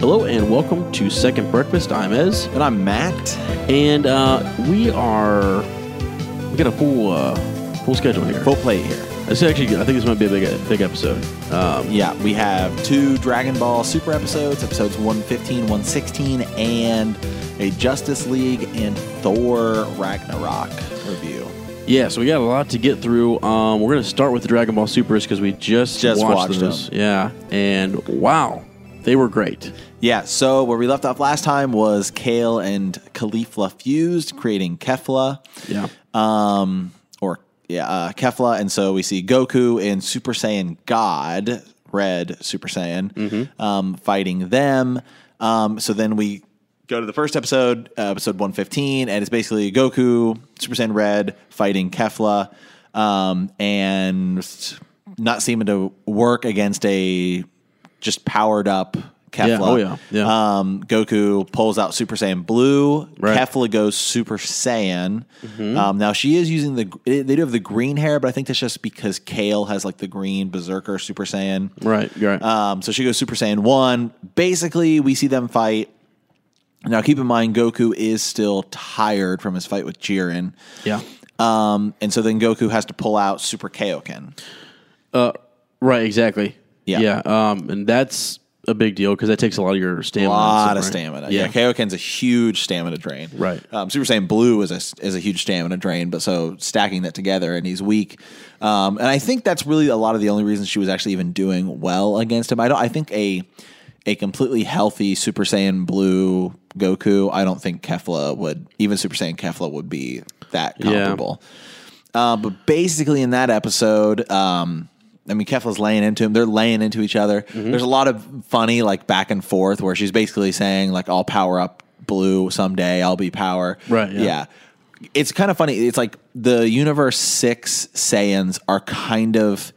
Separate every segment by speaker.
Speaker 1: Hello and welcome to Second Breakfast. I'm Ez,
Speaker 2: And I'm Matt.
Speaker 1: and uh, we are we got a full uh, full schedule here.
Speaker 2: Full plate here.
Speaker 1: This is actually good. I think this might be a big big episode. Um,
Speaker 2: Yeah, we have two Dragon Ball Super episodes, episodes 115, 116, and a Justice League and Thor Ragnarok review.
Speaker 1: yeah, so we got a lot to get through. Um, we're gonna start with the Dragon Ball Supers because we just
Speaker 2: Just
Speaker 1: watched,
Speaker 2: watched
Speaker 1: those. Yeah, and wow, they were great.
Speaker 2: Yeah, so where we left off last time was Kale and Khalifa fused, creating Kefla.
Speaker 1: Yeah,
Speaker 2: um, or yeah, uh, Kefla, and so we see Goku and Super Saiyan God, Red Super Saiyan,
Speaker 1: Mm-hmm.
Speaker 2: um, fighting them. Um, so then we go to the first episode, uh, episode one fifteen, and it's basically Goku, Super Saiyan Red, fighting Kefla, um, and not seeming to work against a just powered up. Kefla.
Speaker 1: Yeah, oh yeah, yeah.
Speaker 2: Um, Goku pulls out Super Saiyan Blue.
Speaker 1: Right.
Speaker 2: Kefla Kefla goes Super Saiyan. Um, now she is using the they do have the green hair, but I think that's just because Kale has like the green Berserker Super Saiyan.
Speaker 1: right, you're right.
Speaker 2: Um, so she goes Super Saiyan one. Basically, we see them fight. Now keep in mind Goku is still tired from his fight with Jiren.
Speaker 1: yeah,
Speaker 2: Um, and so then Goku has to pull out Super Kaioken.
Speaker 1: right, exactly.
Speaker 2: Yeah.
Speaker 1: yeah, um, and that's a big deal because that takes a lot of your stamina.
Speaker 2: A
Speaker 1: and
Speaker 2: lot of
Speaker 1: stuff, right?
Speaker 2: stamina. Yeah. Kaioken's a huge stamina drain.
Speaker 1: Right.
Speaker 2: Um, Super Saiyan Blue is a is a huge stamina drain, but so stacking that together, and he's weak. Um, and I think that's really a lot of the only reason she was actually even doing well against him. I don't. I think a a completely healthy Super Saiyan Blue Goku. I don't think Kefla would even Super Saiyan Kefla would be that comparable. Uh, but basically, in that episode, um, I mean, Kefla's laying into him. They're laying into each other.
Speaker 1: Mm-hmm.
Speaker 2: There's a lot of funny, like, back and forth where she's basically saying, like, I'll power up blue someday. I'll be power.
Speaker 1: Right, yeah.
Speaker 2: It's kind of funny. It's like the Universe 6 Saiyans are kind of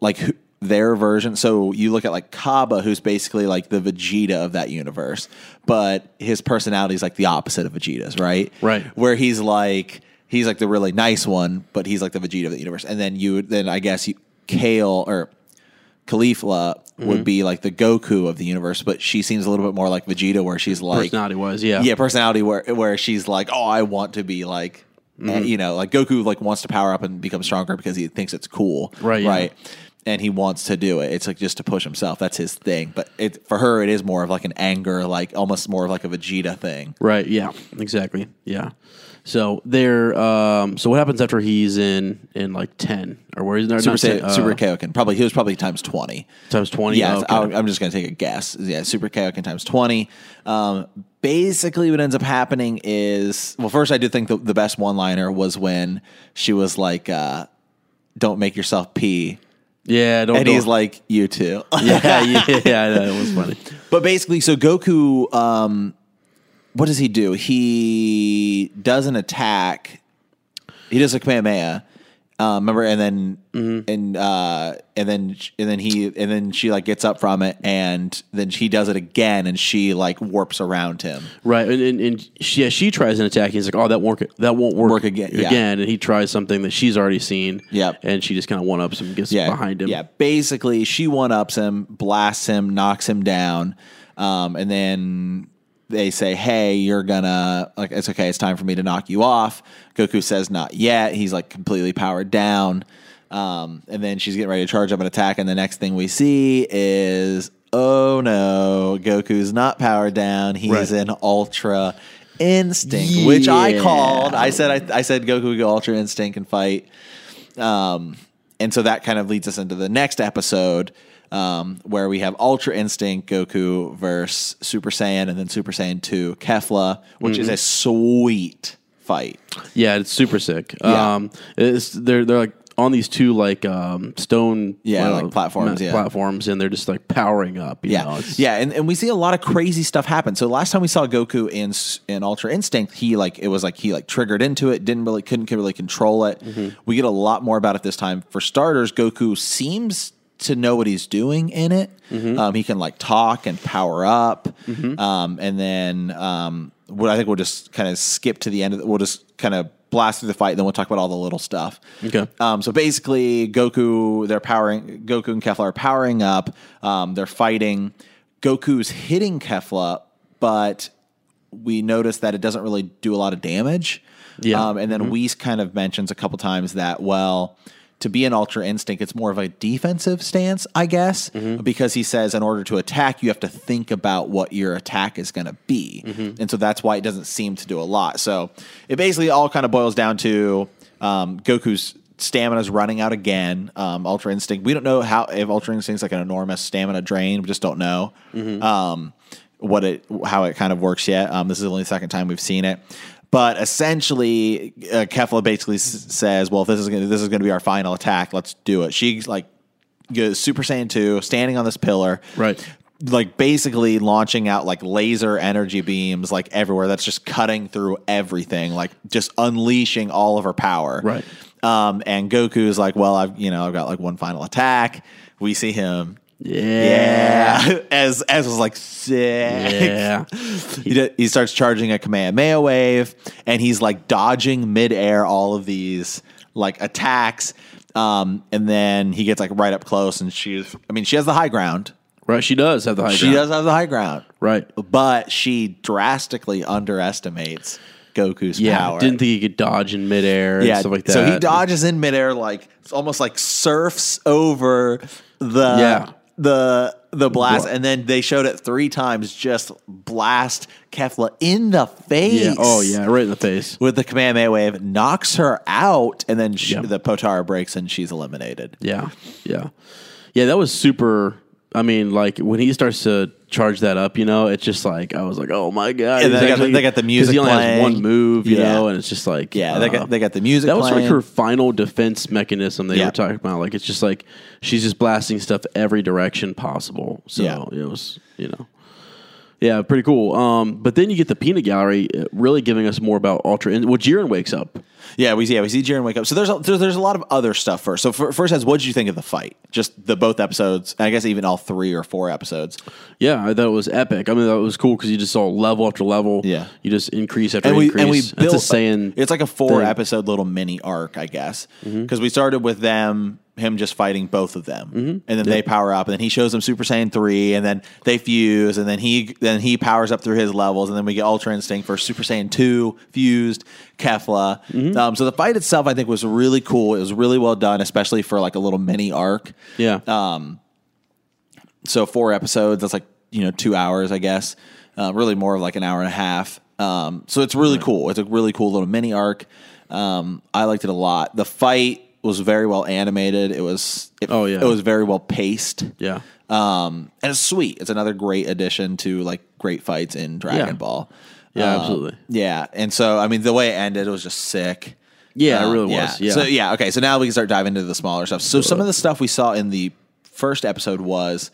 Speaker 2: like who, their version. So you look at, like, Kaba, who's basically like the Vegeta of that universe, but his personality is like the opposite of Vegeta's, right?
Speaker 1: Right.
Speaker 2: where he's like he's like the really nice one, but he's like the Vegeta of the universe. And then you then I guess you Kale or Khalifa would be like the Goku of the universe, but she seems a little bit more like Vegeta, where she's like
Speaker 1: personality wise.
Speaker 2: yeah, personality where where she's like, oh, I want to be like.
Speaker 1: Mm-hmm.
Speaker 2: eh, You know, like Goku, like wants to power up and become stronger because he thinks it's cool,
Speaker 1: Right, yeah.
Speaker 2: Right, and he wants to do it. It's like just to push himself. That's his thing. But it for her, it is more of like an anger, like almost more of like a Vegeta thing.
Speaker 1: Right. Yeah. Exactly. Yeah. So there. Um. So what happens after he's in in like ten or where is there
Speaker 2: Super Saiyan, Super
Speaker 1: Uh-huh.
Speaker 2: Kaioken. Probably he was probably times twenty.
Speaker 1: times twenty?
Speaker 2: Yeah,
Speaker 1: Oh, okay.
Speaker 2: I'll- I'm just gonna take a guess. Yeah, Super Kaioken times twenty. Um, basically, what ends up happening is well, first I do think the, the best one liner was when she was like, uh, "Don't make yourself pee,"
Speaker 1: yeah. Don't.
Speaker 2: and
Speaker 1: don't-
Speaker 2: he's like, "You too."
Speaker 1: yeah. Yeah. Yeah. That was funny.
Speaker 2: But basically, so Goku, um, what does he do? He does an attack. He does a Kamehameha. Uh, remember, and then and uh, and then and then he and then she like gets up from it, and then she does it again, and she like warps around him.
Speaker 1: Right. And and, and she, yeah, she tries an attack. He's like, oh, that won't that won't work,
Speaker 2: Work again, yeah.
Speaker 1: Again. And he tries something that she's already seen.
Speaker 2: Yep.
Speaker 1: And she just kind of one ups him, gets
Speaker 2: Yeah,
Speaker 1: behind him.
Speaker 2: Yeah, basically, she one ups him, blasts him, knocks him down, um, and then they say, "Hey, you're gonna like it's okay. It's time for me to knock you off." Goku says, "Not yet." He's like completely powered down, um, and then she's getting ready to charge up an attack. And the next thing we see is, "Oh no, Goku's not powered down. He's
Speaker 1: Right.
Speaker 2: in Ultra." Instinct, which I
Speaker 1: Yeah.
Speaker 2: called. I said I, I said Goku would go Ultra Instinct and fight. Um, and so that kind of leads us into the next episode um, where we have Ultra Instinct Goku versus Super Saiyan and then Super Saiyan 2 Kefla, which is a sweet fight.
Speaker 1: Yeah, it's super sick.
Speaker 2: Yeah.
Speaker 1: Um, it's they're they're like on these two like um stone
Speaker 2: Yeah,
Speaker 1: uh,
Speaker 2: like platforms,
Speaker 1: ma-
Speaker 2: yeah.
Speaker 1: platforms, and they're just like powering up. You
Speaker 2: Yeah.
Speaker 1: know, it's-
Speaker 2: yeah. And, and we see a lot of crazy stuff happen. So last time we saw Goku in, S- in Ultra Instinct, he like, it was like he like triggered into it, didn't really, couldn't really control it.
Speaker 1: Mm-hmm.
Speaker 2: We get a lot more about it this time. For starters, Goku seems to know what he's doing in it.
Speaker 1: Mm-hmm.
Speaker 2: Um, he can like talk and power up. Um, and then, um, what I think we'll just kind of skip to the end of the, we'll just kind of blast through the fight. Then we'll talk about all the little stuff.
Speaker 1: Okay.
Speaker 2: Um, so basically, Goku, they're powering. Goku and Kefla are powering up. Um, they're fighting. Goku's hitting Kefla, but we notice that it doesn't really do a lot of damage.
Speaker 1: Yeah.
Speaker 2: Um, and then Whis kind of mentions a couple times that, well, to be an Ultra Instinct, it's more of a defensive stance, I guess, because he says in order to attack, you have to think about what your attack is going to be. And so that's why it doesn't seem to do a lot. So it basically all kind of boils down to um, Goku's stamina's running out again. Um, Ultra Instinct, we don't know how if Ultra Instinct's like an enormous stamina drain. We just don't know. Um, what it how it kind of works yet. Um, this is only the second time we've seen it, but essentially, uh, Kefla basically s- says, "Well, if this is gonna, this is going to be our final attack, let's do it." She like goes Super Saiyan two, standing on this pillar,
Speaker 1: Right.
Speaker 2: Like basically launching out like laser energy beams like everywhere. That's just cutting through everything, like just unleashing all of her power.
Speaker 1: Right.
Speaker 2: Um, and Goku is like, well, I've you know I've got like one final attack. We see him
Speaker 1: Yeah.
Speaker 2: yeah. As as was like sick.
Speaker 1: Yeah.
Speaker 2: He, d- he starts charging a Kamehameha wave and he's like dodging midair all of these like attacks. Um, and then he gets like right up close and she's I mean, she has the high ground.
Speaker 1: Right. She does have the high
Speaker 2: She
Speaker 1: ground.
Speaker 2: does have the high ground.
Speaker 1: Right.
Speaker 2: But she drastically underestimates Goku's
Speaker 1: Yeah.
Speaker 2: power.
Speaker 1: Didn't think he could dodge in midair and stuff like that.
Speaker 2: So he dodges in midair, like it's almost like surfs over the
Speaker 1: Yeah.
Speaker 2: the the blast,
Speaker 1: Bro.
Speaker 2: and then they showed it three times, just blast Kefla in the face.
Speaker 1: Yeah. Oh yeah. Right in the face.
Speaker 2: With the Kamehameha wave, knocks her out, and then she,
Speaker 1: Yeah.
Speaker 2: the Potara breaks and she's eliminated.
Speaker 1: Yeah, yeah, yeah. That was super. I mean, like when he starts to charge that up, you know, it's just like I was like, oh my god. he's
Speaker 2: And they got the-
Speaker 1: actually-
Speaker 2: they got the
Speaker 1: 'cause
Speaker 2: music
Speaker 1: He only
Speaker 2: playing.
Speaker 1: has one move, you
Speaker 2: Yeah.
Speaker 1: know, and it's just like
Speaker 2: Yeah, they
Speaker 1: uh,
Speaker 2: got they got the music.
Speaker 1: that was like
Speaker 2: playing.
Speaker 1: her final defense mechanism they
Speaker 2: Yeah.
Speaker 1: were talking about. Like it's just like she's just blasting stuff every direction possible. So
Speaker 2: Yeah.
Speaker 1: it was, you know. Yeah, pretty cool. Um, but then you get the peanut gallery uh, really giving us more about Ultra. In- well, Jiren wakes up.
Speaker 2: Yeah, we yeah we see Jiren wake up. So there's a, there's, there's a lot of other stuff first. So fir- first, as what did you think of the fight? Just the both episodes, and I guess even all three or four episodes.
Speaker 1: Yeah, I thought it was epic. I mean, that was cool because you just saw level after level.
Speaker 2: Yeah.
Speaker 1: you just increase after
Speaker 2: and we
Speaker 1: increase.
Speaker 2: and we
Speaker 1: That's
Speaker 2: built uh,
Speaker 1: a saying.
Speaker 2: It's like a four
Speaker 1: thing. Mm-hmm.
Speaker 2: episode little mini arc, I guess, because we started with them, him just fighting both of them, and then they power up, and then he shows them Super Saiyan three, and then they fuse, and then he then he powers up through his levels, and then we get Ultra Instinct for Super Saiyan two fused Kefla.
Speaker 1: Mm-hmm.
Speaker 2: Um, so the fight itself, I think, was really cool. It was really well done, especially for like a little mini arc.
Speaker 1: yeah,
Speaker 2: uh, So four episodes. That's like you know two hours, I guess. Uh, really more of like an hour and a half. Um, so it's really cool. It's a really cool little mini arc. Um, I liked it a lot. The fight was very well animated. It was it,
Speaker 1: Oh, yeah.
Speaker 2: it was very well paced.
Speaker 1: yeah,
Speaker 2: Um, and it's sweet. It's another great addition to like great fights in Dragon
Speaker 1: Yeah.
Speaker 2: Ball.
Speaker 1: Yeah,
Speaker 2: Um,
Speaker 1: absolutely.
Speaker 2: Yeah, and so I mean, the way it ended, it was just sick.
Speaker 1: yeah.
Speaker 2: Um,
Speaker 1: it really was. Yeah,
Speaker 2: So yeah, okay. So now we can start diving into the smaller stuff. So some of the stuff we saw in the first episode was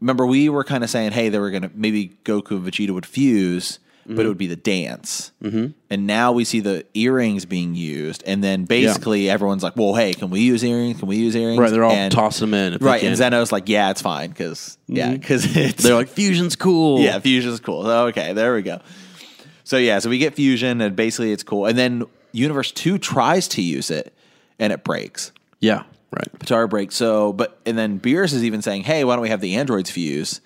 Speaker 2: remember we were kind of saying, hey, they were gonna maybe Goku and Vegeta would fuse, but
Speaker 1: Mm-hmm.
Speaker 2: it would be the dance. Mm-hmm. And now we see the earrings being used, and then basically everyone's like, well, hey, can we use earrings? Can we use earrings?
Speaker 1: right. They're all
Speaker 2: and,
Speaker 1: tossing them in. If
Speaker 2: Right,
Speaker 1: they
Speaker 2: and
Speaker 1: can.
Speaker 2: Zeno's like, yeah, it's fine because yeah, because it's
Speaker 1: Mm-hmm. they're like fusion's cool.
Speaker 2: yeah, Fusion's cool. So, Okay, there we go. So yeah, so we get Fusion, and basically it's cool. And then Universe Two tries to use it, and it breaks.
Speaker 1: yeah, right.
Speaker 2: Patara breaks. So, but and then Beerus is even saying, "Hey, why don't we have the androids fuse?"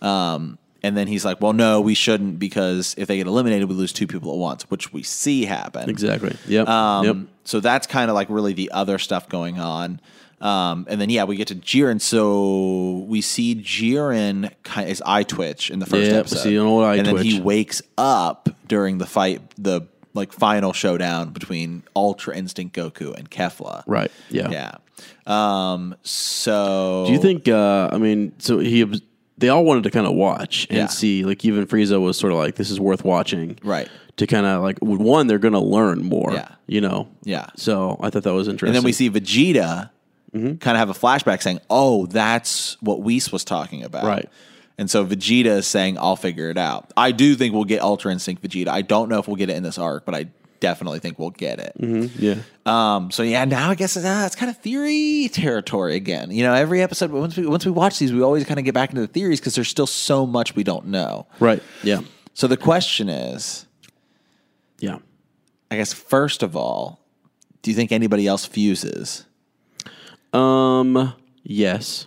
Speaker 2: Um, and then he's like, "Well, no, we shouldn't because if they get eliminated, we lose two people at once," which we see happen.
Speaker 1: Exactly. Yep.
Speaker 2: Um,
Speaker 1: yep.
Speaker 2: So that's kind of like really the other stuff going on. Um, and then yeah, we get to Jiren. So we see Jiren kind his eye twitch in the first
Speaker 1: Yeah, we
Speaker 2: episode.
Speaker 1: see an old eye
Speaker 2: and then he
Speaker 1: twitch.
Speaker 2: wakes up during the fight, the like final showdown between Ultra Instinct Goku and Kefla.
Speaker 1: Right. Yeah.
Speaker 2: Yeah. Um, so
Speaker 1: Do you think? Uh, I mean, so he. obs- They all wanted to kind of watch and
Speaker 2: Yeah.
Speaker 1: see. Like even Frieza was sort of like, "This is worth watching."
Speaker 2: Right.
Speaker 1: To kind of like w- one, they're going to learn more.
Speaker 2: Yeah.
Speaker 1: You know.
Speaker 2: Yeah.
Speaker 1: So I thought that was interesting.
Speaker 2: And then we see Vegeta kind of have a flashback saying, "Oh, that's what Whis was talking about."
Speaker 1: Right.
Speaker 2: And so Vegeta is saying, "I'll figure it out." I do think we'll get Ultra Instinct Vegeta. I don't know if we'll get it in this arc, but I definitely think we'll get it.
Speaker 1: Yeah.
Speaker 2: Um, so yeah, now I guess it's, uh, it's kind of theory territory again. You know, every episode once we once we watch these, we always kind of get back into the theories because there's still so much we don't know.
Speaker 1: Right. Yeah.
Speaker 2: So the question is,
Speaker 1: Yeah.
Speaker 2: I guess first of all, do you think anybody else fuses?
Speaker 1: Um. Yes.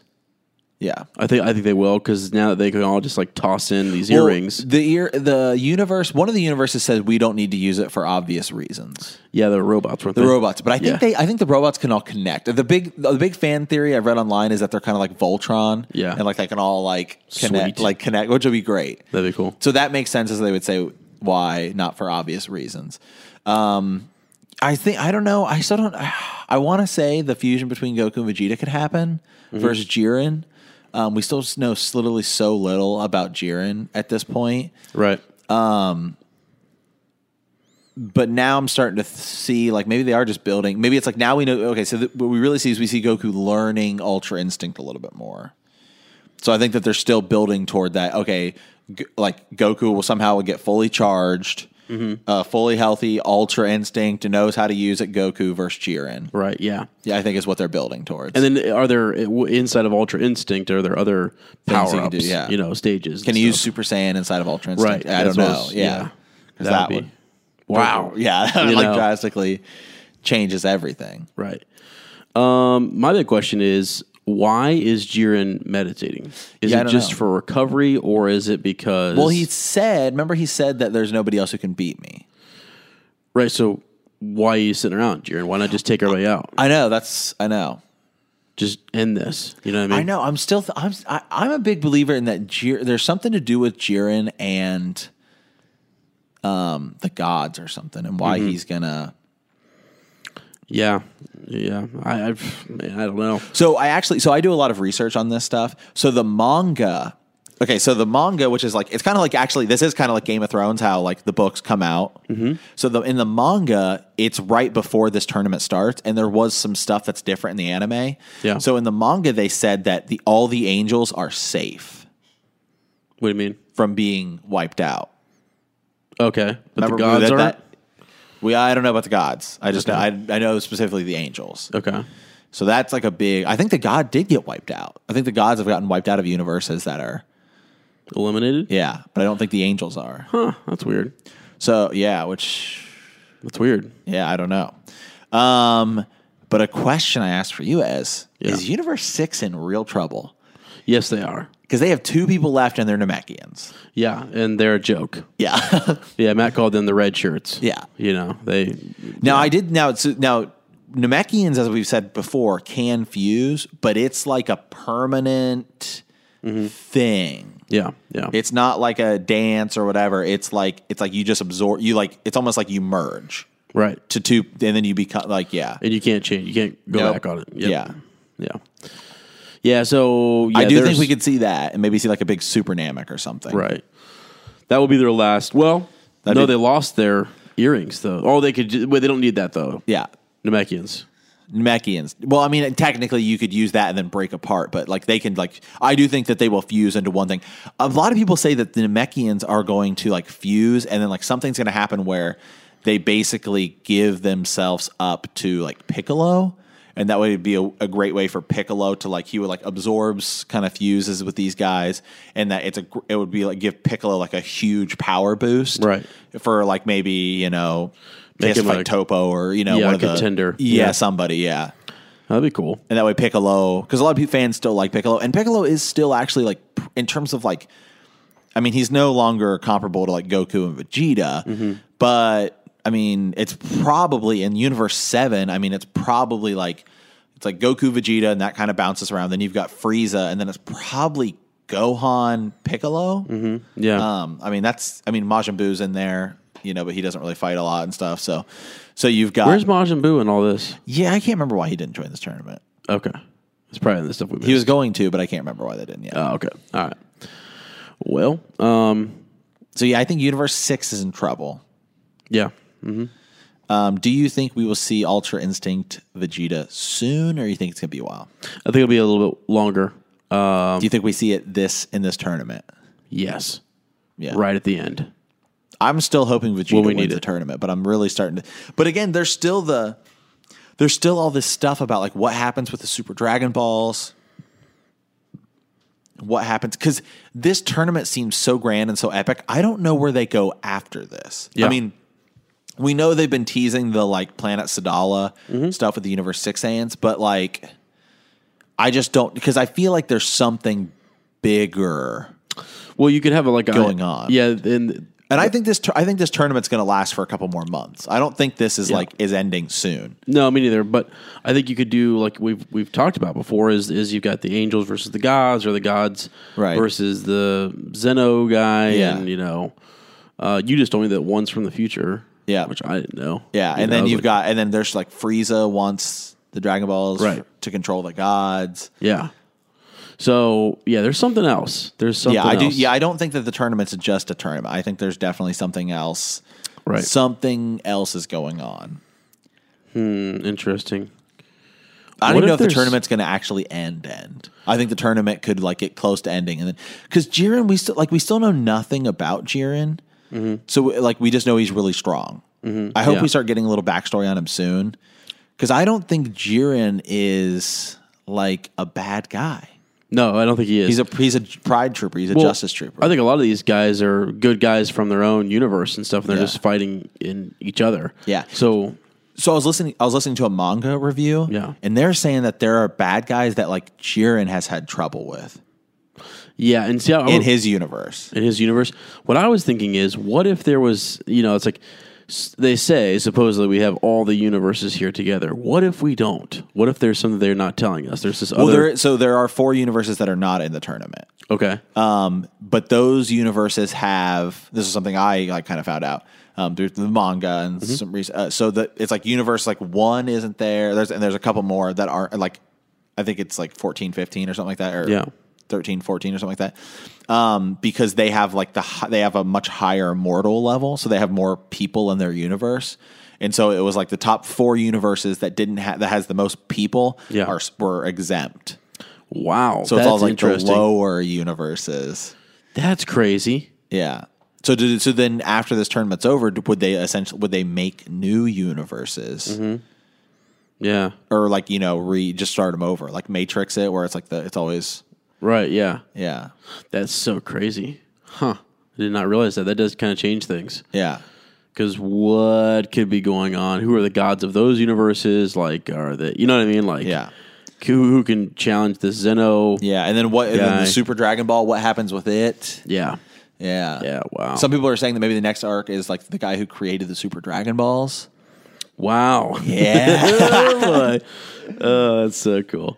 Speaker 2: Yeah.
Speaker 1: I think I think they will because now that they can all just like toss in these
Speaker 2: Well,
Speaker 1: earrings.
Speaker 2: the ear, the universe. One of the universes says we don't need to use it for obvious reasons.
Speaker 1: Yeah, the robots weren't
Speaker 2: The robots, but I think
Speaker 1: Yeah.
Speaker 2: they, I think the robots can all connect. The big, the big fan theory I've read online is that they're kind of like Voltron,
Speaker 1: Yeah.
Speaker 2: and like they can all like connect,
Speaker 1: Sweet.
Speaker 2: like connect, which would be great.
Speaker 1: That'd be cool.
Speaker 2: So that makes sense as they would say why, not for obvious reasons. Um, I think I don't know. I still don't. I want to say the fusion between Goku and Vegeta could happen
Speaker 1: Mm-hmm.
Speaker 2: versus Jiren. Um, we still s- know s- literally so little about Jiren at this point,
Speaker 1: Right.
Speaker 2: but now I'm starting to th- see like maybe they are just building. Maybe it's like now we know. Okay, so th- what we really see is we see Goku learning Ultra Instinct a little bit more. So I think that they're still building toward that. Okay, g- like Goku will somehow get fully charged,
Speaker 1: Mm-hmm.
Speaker 2: uh, fully healthy, Ultra Instinct, and knows how to use it. Goku versus Jiren.
Speaker 1: Right. Yeah.
Speaker 2: Yeah, I think is what they're building towards.
Speaker 1: And then eh, are there inside of Ultra Instinct? Are there other
Speaker 2: Things
Speaker 1: power
Speaker 2: you can
Speaker 1: ups?
Speaker 2: do, yeah.
Speaker 1: You know, stages.
Speaker 2: Can
Speaker 1: and
Speaker 2: you use
Speaker 1: stuff?
Speaker 2: Super Saiyan inside of Ultra Instinct?
Speaker 1: Right.
Speaker 2: I don't
Speaker 1: That's what I
Speaker 2: know.
Speaker 1: was-
Speaker 2: Yeah,
Speaker 1: yeah.
Speaker 2: 'Cause
Speaker 1: That
Speaker 2: that
Speaker 1: would
Speaker 2: would
Speaker 1: be-
Speaker 2: wow. Yeah,
Speaker 1: You
Speaker 2: like
Speaker 1: know.
Speaker 2: drastically changes everything.
Speaker 1: Right. Um, my big question is why is Jiren meditating? Is
Speaker 2: Yeah, I
Speaker 1: it
Speaker 2: don't
Speaker 1: just
Speaker 2: know.
Speaker 1: for recovery or is it because
Speaker 2: Well, he said, remember he said that there's nobody else who can beat me.
Speaker 1: right? So why are you sitting around, Jiren? Why not just take everybody out?
Speaker 2: I know. That's I know.
Speaker 1: Just end this. You know what I mean?
Speaker 2: I know. I'm still. Th- I'm. I, I'm a big believer in that. Jir- there's something to do with Jiren and um the gods or something, and why he's gonna.
Speaker 1: Yeah, yeah. I I've, man, I don't know.
Speaker 2: So I actually, so I do a lot of research on this stuff. So the manga, okay, so the manga, which is like, it's kind of like actually, this is kind of like Game of Thrones, how like the books come out.
Speaker 1: Mm-hmm.
Speaker 2: So the, in the manga, it's right before this tournament starts, and there was some stuff that's different in the anime.
Speaker 1: Yeah.
Speaker 2: So in the manga, they said that the all the angels are safe
Speaker 1: What do you mean?
Speaker 2: from being wiped out.
Speaker 1: Okay, but
Speaker 2: Remember
Speaker 1: the gods
Speaker 2: that-
Speaker 1: are
Speaker 2: that- we, I don't know about the gods. I just
Speaker 1: Okay.
Speaker 2: know, I, I know specifically the angels.
Speaker 1: okay.
Speaker 2: So that's like a big. I think the god did get wiped out. I think the gods have gotten wiped out of universes that are.
Speaker 1: Eliminated?
Speaker 2: Yeah, but I don't think the angels are.
Speaker 1: Huh? That's weird.
Speaker 2: So yeah, which
Speaker 1: That's weird.
Speaker 2: yeah, I don't know. Um, but a question I asked for you is:
Speaker 1: Yeah.
Speaker 2: Is Universe Six in real trouble?
Speaker 1: Yes, they are.
Speaker 2: Because they have two people left, and they're Namekians.
Speaker 1: Yeah, and they're a joke.
Speaker 2: Yeah.
Speaker 1: Yeah, Matt called them the red shirts.
Speaker 2: Yeah.
Speaker 1: you know they.
Speaker 2: now I did now it's now Namekians, as we've said before, can fuse, but it's like a permanent
Speaker 1: Mm-hmm.
Speaker 2: thing.
Speaker 1: Yeah, yeah.
Speaker 2: It's not like a dance or whatever. It's like it's like you just absorb. You like it's almost like you merge
Speaker 1: right,
Speaker 2: to two, and then you become like yeah.
Speaker 1: and you can't change. You can't go
Speaker 2: Nope.
Speaker 1: back on it.
Speaker 2: Yeah.
Speaker 1: yeah, yeah. So yeah,
Speaker 2: I do think
Speaker 1: there's-
Speaker 2: we could see that and maybe see like a big super Namek or something.
Speaker 1: Right, that will be their last. Well,
Speaker 2: That'd
Speaker 1: no,
Speaker 2: be-
Speaker 1: they lost their earrings though. Oh, they could. ju- Wait, they don't need that though.
Speaker 2: Yeah.
Speaker 1: Namekians.
Speaker 2: Namekians. Well, I mean, technically you could use that and then break apart, but like they can like I do think that they will fuse into one thing. A lot of people say that the Namekians are going to like fuse and then like something's going to happen where they basically give themselves up to like Piccolo. And that way would be a, a great way for Piccolo to like he would like absorbs kind of fuses with these guys, and that it's a gr- it would be like give Piccolo like a huge power boost,
Speaker 1: Right.
Speaker 2: For like maybe you know,
Speaker 1: Make
Speaker 2: Kiss
Speaker 1: him,
Speaker 2: fight
Speaker 1: like-
Speaker 2: Topo or you know
Speaker 1: Yeah,
Speaker 2: one of the
Speaker 1: contender.
Speaker 2: yeah,
Speaker 1: Yeah.
Speaker 2: somebody, yeah.
Speaker 1: That'd be cool.
Speaker 2: And that way Piccolo, because a lot of pe- fans still like Piccolo, and Piccolo is still actually like, pr- in terms of like, I mean, he's no longer comparable to like Goku and Vegeta,
Speaker 1: Mm-hmm.
Speaker 2: but I mean, it's probably in Universe 7, I mean, it's probably like, it's like Goku, Vegeta, and that kind of bounces around. Then you've got Frieza, and then it's probably Gohan, Piccolo.
Speaker 1: Mm-hmm. Yeah.
Speaker 2: Um, I mean, that's, I mean, Majin Buu's in there, you know, but he doesn't really fight a lot and stuff. So, so you've got,
Speaker 1: Where's Majin Buu in all this?
Speaker 2: yeah, I can't remember why he didn't join this tournament.
Speaker 1: Okay. It's probably in the stuff we missed.
Speaker 2: He was going to, but I can't remember why they didn't yet.
Speaker 1: oh, okay. All right. Well, um,
Speaker 2: so yeah, I think Universe Six is in trouble.
Speaker 1: yeah.
Speaker 2: Um, do you think we will see Ultra Instinct Vegeta soon, or you think it's gonna be a while?
Speaker 1: I think it'll be a little bit longer. Uh,
Speaker 2: do you think we see it this in this tournament?
Speaker 1: yes.
Speaker 2: Yeah,
Speaker 1: Right at the end.
Speaker 2: I'm still hoping Vegeta
Speaker 1: we
Speaker 2: wins
Speaker 1: need
Speaker 2: the
Speaker 1: it.
Speaker 2: tournament, but I'm really starting to. But again, there's still the there's still all this stuff about like what happens with the Super Dragon Balls. What happens? Because this tournament seems so grand and so epic. I don't know where they go after this. I
Speaker 1: Yeah.
Speaker 2: mean, we know they've been
Speaker 1: Mm-hmm.
Speaker 2: teasing the like Planet Sadala stuff with the Universe Six Hands, but like. I just don't because I feel like there's something bigger.
Speaker 1: Well, you could have a, like a-
Speaker 2: Going on.
Speaker 1: Yeah, and
Speaker 2: And I think this tur- I think this tournament's going to last for a couple more months. I don't think this is like is ending soon.
Speaker 1: No, me neither. But I think you could do like we've we've talked about before is is you've got the angels versus the gods or the gods
Speaker 2: Right.
Speaker 1: versus the Zeno guy
Speaker 2: Yeah.
Speaker 1: and you know uh, you just told me that one's from the future.
Speaker 2: Yeah.
Speaker 1: Which I didn't know.
Speaker 2: Yeah,
Speaker 1: You
Speaker 2: and
Speaker 1: know, I
Speaker 2: then
Speaker 1: was
Speaker 2: you've
Speaker 1: like,
Speaker 2: got and then there's like Frieza wants the Dragon Balls
Speaker 1: Right.
Speaker 2: f- to control the gods.
Speaker 1: Yeah. So yeah, there's something else. There's something
Speaker 2: yeah, I do.
Speaker 1: else.
Speaker 2: Yeah, I don't think that the tournament's just a tournament. I think there's definitely something else.
Speaker 1: Right.
Speaker 2: Something else is going on.
Speaker 1: Interesting.
Speaker 2: I
Speaker 1: What
Speaker 2: don't even know
Speaker 1: if
Speaker 2: if the
Speaker 1: there's-
Speaker 2: tournament's going to actually end. End. I think the tournament could like get close to ending, and then because Jiren, we still like we still know nothing about Jiren. So like we just know he's really strong. I hope
Speaker 1: Mm-hmm. Yeah.
Speaker 2: we start getting a little backstory on him soon, because I don't think Jiren is like a bad guy.
Speaker 1: No, I don't think he is.
Speaker 2: He's a he's a pride trooper. He's a
Speaker 1: Well,
Speaker 2: justice trooper.
Speaker 1: I think a lot of these guys are good guys from their own universe and stuff, and they're
Speaker 2: Yeah.
Speaker 1: just fighting in each other.
Speaker 2: Yeah.
Speaker 1: So
Speaker 2: so I was listening. I was listening to a manga review.
Speaker 1: Yeah.
Speaker 2: and they're saying that there are bad guys that like Jiren has had trouble with
Speaker 1: yeah, and see, I,
Speaker 2: in his universe.
Speaker 1: in his universe. What I was thinking is, what if there was, you know, it's like s- they say supposedly we have all the universes here together. What if we don't? What if there's something they're not telling us? There's this
Speaker 2: Well,
Speaker 1: other.
Speaker 2: there, so there are four universes that are not in the tournament.
Speaker 1: okay.
Speaker 2: Um, but those universes have this is something I like kind of found out um, through the manga and
Speaker 1: Mm-hmm.
Speaker 2: some reason. Uh, so that it's like universe like one isn't there. There's and there's a couple more that are like I think it's like 14, 15 or something like that, or
Speaker 1: Yeah.
Speaker 2: 13, 14 or something like that. Um, because they have like the hi- they have a much higher mortal level, so they have more people in their universe. And so it was like the top four universes that didn't have that has the most people
Speaker 1: Yeah.
Speaker 2: are were exempt.
Speaker 1: wow.
Speaker 2: So
Speaker 1: that's
Speaker 2: it's all like the
Speaker 1: interesting.
Speaker 2: lower universes.
Speaker 1: That's crazy.
Speaker 2: Yeah. So did, so then after this tournament's over, d- would they essentially would they make new universes
Speaker 1: Mm-hmm. Yeah.
Speaker 2: or like you know re just start them over like Matrix it where it's like the it's always
Speaker 1: Right. Yeah.
Speaker 2: yeah
Speaker 1: That's so crazy. Huh. I did not realize that. That does kind of change things.
Speaker 2: yeah
Speaker 1: Because what could be going on? Who are the gods of those universes? Like, are they, you know what I mean? Like,
Speaker 2: Yeah.
Speaker 1: who, who can challenge the Zeno?
Speaker 2: yeah and then what and then
Speaker 1: Guy.
Speaker 2: the Super Dragon Ball what happens with it
Speaker 1: Yeah.
Speaker 2: yeah
Speaker 1: Yeah, wow.
Speaker 2: some people are saying that maybe the next arc is like the guy who created the Super Dragon Balls
Speaker 1: Wow.
Speaker 2: yeah
Speaker 1: oh, boy. Oh, that's so cool.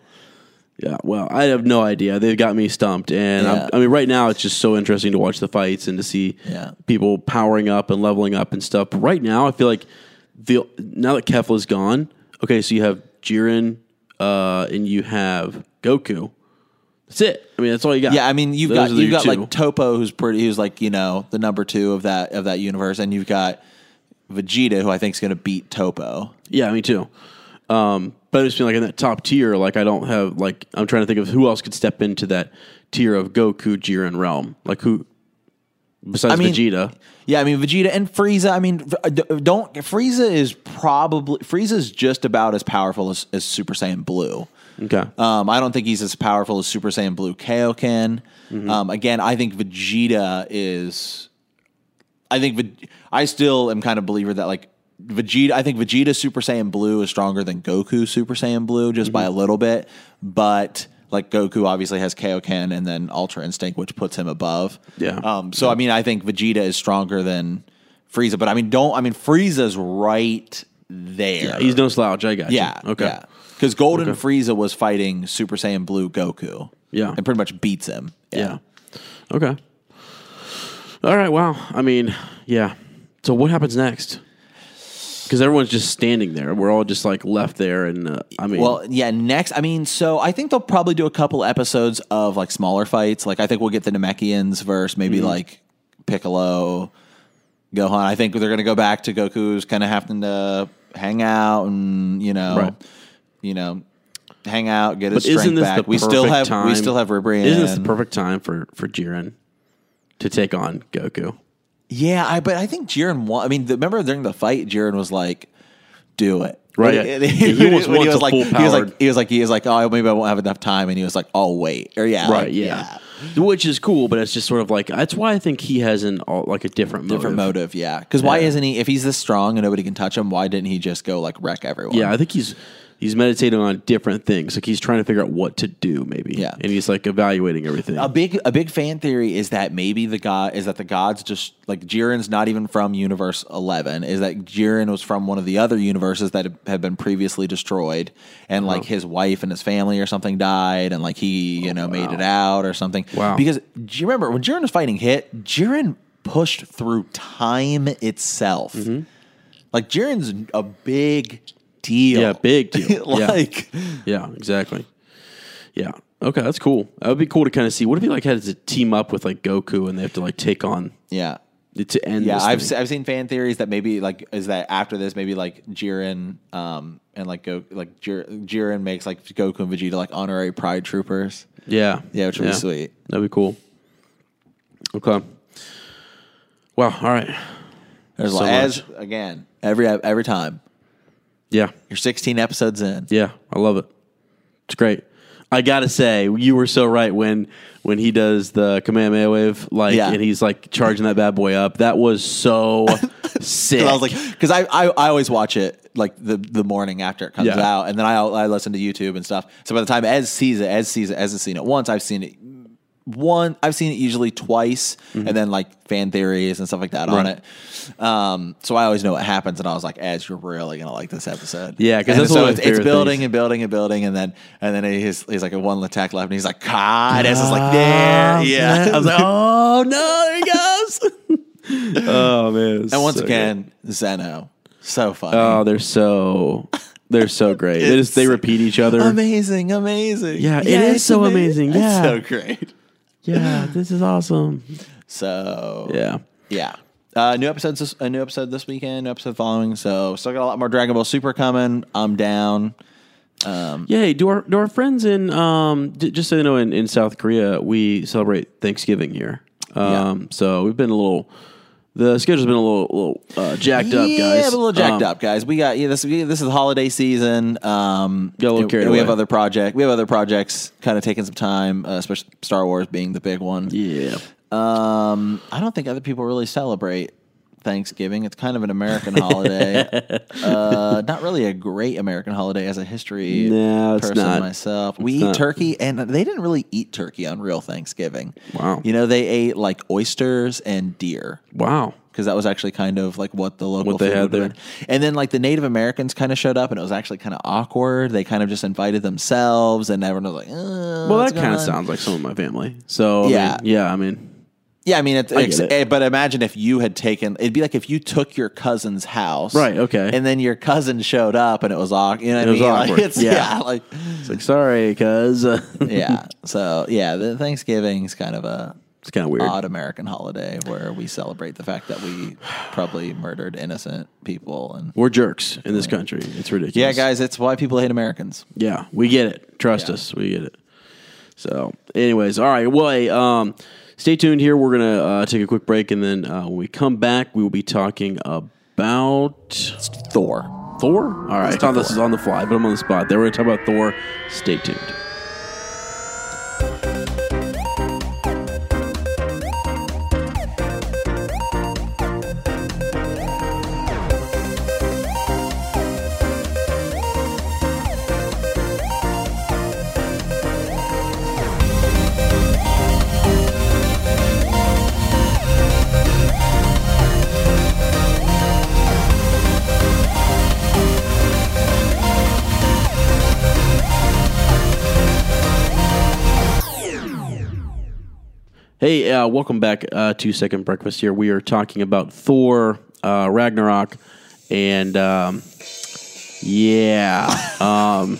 Speaker 1: Yeah, well, I have no idea. They've got me stumped, and
Speaker 2: Yeah.
Speaker 1: I'm, I mean, right now it's just so interesting to watch the fights and to see
Speaker 2: Yeah.
Speaker 1: people powering up and leveling up and stuff. But right now, I feel like the now that Kefla's gone, okay, so you have Jiren, uh, and you have Goku. That's it. I mean, that's all you got.
Speaker 2: yeah I mean you've
Speaker 1: Those
Speaker 2: got
Speaker 1: are your
Speaker 2: you've got
Speaker 1: two.
Speaker 2: like Topo who's pretty who's like you know the number two of that of that universe and you've got Vegeta who I think is going to beat Topo
Speaker 1: Yeah, me too. Um, but I just feel like in that top tier, like I don't have like I'm trying to think of who else could step into that tier of Goku, Jiren realm. Like who besides
Speaker 2: mean-
Speaker 1: Vegeta?
Speaker 2: Yeah, I mean Vegeta and Frieza. I mean, v- d- don't Frieza is probably Frieza's just about as powerful as, as Super Saiyan Blue.
Speaker 1: Okay,
Speaker 2: Um, I don't think he's as powerful as Super Saiyan Blue Kaioken.
Speaker 1: Mm-hmm.
Speaker 2: Um, again, I think Vegeta is. I think Ve- I still am kind of believer that like Vegeta. I think Vegeta Super Saiyan Blue is stronger than Goku Super Saiyan Blue just by a
Speaker 1: Mm-hmm.
Speaker 2: little bit, but. Like Goku obviously has Kaioken and then Ultra Instinct, which puts him above.
Speaker 1: Yeah.
Speaker 2: Um, so I mean, I think Vegeta is stronger than Frieza, but I mean, don't I mean Frieza's right there.
Speaker 1: he's no slouch. I got you.
Speaker 2: Yeah.
Speaker 1: Okay.
Speaker 2: Because Golden Frieza was fighting Super Saiyan Blue Goku.
Speaker 1: Yeah.
Speaker 2: And pretty much beats him.
Speaker 1: Yeah. Okay. All right. Wow. I mean, yeah. So what happens next? Because everyone's just standing there. We're all just like left there, and uh, I mean,
Speaker 2: Well, yeah, next. I mean, so I think they'll probably do a couple episodes of like smaller fights. Like, I think we'll get the Namekians versus maybe
Speaker 1: Mm-hmm.
Speaker 2: like Piccolo, Gohan. I think they're going to go back to Goku's kind of having to hang out and, you know,
Speaker 1: Right.
Speaker 2: you know, hang out, get his
Speaker 1: but
Speaker 2: strength
Speaker 1: isn't this
Speaker 2: back.
Speaker 1: the
Speaker 2: we
Speaker 1: perfect
Speaker 2: still have,
Speaker 1: time?
Speaker 2: we still have Ribrian.
Speaker 1: Isn't this the perfect time for for Jiren to take on Goku?
Speaker 2: Yeah, I but I think Jiren won. I mean, the, remember during the fight, Jiren was like, "Do it."
Speaker 1: Right.
Speaker 2: When-
Speaker 1: Yeah, he almost
Speaker 2: when
Speaker 1: wants a
Speaker 2: like, he was
Speaker 1: full-powered-
Speaker 2: like, he was like, he was like, "Oh, maybe I won't have enough time," and he was like, "Oh, wait." Or yeah, like,
Speaker 1: Right. Yeah. Which is cool, but it's just sort of like that's why I think he has an all, like a different motive.
Speaker 2: Different motive, yeah. Because why
Speaker 1: Yeah.
Speaker 2: isn't he? If he's this strong and nobody can touch him, why didn't he just go like wreck everyone?
Speaker 1: Yeah, I think he's He's meditating on different things. Like he's trying to figure out what to do, maybe.
Speaker 2: Yeah. Um,
Speaker 1: And he's like evaluating everything.
Speaker 2: A big a big fan theory is that maybe the god is that the gods just like Jiren's not even from Universe Eleven. Is that Jiren was from one of the other universes that had been previously destroyed, and like
Speaker 1: Oh.
Speaker 2: his wife and his family or something died, and like he you know made it out or something.
Speaker 1: Wow.
Speaker 2: Because do you remember when Jiren was fighting Hit? Jiren pushed through time itself.
Speaker 1: Mm-hmm.
Speaker 2: Like Jiren's a big deal.
Speaker 1: Yeah, big deal. Yeah.
Speaker 2: like.
Speaker 1: yeah, exactly. Yeah. Okay, that's cool. That would be cool to kind of see. What if he like had to team up with like Goku and they have to like take on
Speaker 2: yeah.
Speaker 1: to end
Speaker 2: Yeah,
Speaker 1: this
Speaker 2: I've
Speaker 1: thing?
Speaker 2: se- I've seen fan theories that maybe like is that after this maybe like Jiren um and like go like Jir, Jiren makes like Goku and Vegeta like honorary Pride Troopers.
Speaker 1: Yeah.
Speaker 2: Yeah, which would be sweet.
Speaker 1: That'd be cool. Okay. Wow. All right.
Speaker 2: There's
Speaker 1: So
Speaker 2: like, as
Speaker 1: much.
Speaker 2: again every every time
Speaker 1: Yeah.
Speaker 2: you're 16 episodes in.
Speaker 1: Yeah. I love it. It's great. I gotta say, you were so right when when he does the Kamehameha wave, like,
Speaker 2: Yeah.
Speaker 1: and he's like charging that bad boy up. That was so sick.
Speaker 2: 'Cause I was like, because I, I I always watch it like the the morning after it comes
Speaker 1: Yeah.
Speaker 2: out, and then I I listen to YouTube and stuff. So by the time Ez sees it, Ez sees it, Ez has seen it once. I've seen it one. I've seen it usually twice, and then like fan theories and stuff like that on
Speaker 1: Mm-hmm. Right.
Speaker 2: it. Um, so I always know what happens, and I was like, Ez, you're really gonna like this episode.
Speaker 1: Yeah, 'cause
Speaker 2: And
Speaker 1: that's
Speaker 2: so
Speaker 1: one of my
Speaker 2: it's, it's
Speaker 1: favorite
Speaker 2: building
Speaker 1: things.
Speaker 2: and building and building, and then and then he's he's like a one attack left, and he's like, God, Ez is
Speaker 1: Ah,
Speaker 2: like there, yeah.
Speaker 1: I was like, oh no, there he goes. oh man.
Speaker 2: and once
Speaker 1: so good.
Speaker 2: again, Zeno, so funny.
Speaker 1: Oh, they're so they're so great. they just they
Speaker 2: It's
Speaker 1: repeat each other.
Speaker 2: Amazing, amazing.
Speaker 1: Yeah, it is
Speaker 2: it's
Speaker 1: so amazing.
Speaker 2: It's
Speaker 1: Yeah.
Speaker 2: so great.
Speaker 1: Yeah, this is awesome.
Speaker 2: So
Speaker 1: Yeah.
Speaker 2: yeah. Uh, new episodes. This, a new episode this weekend. New episode following. So still got a lot more Dragon Ball Super coming. I'm down. Mm.
Speaker 1: Yay! Do our do our friends in um d- just so you know in, in South Korea we celebrate Thanksgiving here. Um, so we've been a little the schedule's been a little, little uh, jacked up, guys.
Speaker 2: yeah, a little jacked
Speaker 1: Um,
Speaker 2: up, guys. We got yeah. This this is holiday season. Um,
Speaker 1: Got a little
Speaker 2: and-
Speaker 1: carried
Speaker 2: and we have
Speaker 1: away.
Speaker 2: other project. We have other projects kind of taking some time, uh, especially Star Wars being the big one.
Speaker 1: Yeah.
Speaker 2: Um, I don't think other people really celebrate Thanksgiving. It's kind of an American holiday. uh, not really a great American holiday as a history
Speaker 1: No, it's
Speaker 2: person
Speaker 1: not.
Speaker 2: myself. We
Speaker 1: It's
Speaker 2: eat
Speaker 1: not.
Speaker 2: turkey, and they didn't really eat turkey on real Thanksgiving.
Speaker 1: Wow.
Speaker 2: You know, they ate like oysters and deer
Speaker 1: Wow.
Speaker 2: because that was actually kind of like what the local
Speaker 1: What they
Speaker 2: food
Speaker 1: had
Speaker 2: would
Speaker 1: there.
Speaker 2: have been. And then like the Native Americans kind of showed up, and it was actually kind of awkward. They kind of just invited themselves, and everyone was like, uh,
Speaker 1: Well,
Speaker 2: what's
Speaker 1: that kind
Speaker 2: going
Speaker 1: of
Speaker 2: on?"
Speaker 1: sounds like some of my family. So
Speaker 2: Yeah.
Speaker 1: I mean, yeah. I mean,
Speaker 2: Yeah, I mean, it,
Speaker 1: get
Speaker 2: it's,
Speaker 1: it.
Speaker 2: eh, but imagine if you had taken. It'd be like if you took your cousin's house,
Speaker 1: Right, okay.
Speaker 2: and then your cousin showed up, and it was awkward. You know what
Speaker 1: It
Speaker 2: I
Speaker 1: was
Speaker 2: mean?
Speaker 1: awkward,
Speaker 2: Like, it's,
Speaker 1: yeah.
Speaker 2: yeah. like
Speaker 1: it's like sorry, cause
Speaker 2: yeah. So yeah, the Thanksgiving's kind of a
Speaker 1: it's kind of weird.
Speaker 2: odd American holiday where we celebrate the fact that we probably murdered innocent people, and
Speaker 1: We're jerks in this country. It's ridiculous.
Speaker 2: yeah, guys, it's why people hate Americans.
Speaker 1: Yeah, we get it. Trust
Speaker 2: Yeah.
Speaker 1: us, we get it. So, anyways, all right. Well, hey, um, stay tuned here. We're gonna uh, take a quick break, and then uh, when we come back, we will be talking about
Speaker 2: Thor.
Speaker 1: Thor. All right, I thought this is on the fly, but I'm on the spot. There, we're gonna talk about Thor. Stay tuned. Hey, uh, welcome back uh, to Second Breakfast. Here we are talking about Thor uh, Ragnarok, and um, yeah, um,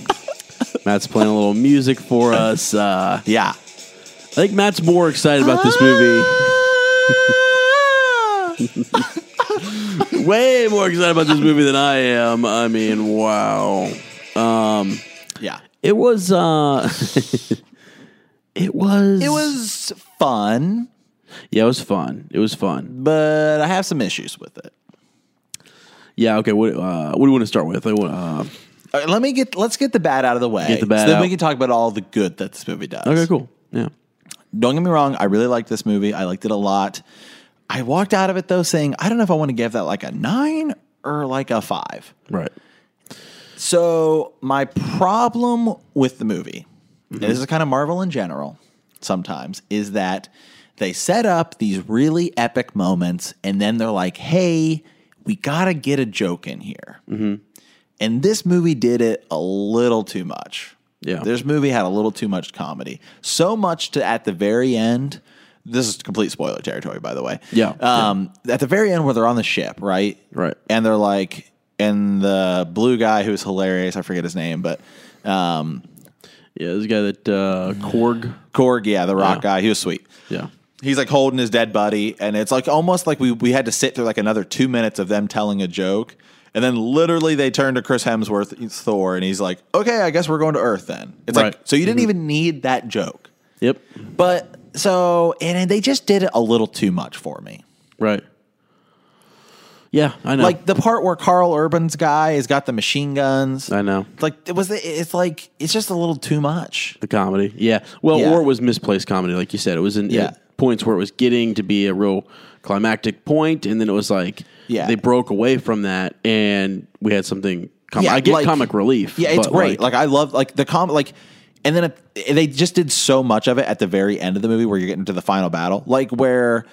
Speaker 1: Matt's playing a little music for us. Uh,
Speaker 2: Yeah.
Speaker 1: I think Matt's more excited about this movie. Ah. Way more excited about this movie than I am. I mean, wow.
Speaker 2: yeah.
Speaker 1: It was. uh It was.
Speaker 2: It was fun,
Speaker 1: Yeah, it was fun. It was fun.
Speaker 2: but I have some issues with it.
Speaker 1: Yeah. Okay. What? Uh, what do you want to start with? I want, uh,
Speaker 2: All right, let me get let's get the bad out of the way.
Speaker 1: Get the bad
Speaker 2: so then
Speaker 1: out.
Speaker 2: we can talk about all the good that this movie does.
Speaker 1: okay. Cool. Yeah.
Speaker 2: Don't get me wrong, I really liked this movie. I liked it a lot. I walked out of it though saying, I don't know if I want to give that like a nine or like a five.
Speaker 1: Right.
Speaker 2: So my problem with the movie, and this is kind of Marvel in general, sometimes, is that they set up these really epic moments and then they're like, hey, we gotta get a joke in here.
Speaker 1: Mm-hmm.
Speaker 2: And this movie did it a little too much.
Speaker 1: Yeah.
Speaker 2: This movie had a little too much comedy. So much to at the very end. This is complete spoiler territory, by the way.
Speaker 1: Yeah.
Speaker 2: Um, At the very end, where they're on the ship, right?
Speaker 1: Right.
Speaker 2: And they're like, and the blue guy who's hilarious, I forget his name, but um,
Speaker 1: Yeah, this guy that uh, Korg.
Speaker 2: Korg, yeah, the rock guy, he was sweet.
Speaker 1: Yeah,
Speaker 2: He's like holding his dead buddy, and it's like almost like we we had to sit through like another two minutes of them telling a joke, and then literally they turn to Chris Hemsworth, he's Thor, and he's like, "Okay, I guess we're going to Earth then." It's like
Speaker 1: Right. Mm-hmm.
Speaker 2: so you didn't even need that joke,
Speaker 1: yep,
Speaker 2: but so and they just did it a little too much for me.
Speaker 1: right. Yeah, I know.
Speaker 2: Like the part where Carl Urban's guy has got the machine guns.
Speaker 1: I know.
Speaker 2: It's Like it was it's like it's just a little too much.
Speaker 1: the comedy. Yeah. Well,
Speaker 2: Yeah.
Speaker 1: or it was misplaced comedy, like you said. It was in
Speaker 2: Yeah.
Speaker 1: at points where it was getting to be a real climactic point, and then it was like
Speaker 2: Yeah.
Speaker 1: they broke away from that, and we had something. Com-
Speaker 2: Yeah,
Speaker 1: I get
Speaker 2: like-
Speaker 1: comic relief.
Speaker 2: Yeah, it's
Speaker 1: but,
Speaker 2: great. Like, I love like the com like and then it, they just did so much of it at the very end of the movie where you're getting to the final battle. Like where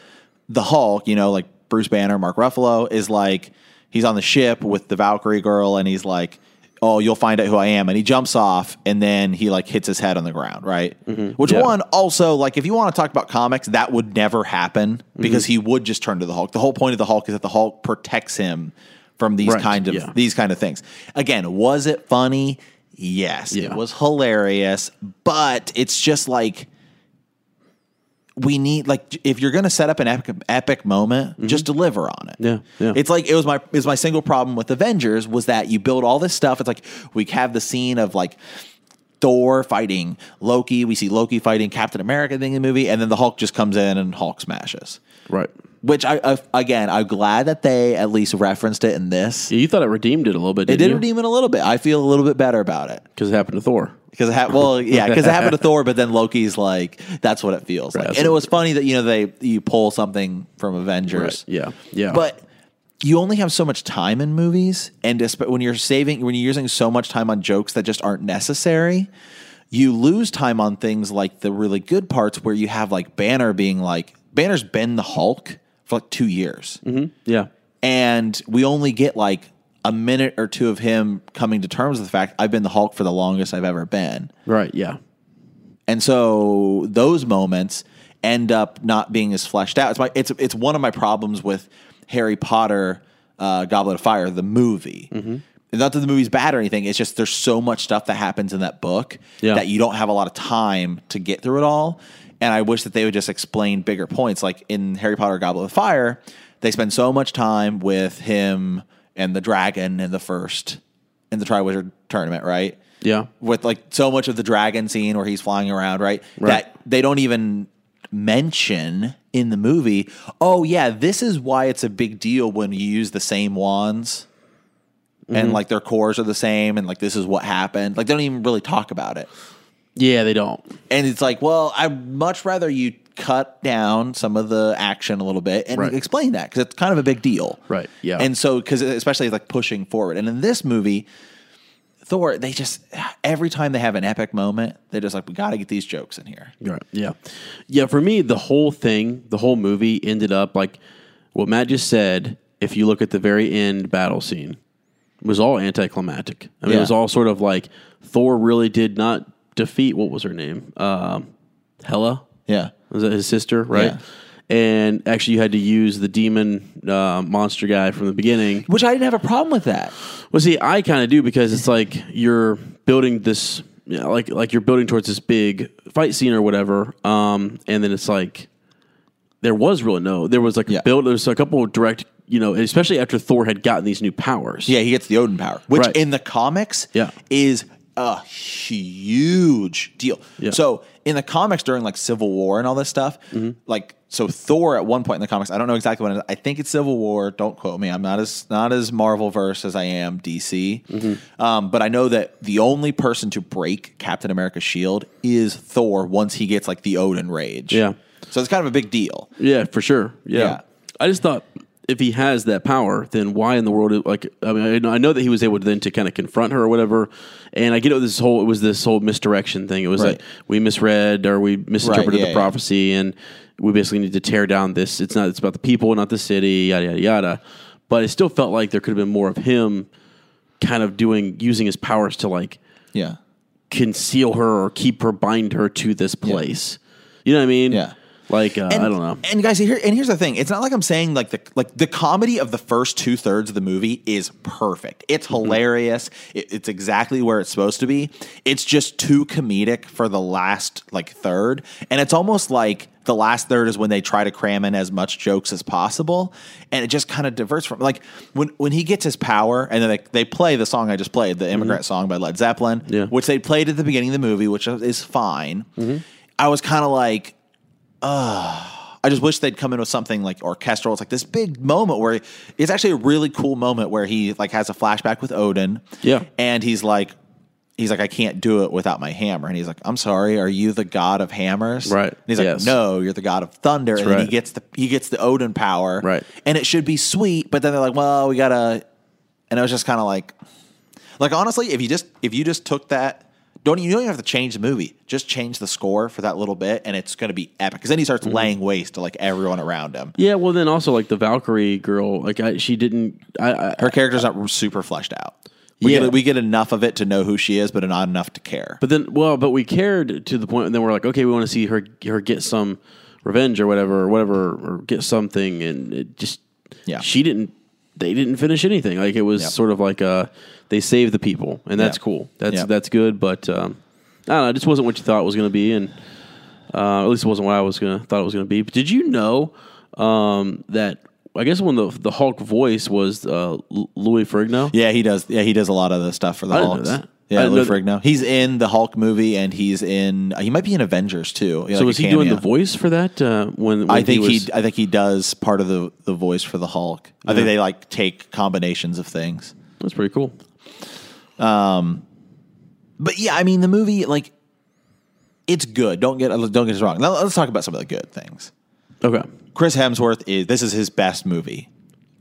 Speaker 2: the Hulk, you know, like Bruce Banner, Mark Ruffalo is like he's on the ship with the Valkyrie girl and he's like Oh, you'll find out who I am, and he jumps off, and then he like hits his head on the ground, right? Which
Speaker 1: Mm-hmm. Yeah.
Speaker 2: one also like if you want to talk about comics, that would never happen
Speaker 1: Mm-hmm.
Speaker 2: because he would just turn to the Hulk. The whole point of the Hulk is that the Hulk protects him from these
Speaker 1: Right,
Speaker 2: kind of
Speaker 1: yeah.
Speaker 2: these kind of things. Again, was it funny? Yes,
Speaker 1: Yeah.
Speaker 2: it was hilarious, but it's just like we need like if you're going to set up an epic epic moment, just deliver on it.
Speaker 1: Mm-hmm. Yeah, yeah.
Speaker 2: It's like it was my is my single problem with Avengers was that you build all this stuff. It's like we have the scene of like Thor fighting Loki. We see Loki fighting Captain America thing in the movie, and then the Hulk just comes in and Hulk smashes.
Speaker 1: Right.
Speaker 2: Which I, I again, I'm glad that they at least referenced it in this.
Speaker 1: Yeah, you thought it redeemed it a little bit.
Speaker 2: It
Speaker 1: Didn't
Speaker 2: did redeem it a little bit. I feel a little bit better about it
Speaker 1: because it happened to Thor.
Speaker 2: because it ha- well, yeah, because it happened to Thor, but then Loki's like, that's what it feels like,
Speaker 1: that's
Speaker 2: and it
Speaker 1: what-
Speaker 2: was funny that you know they you pull something from Avengers,
Speaker 1: Yeah. Yeah.
Speaker 2: but you only have so much time in movies, and desp- when you're saving, when you're using so much time on jokes that just aren't necessary, you lose time on things like the really good parts where you have like Banner being like, Banner's been the Hulk for like two years
Speaker 1: yeah.
Speaker 2: and we only get like a minute or two of him coming to terms with the fact I've been the Hulk for the longest I've ever been.
Speaker 1: Right. Yeah.
Speaker 2: And so those moments end up not being as fleshed out. It's my it's it's one of my problems with Harry Potter uh, Goblet of Fire the movie. And Not that the movie's bad or anything. It's just there's so much stuff that happens in that book
Speaker 1: Yeah.
Speaker 2: that you don't have a lot of time to get through it all. And I wish that they would just explain bigger points. Like in Harry Potter Goblet of Fire, they spend so much time with him and the dragon in the first in the Triwizard tournament, right?
Speaker 1: Yeah.
Speaker 2: with like so much of the dragon scene where he's flying around, right? That they don't even mention in the movie. Oh yeah, this is why it's a big deal when you use the same wands and like their cores are the same and like this is what happened. Like they don't even really talk about it.
Speaker 1: Yeah. They don't.
Speaker 2: And it's like, well, I'd much rather you cut down some of the action a little bit and
Speaker 1: Right.
Speaker 2: explain that because it's kind of a big deal.
Speaker 1: Right, yeah.
Speaker 2: And so, because especially like pushing forward. And in this movie, Thor, they just, every time they have an epic moment, they're just like, we got to get these jokes in here.
Speaker 1: Right. Yeah. Yeah. For me, the whole thing, the whole movie ended up like what Matt just said. If you look at the very end battle scene, it was all anticlimactic. I mean,
Speaker 2: Yeah.
Speaker 1: it was all sort of like Thor really did not defeat what was her name? Um, Hela
Speaker 2: Yeah.
Speaker 1: was that his sister, right?
Speaker 2: Yeah.
Speaker 1: And actually, you had to use the demon uh, monster guy from the beginning.
Speaker 2: Which I didn't have a problem with that.
Speaker 1: Well, see, I kind of do because it's like you're building this, you know, like like you're building towards this big fight scene or whatever, um, and then it's like there was really no, there was like
Speaker 2: Yeah.
Speaker 1: a build, there's a couple of direct, you know, especially after Thor had gotten these new powers.
Speaker 2: Yeah, he gets the Odin power, which
Speaker 1: Right.
Speaker 2: in the comics
Speaker 1: Yeah.
Speaker 2: is a huge deal.
Speaker 1: Yeah. Mm-hmm.
Speaker 2: So in the comics during like Civil War and all this stuff, like so Thor at one point in the comics, I don't know exactly when it is. I think it's Civil War. Don't quote me. I'm not as not as Marvel verse as I am DC.
Speaker 1: Mm-hmm.
Speaker 2: Um, but I know that the only person to break Captain America's shield is Thor once he gets like the Odin rage.
Speaker 1: Yeah.
Speaker 2: So it's kind of a big deal.
Speaker 1: yeah, for sure. Yeah.
Speaker 2: Yeah.
Speaker 1: I just thought if he has that power, then why in the world? it- Like, I mean, I know, I know that he was able to then to kind of confront her or whatever. And I get it. This whole it was this whole misdirection thing. It was
Speaker 2: Right.
Speaker 1: like we misread or we misinterpreted
Speaker 2: Right, yeah,
Speaker 1: the
Speaker 2: yeah.
Speaker 1: prophecy, and we basically need to tear down this. It's not. It's about the people, not the city. Yada yada yada. But it still felt like there could have been more of him, kind of doing using his powers to like
Speaker 2: Yeah.
Speaker 1: conceal her or keep her bind her to this place. You know what I mean?
Speaker 2: Yeah.
Speaker 1: Like uh,
Speaker 2: And-
Speaker 1: I don't know.
Speaker 2: And guys, here and here's the thing: it's not like I'm saying like the like the comedy of the first two thirds of the movie is perfect. It's
Speaker 1: Mm-hmm.
Speaker 2: hilarious. It- it's exactly where it's supposed to be. It's just too comedic for the last like third, and it's almost like the last third is when they try to cram in as much jokes as possible, and it just kind of diverts from like when when he gets his power, and then they, they play the song I just played, the immigrant song by Led Zeppelin,
Speaker 1: Mm-hmm. Yeah. Mm-hmm.
Speaker 2: which they played at the beginning of the movie, which is fine. I was kind of like. I just wish they'd come in with something like orchestral. It's like this big moment where it's actually a really cool moment where he like has a flashback with Odin.
Speaker 1: Yeah.
Speaker 2: And he's like he's like, I can't do it without my hammer. And he's like, I'm sorry, are you the god of hammers?
Speaker 1: Right.
Speaker 2: And he's
Speaker 1: Yes.
Speaker 2: like, No, you're the god of thunder. and then
Speaker 1: right.
Speaker 2: he gets the he gets the Odin power.
Speaker 1: Right.
Speaker 2: And it should be sweet, but then they're like, Well, we gotta and I was just kind of like like honestly, if you just if you just took that, don't you don't even have to change the movie. Just change the score for that little bit, and it's going to be epic. Because then he starts laying waste to like everyone around him.
Speaker 1: Yeah, well, then also like the Valkyrie girl, like I, she didn't. I, I
Speaker 2: Her character's not super fleshed out. We
Speaker 1: Yeah.
Speaker 2: get we get enough of it to know who she is, but not enough to care.
Speaker 1: but then well, but we cared to the point, and then we're like, okay, we want to see her her get some revenge or whatever, or whatever, or get something, and it just
Speaker 2: Yeah.
Speaker 1: she didn't. They didn't finish anything. Like it was
Speaker 2: Yep.
Speaker 1: sort of like uh they saved the people, and that's
Speaker 2: Yeah.
Speaker 1: cool. That's
Speaker 2: Yeah.
Speaker 1: that's good, but um, I don't know. It just wasn't what you thought it was going to be, and uh, at least it wasn't what I was gonna thought it was gonna be. But did you know um, that? I guess when the the Hulk voice was uh, L- Louis Frigno.
Speaker 2: yeah, he does. Yeah, he does a lot of the stuff for the
Speaker 1: didn't know
Speaker 2: Hulk.
Speaker 1: that. I
Speaker 2: Yeah,
Speaker 1: didn't
Speaker 2: Lou
Speaker 1: know that.
Speaker 2: Ferrigno. He's in the Hulk movie, and he's in. He might be in Avengers too.
Speaker 1: So was he doing the
Speaker 2: voice?
Speaker 1: voice for that? Uh, when, when
Speaker 2: I think he,
Speaker 1: was-
Speaker 2: I think he does part of the the voice for the Hulk. I think they like take combinations of things.
Speaker 1: that's pretty cool.
Speaker 2: But yeah, I mean the movie like it's good. Don't get don't get us wrong. Now let's talk about some of the good things.
Speaker 1: Okay,
Speaker 2: Chris Hemsworth is this is his best movie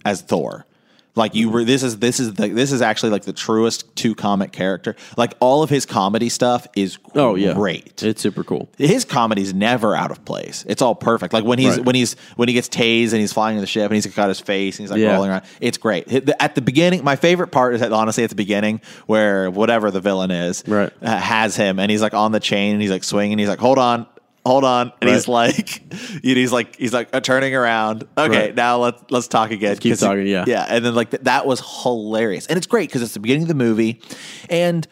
Speaker 2: as Thor. Like you, re, this is this is the, this is actually like the truest two comic character. Like all of his comedy stuff is
Speaker 1: oh yeah,
Speaker 2: great.
Speaker 1: It's super cool.
Speaker 2: his comedy's never out of place. It's all perfect. Like when he's
Speaker 1: Right.
Speaker 2: when he's when he gets tased and he's flying in the ship and he's got his face and he's like
Speaker 1: Yeah.
Speaker 2: rolling around. It's great. Hit the- At the beginning, my favorite part is that, honestly at the beginning where whatever the villain is
Speaker 1: Right.
Speaker 2: uh, has him and he's like on the chain and he's like swinging. He's like, hold on. Hold on, and he's like, and he's like, he's like uh, turning around. Okay,
Speaker 1: Right.
Speaker 2: now let's let's talk again.
Speaker 1: keep
Speaker 2: 'Cause he-
Speaker 1: talking, yeah.
Speaker 2: yeah, and then like th- that was hilarious, and it's great because it's the beginning of the movie, and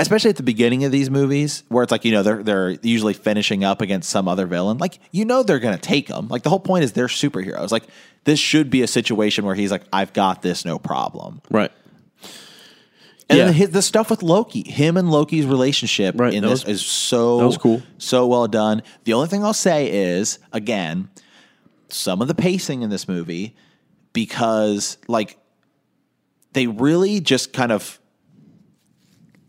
Speaker 2: especially at the beginning of these movies where it's like you know they're they're usually finishing up against some other villain like you know they're going to take them like the whole point is they're superheroes like this should be a situation where he's like I've got this no problem
Speaker 1: Right.
Speaker 2: and
Speaker 1: Yeah.
Speaker 2: then his, the stuff with Loki him and Loki's relationship
Speaker 1: Right,
Speaker 2: in
Speaker 1: that
Speaker 2: this
Speaker 1: was-
Speaker 2: is so
Speaker 1: that was cool.
Speaker 2: so well done the only thing I'll say is again some of the pacing in this movie because like they really just kind of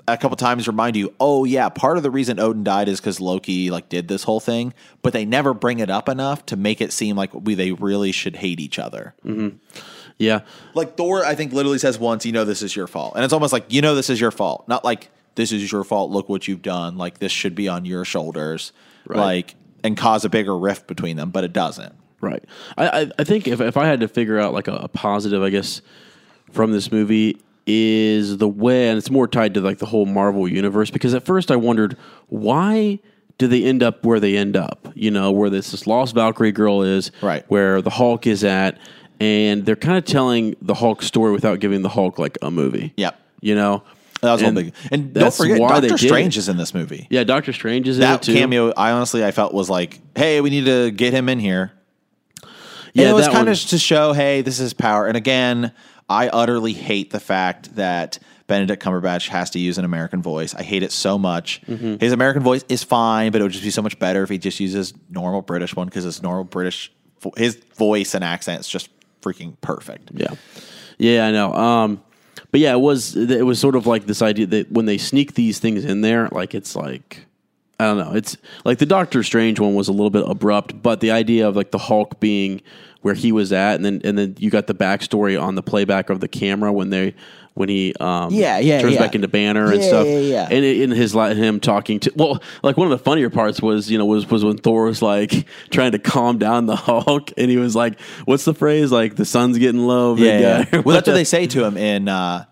Speaker 2: a couple times remind you, oh yeah, part of the reason Odin died is because Loki like did this whole thing, but they never bring it up enough to make it seem like we they really should hate each other.
Speaker 1: Yeah.
Speaker 2: Like Thor, I think literally says once, you know, this is your fault, and it's almost like you know this is your fault, not like this is your fault. Look what you've done. Like this should be on your shoulders,
Speaker 1: Right.
Speaker 2: like and cause a bigger rift between them, but it doesn't.
Speaker 1: Right. I, I, I think if, if I had to figure out like a, a positive, I guess, from this movie is the way, and it's more tied to like the whole Marvel universe, because at first I wondered why do they end up where they end up? You know, where this, this lost Valkyrie girl is,
Speaker 2: Right.
Speaker 1: where the Hulk is at, and they're kind of telling the Hulk story without giving the Hulk like a movie.
Speaker 2: Yep.
Speaker 1: You know?
Speaker 2: That was one
Speaker 1: And
Speaker 2: big. And don't
Speaker 1: that's
Speaker 2: forget,
Speaker 1: why they
Speaker 2: Doctor
Speaker 1: did it.
Speaker 2: Strange is in this movie.
Speaker 1: Yeah, Doctor Strange is in it
Speaker 2: that
Speaker 1: too.
Speaker 2: cameo, I honestly, I felt was like, hey, we need to get him in here. And
Speaker 1: Yeah,
Speaker 2: it was
Speaker 1: that
Speaker 2: kind
Speaker 1: one-
Speaker 2: of to show, hey, this is power. And again, I utterly hate the fact that Benedict Cumberbatch has to use an American voice. I hate it so much.
Speaker 1: Mm-hmm.
Speaker 2: His American voice is fine, but it would just be so much better if he just uses normal British one because his normal British, vo- his voice and accent is just freaking perfect.
Speaker 1: Yeah, yeah, I know. Um, but yeah, it was it was sort of like this idea that when they sneak these things in there, like it's like I don't know. It's like the Doctor Strange one was a little bit abrupt, but the idea of like the Hulk being where he was at, and then and then you got the backstory on the playback of the camera when they when he um
Speaker 2: Yeah, yeah,
Speaker 1: turns
Speaker 2: yeah.
Speaker 1: back into Banner and
Speaker 2: Yeah,
Speaker 1: stuff
Speaker 2: yeah, yeah.
Speaker 1: and it, in his li- him talking to well like one of the funnier parts was you know was was when Thor was like trying to calm down the Hulk and he was like what's the phrase like the sun's getting low big guy.
Speaker 2: Well, that's what they say to him in uh,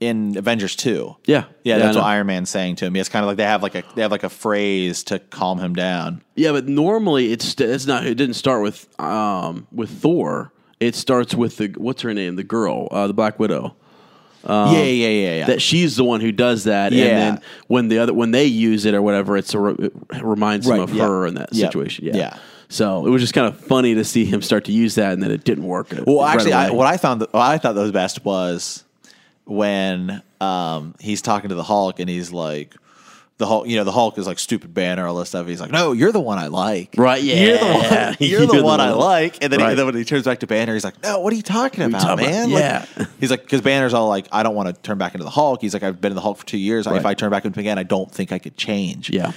Speaker 2: in Avengers Two.
Speaker 1: Yeah. Yeah,
Speaker 2: yeah,
Speaker 1: I
Speaker 2: that's what
Speaker 1: know.
Speaker 2: Iron Man's saying to him. Yeah, it's kind of like they have like a they have like a phrase to calm him down.
Speaker 1: Yeah, but normally it's it's not. It didn't start with um with Thor. It starts with the what's her name, the girl, uh, the Black Widow. Um,
Speaker 2: yeah, yeah, yeah, yeah.
Speaker 1: That she's the one who does that,
Speaker 2: Yeah.
Speaker 1: and then when the other when they use it or whatever, it's a re- it reminds
Speaker 2: Right,
Speaker 1: him of
Speaker 2: yeah.
Speaker 1: her in that
Speaker 2: Yeah.
Speaker 1: situation. Yeah.
Speaker 2: Yeah.
Speaker 1: So it was just kind of funny to see him start to use that, and then it didn't work.
Speaker 2: Well, actually, I, what I found that what I thought that was best was when um, he's talking to the Hulk and he's like, the Hulk, you know, the Hulk is like stupid banner, all this stuff. He's like, no, you're the one I like,
Speaker 1: Right,
Speaker 2: You're the
Speaker 1: yeah.
Speaker 2: one, you're the one I like. And then,
Speaker 1: Right.
Speaker 2: and then when he turns back to Banner, he's like, no, what are you talking about,
Speaker 1: talking about?
Speaker 2: man?
Speaker 1: Yeah.
Speaker 2: Like, he's like, because Banner's all like, I don't want to turn back into the Hulk. He's like, I've been in the Hulk for two years. If I turn back into him again, I don't think I could change.
Speaker 1: Yeah.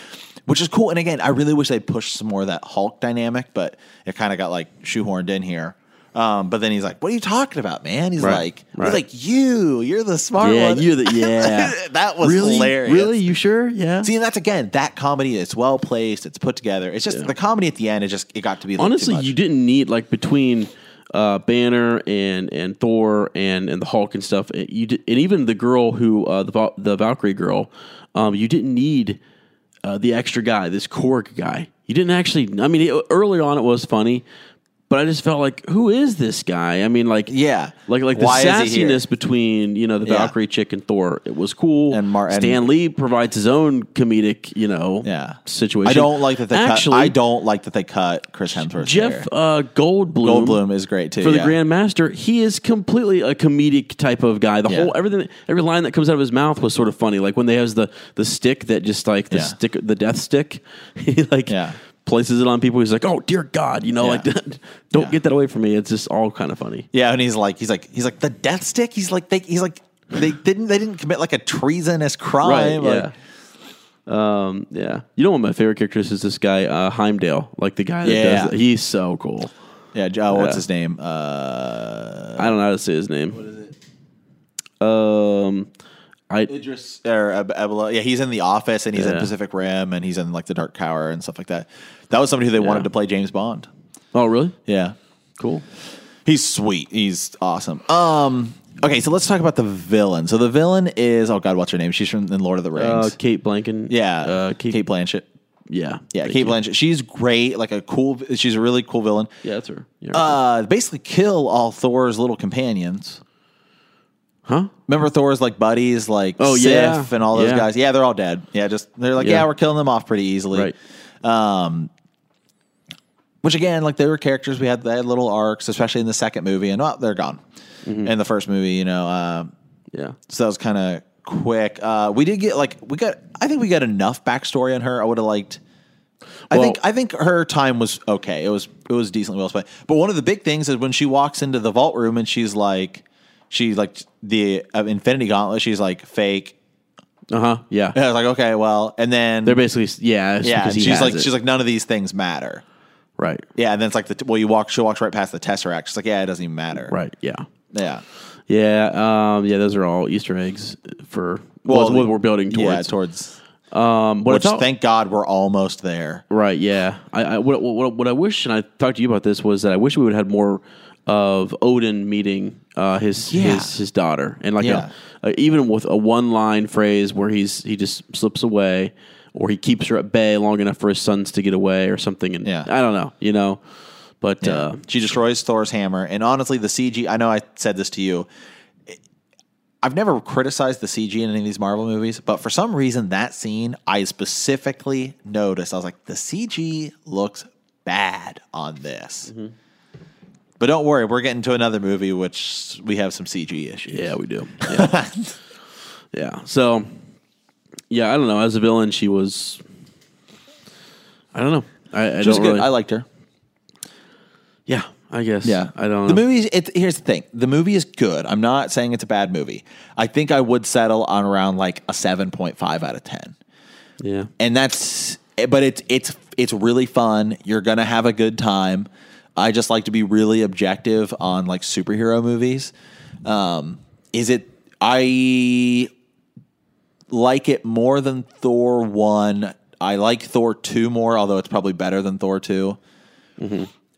Speaker 2: Which is cool. And again, I really wish they pushed some more of that Hulk dynamic, but it kind of got like shoehorned in here. Um, but then he's like, "What are you talking about, man?" He's
Speaker 1: Right.
Speaker 2: like,
Speaker 1: Right.
Speaker 2: "He's like you. You're the smart
Speaker 1: yeah,
Speaker 2: one.
Speaker 1: you the yeah.
Speaker 2: that was
Speaker 1: really
Speaker 2: hilarious.
Speaker 1: really you sure yeah.
Speaker 2: See, and that's again that comedy. It's well placed. It's put together. It's just the comedy at the end. It just it got to be like, too
Speaker 1: honestly
Speaker 2: much.
Speaker 1: you didn't need like between uh, Banner and and Thor and and the Hulk and stuff. it- You did, and even the girl who uh, the Val- the Valkyrie girl. Um, you didn't need uh, the extra guy, this Korg guy. You didn't actually. I mean, it, early on it was funny, but I just felt like, who is this guy? I mean, like
Speaker 2: Yeah.
Speaker 1: like like the
Speaker 2: Why is he here?
Speaker 1: sassiness between you know the
Speaker 2: Yeah.
Speaker 1: Valkyrie chick and Thor. It was cool.
Speaker 2: And Mar- and-
Speaker 1: Stan Lee provides his own comedic you know
Speaker 2: yeah
Speaker 1: situation.
Speaker 2: I don't like that they
Speaker 1: actually
Speaker 2: cut. I don't like that they cut Chris Hemsworth.
Speaker 1: Jeff uh, Goldblum,
Speaker 2: Goldblum is great too
Speaker 1: for the
Speaker 2: yeah.
Speaker 1: Grand Master. He is completely a comedic type of guy. The
Speaker 2: Yeah.
Speaker 1: whole everything, every line that comes out of his mouth was sort of funny. Like when they has the the stick that just like the
Speaker 2: Yeah.
Speaker 1: stick, the death stick. He like
Speaker 2: Yeah.
Speaker 1: places it on people. He's like, "Oh dear God," you know,
Speaker 2: Yeah.
Speaker 1: like don't
Speaker 2: Yeah.
Speaker 1: get that away from me. It's just all kind of funny.
Speaker 2: Yeah, and he's like, he's like, he's like the death stick. He's like, they, he's like, they didn't, they didn't commit like a treasonous crime.
Speaker 1: yeah.
Speaker 2: like,
Speaker 1: um, yeah. You know, one of my favorite characters is this guy uh, Heimdall, like the guy that
Speaker 2: Yeah.
Speaker 1: does. That. He's so cool.
Speaker 2: yeah. Jo- what's
Speaker 1: Yeah.
Speaker 2: his name? Uh,
Speaker 1: I don't know how to say his name. What is it? Um, I
Speaker 2: Idris or uh, Ab- Abela- Yeah, he's in the office, and he's in
Speaker 1: Yeah.
Speaker 2: Pacific Rim, and he's in like the Dark Tower and stuff like that. That was somebody who they
Speaker 1: Yeah.
Speaker 2: wanted to play James Bond.
Speaker 1: oh really
Speaker 2: Yeah,
Speaker 1: cool.
Speaker 2: he's sweet. He's awesome. Um. Okay, so let's talk about the villain. So the villain is oh god, what's her name? She's from in Lord of the Rings.
Speaker 1: Uh, Kate Blanken.
Speaker 2: yeah,
Speaker 1: Uh, Kate,
Speaker 2: Kate Blanchett.
Speaker 1: Yeah.
Speaker 2: Yeah,
Speaker 1: Thank
Speaker 2: Kate
Speaker 1: you.
Speaker 2: Blanchett. She's great. Like a cool. She's a really cool villain.
Speaker 1: Yeah, that's her. Yeah.
Speaker 2: uh, basically kill all Thor's little companions.
Speaker 1: huh?
Speaker 2: Remember Thor's like buddies, like
Speaker 1: Oh,
Speaker 2: Sif
Speaker 1: yeah.
Speaker 2: and all those
Speaker 1: Yeah.
Speaker 2: guys. Yeah, they're all dead. Yeah, just they're like,
Speaker 1: Yeah.
Speaker 2: yeah, we're killing them off pretty easily.
Speaker 1: Right.
Speaker 2: Um, which again, like they were characters we had, they had little arcs, especially in the second movie, and oh, they're gone.
Speaker 1: Mm-hmm.
Speaker 2: In the first movie, you know, uh,
Speaker 1: Yeah.
Speaker 2: so that was kind of quick. Uh, we did get like we got. I think we got enough backstory on her. I would have liked. I
Speaker 1: Well-
Speaker 2: think I think her time was okay. It was it was decently well spent. But one of the big things is when she walks into the vault room and she's like, she like the uh, Infinity Gauntlet. She's like fake.
Speaker 1: Uh huh. Yeah.
Speaker 2: And I was like, okay, well, and then
Speaker 1: They're basically yeah. it's
Speaker 2: yeah,
Speaker 1: because
Speaker 2: and
Speaker 1: he
Speaker 2: she's
Speaker 1: has
Speaker 2: like
Speaker 1: it.
Speaker 2: she's like none of these things matter.
Speaker 1: right,
Speaker 2: Yeah, and then it's like the well, you walk. She walks right past the tesseract. She's like, yeah, it doesn't even matter.
Speaker 1: right. Yeah.
Speaker 2: Yeah.
Speaker 1: Yeah. Um. Yeah. Those are all Easter eggs for well,
Speaker 2: Well,
Speaker 1: what we're building
Speaker 2: Yeah,
Speaker 1: towards.
Speaker 2: towards
Speaker 1: um. What I
Speaker 2: which.
Speaker 1: thought-
Speaker 2: Thank God we're almost there.
Speaker 1: Right. Yeah. I, I what, what what I wish, and I talked to you about this, was that I wish we would have had more of Odin meeting uh, his
Speaker 2: Yeah.
Speaker 1: his his daughter, and like
Speaker 2: Yeah.
Speaker 1: a, a, even with a one line phrase where he's he just slips away, or he keeps her at bay long enough for his sons to get away, or something. And
Speaker 2: Yeah.
Speaker 1: I don't know, you know, but uh,
Speaker 2: she destroys Thor's hammer, and honestly, the CG. I know I said this to you. I've never criticized the CG in any of these Marvel movies, but for some reason, that scene I specifically noticed. I was like, the CG looks bad on this. But don't worry, we're getting to another movie which we have some CG issues.
Speaker 1: yeah, we do. Yeah. yeah. So yeah, I don't know. As a villain, she was. I don't know. I, I
Speaker 2: She was
Speaker 1: don't
Speaker 2: good.
Speaker 1: really.
Speaker 2: I liked her.
Speaker 1: yeah, I guess. I don't.
Speaker 2: The
Speaker 1: know.
Speaker 2: movie. It, here's the thing. The movie is good. I'm not saying it's a bad movie. I think I would settle on around like a 7.5 out of 10.
Speaker 1: Yeah.
Speaker 2: and that's but it's it's it's really fun you're gonna have a good time i just like to be really objective on like superhero movies um is it i like it more than thor 1 i like thor 2 more although it's probably better than thor 2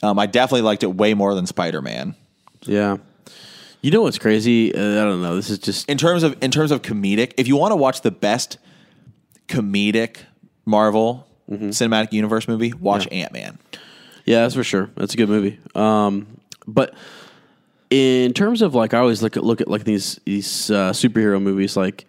Speaker 2: um i definitely liked it way more than spider-man
Speaker 1: Yeah. You know what's crazy? Uh, I don't know. This is just
Speaker 2: in terms of in terms of comedic, if you want to watch the best comedic Marvel cinematic universe movie, watch Ant Man.
Speaker 1: Yeah, that's for sure. That's a good movie. Um, but in terms of like, I always look at look at like these these uh, superhero movies. Like,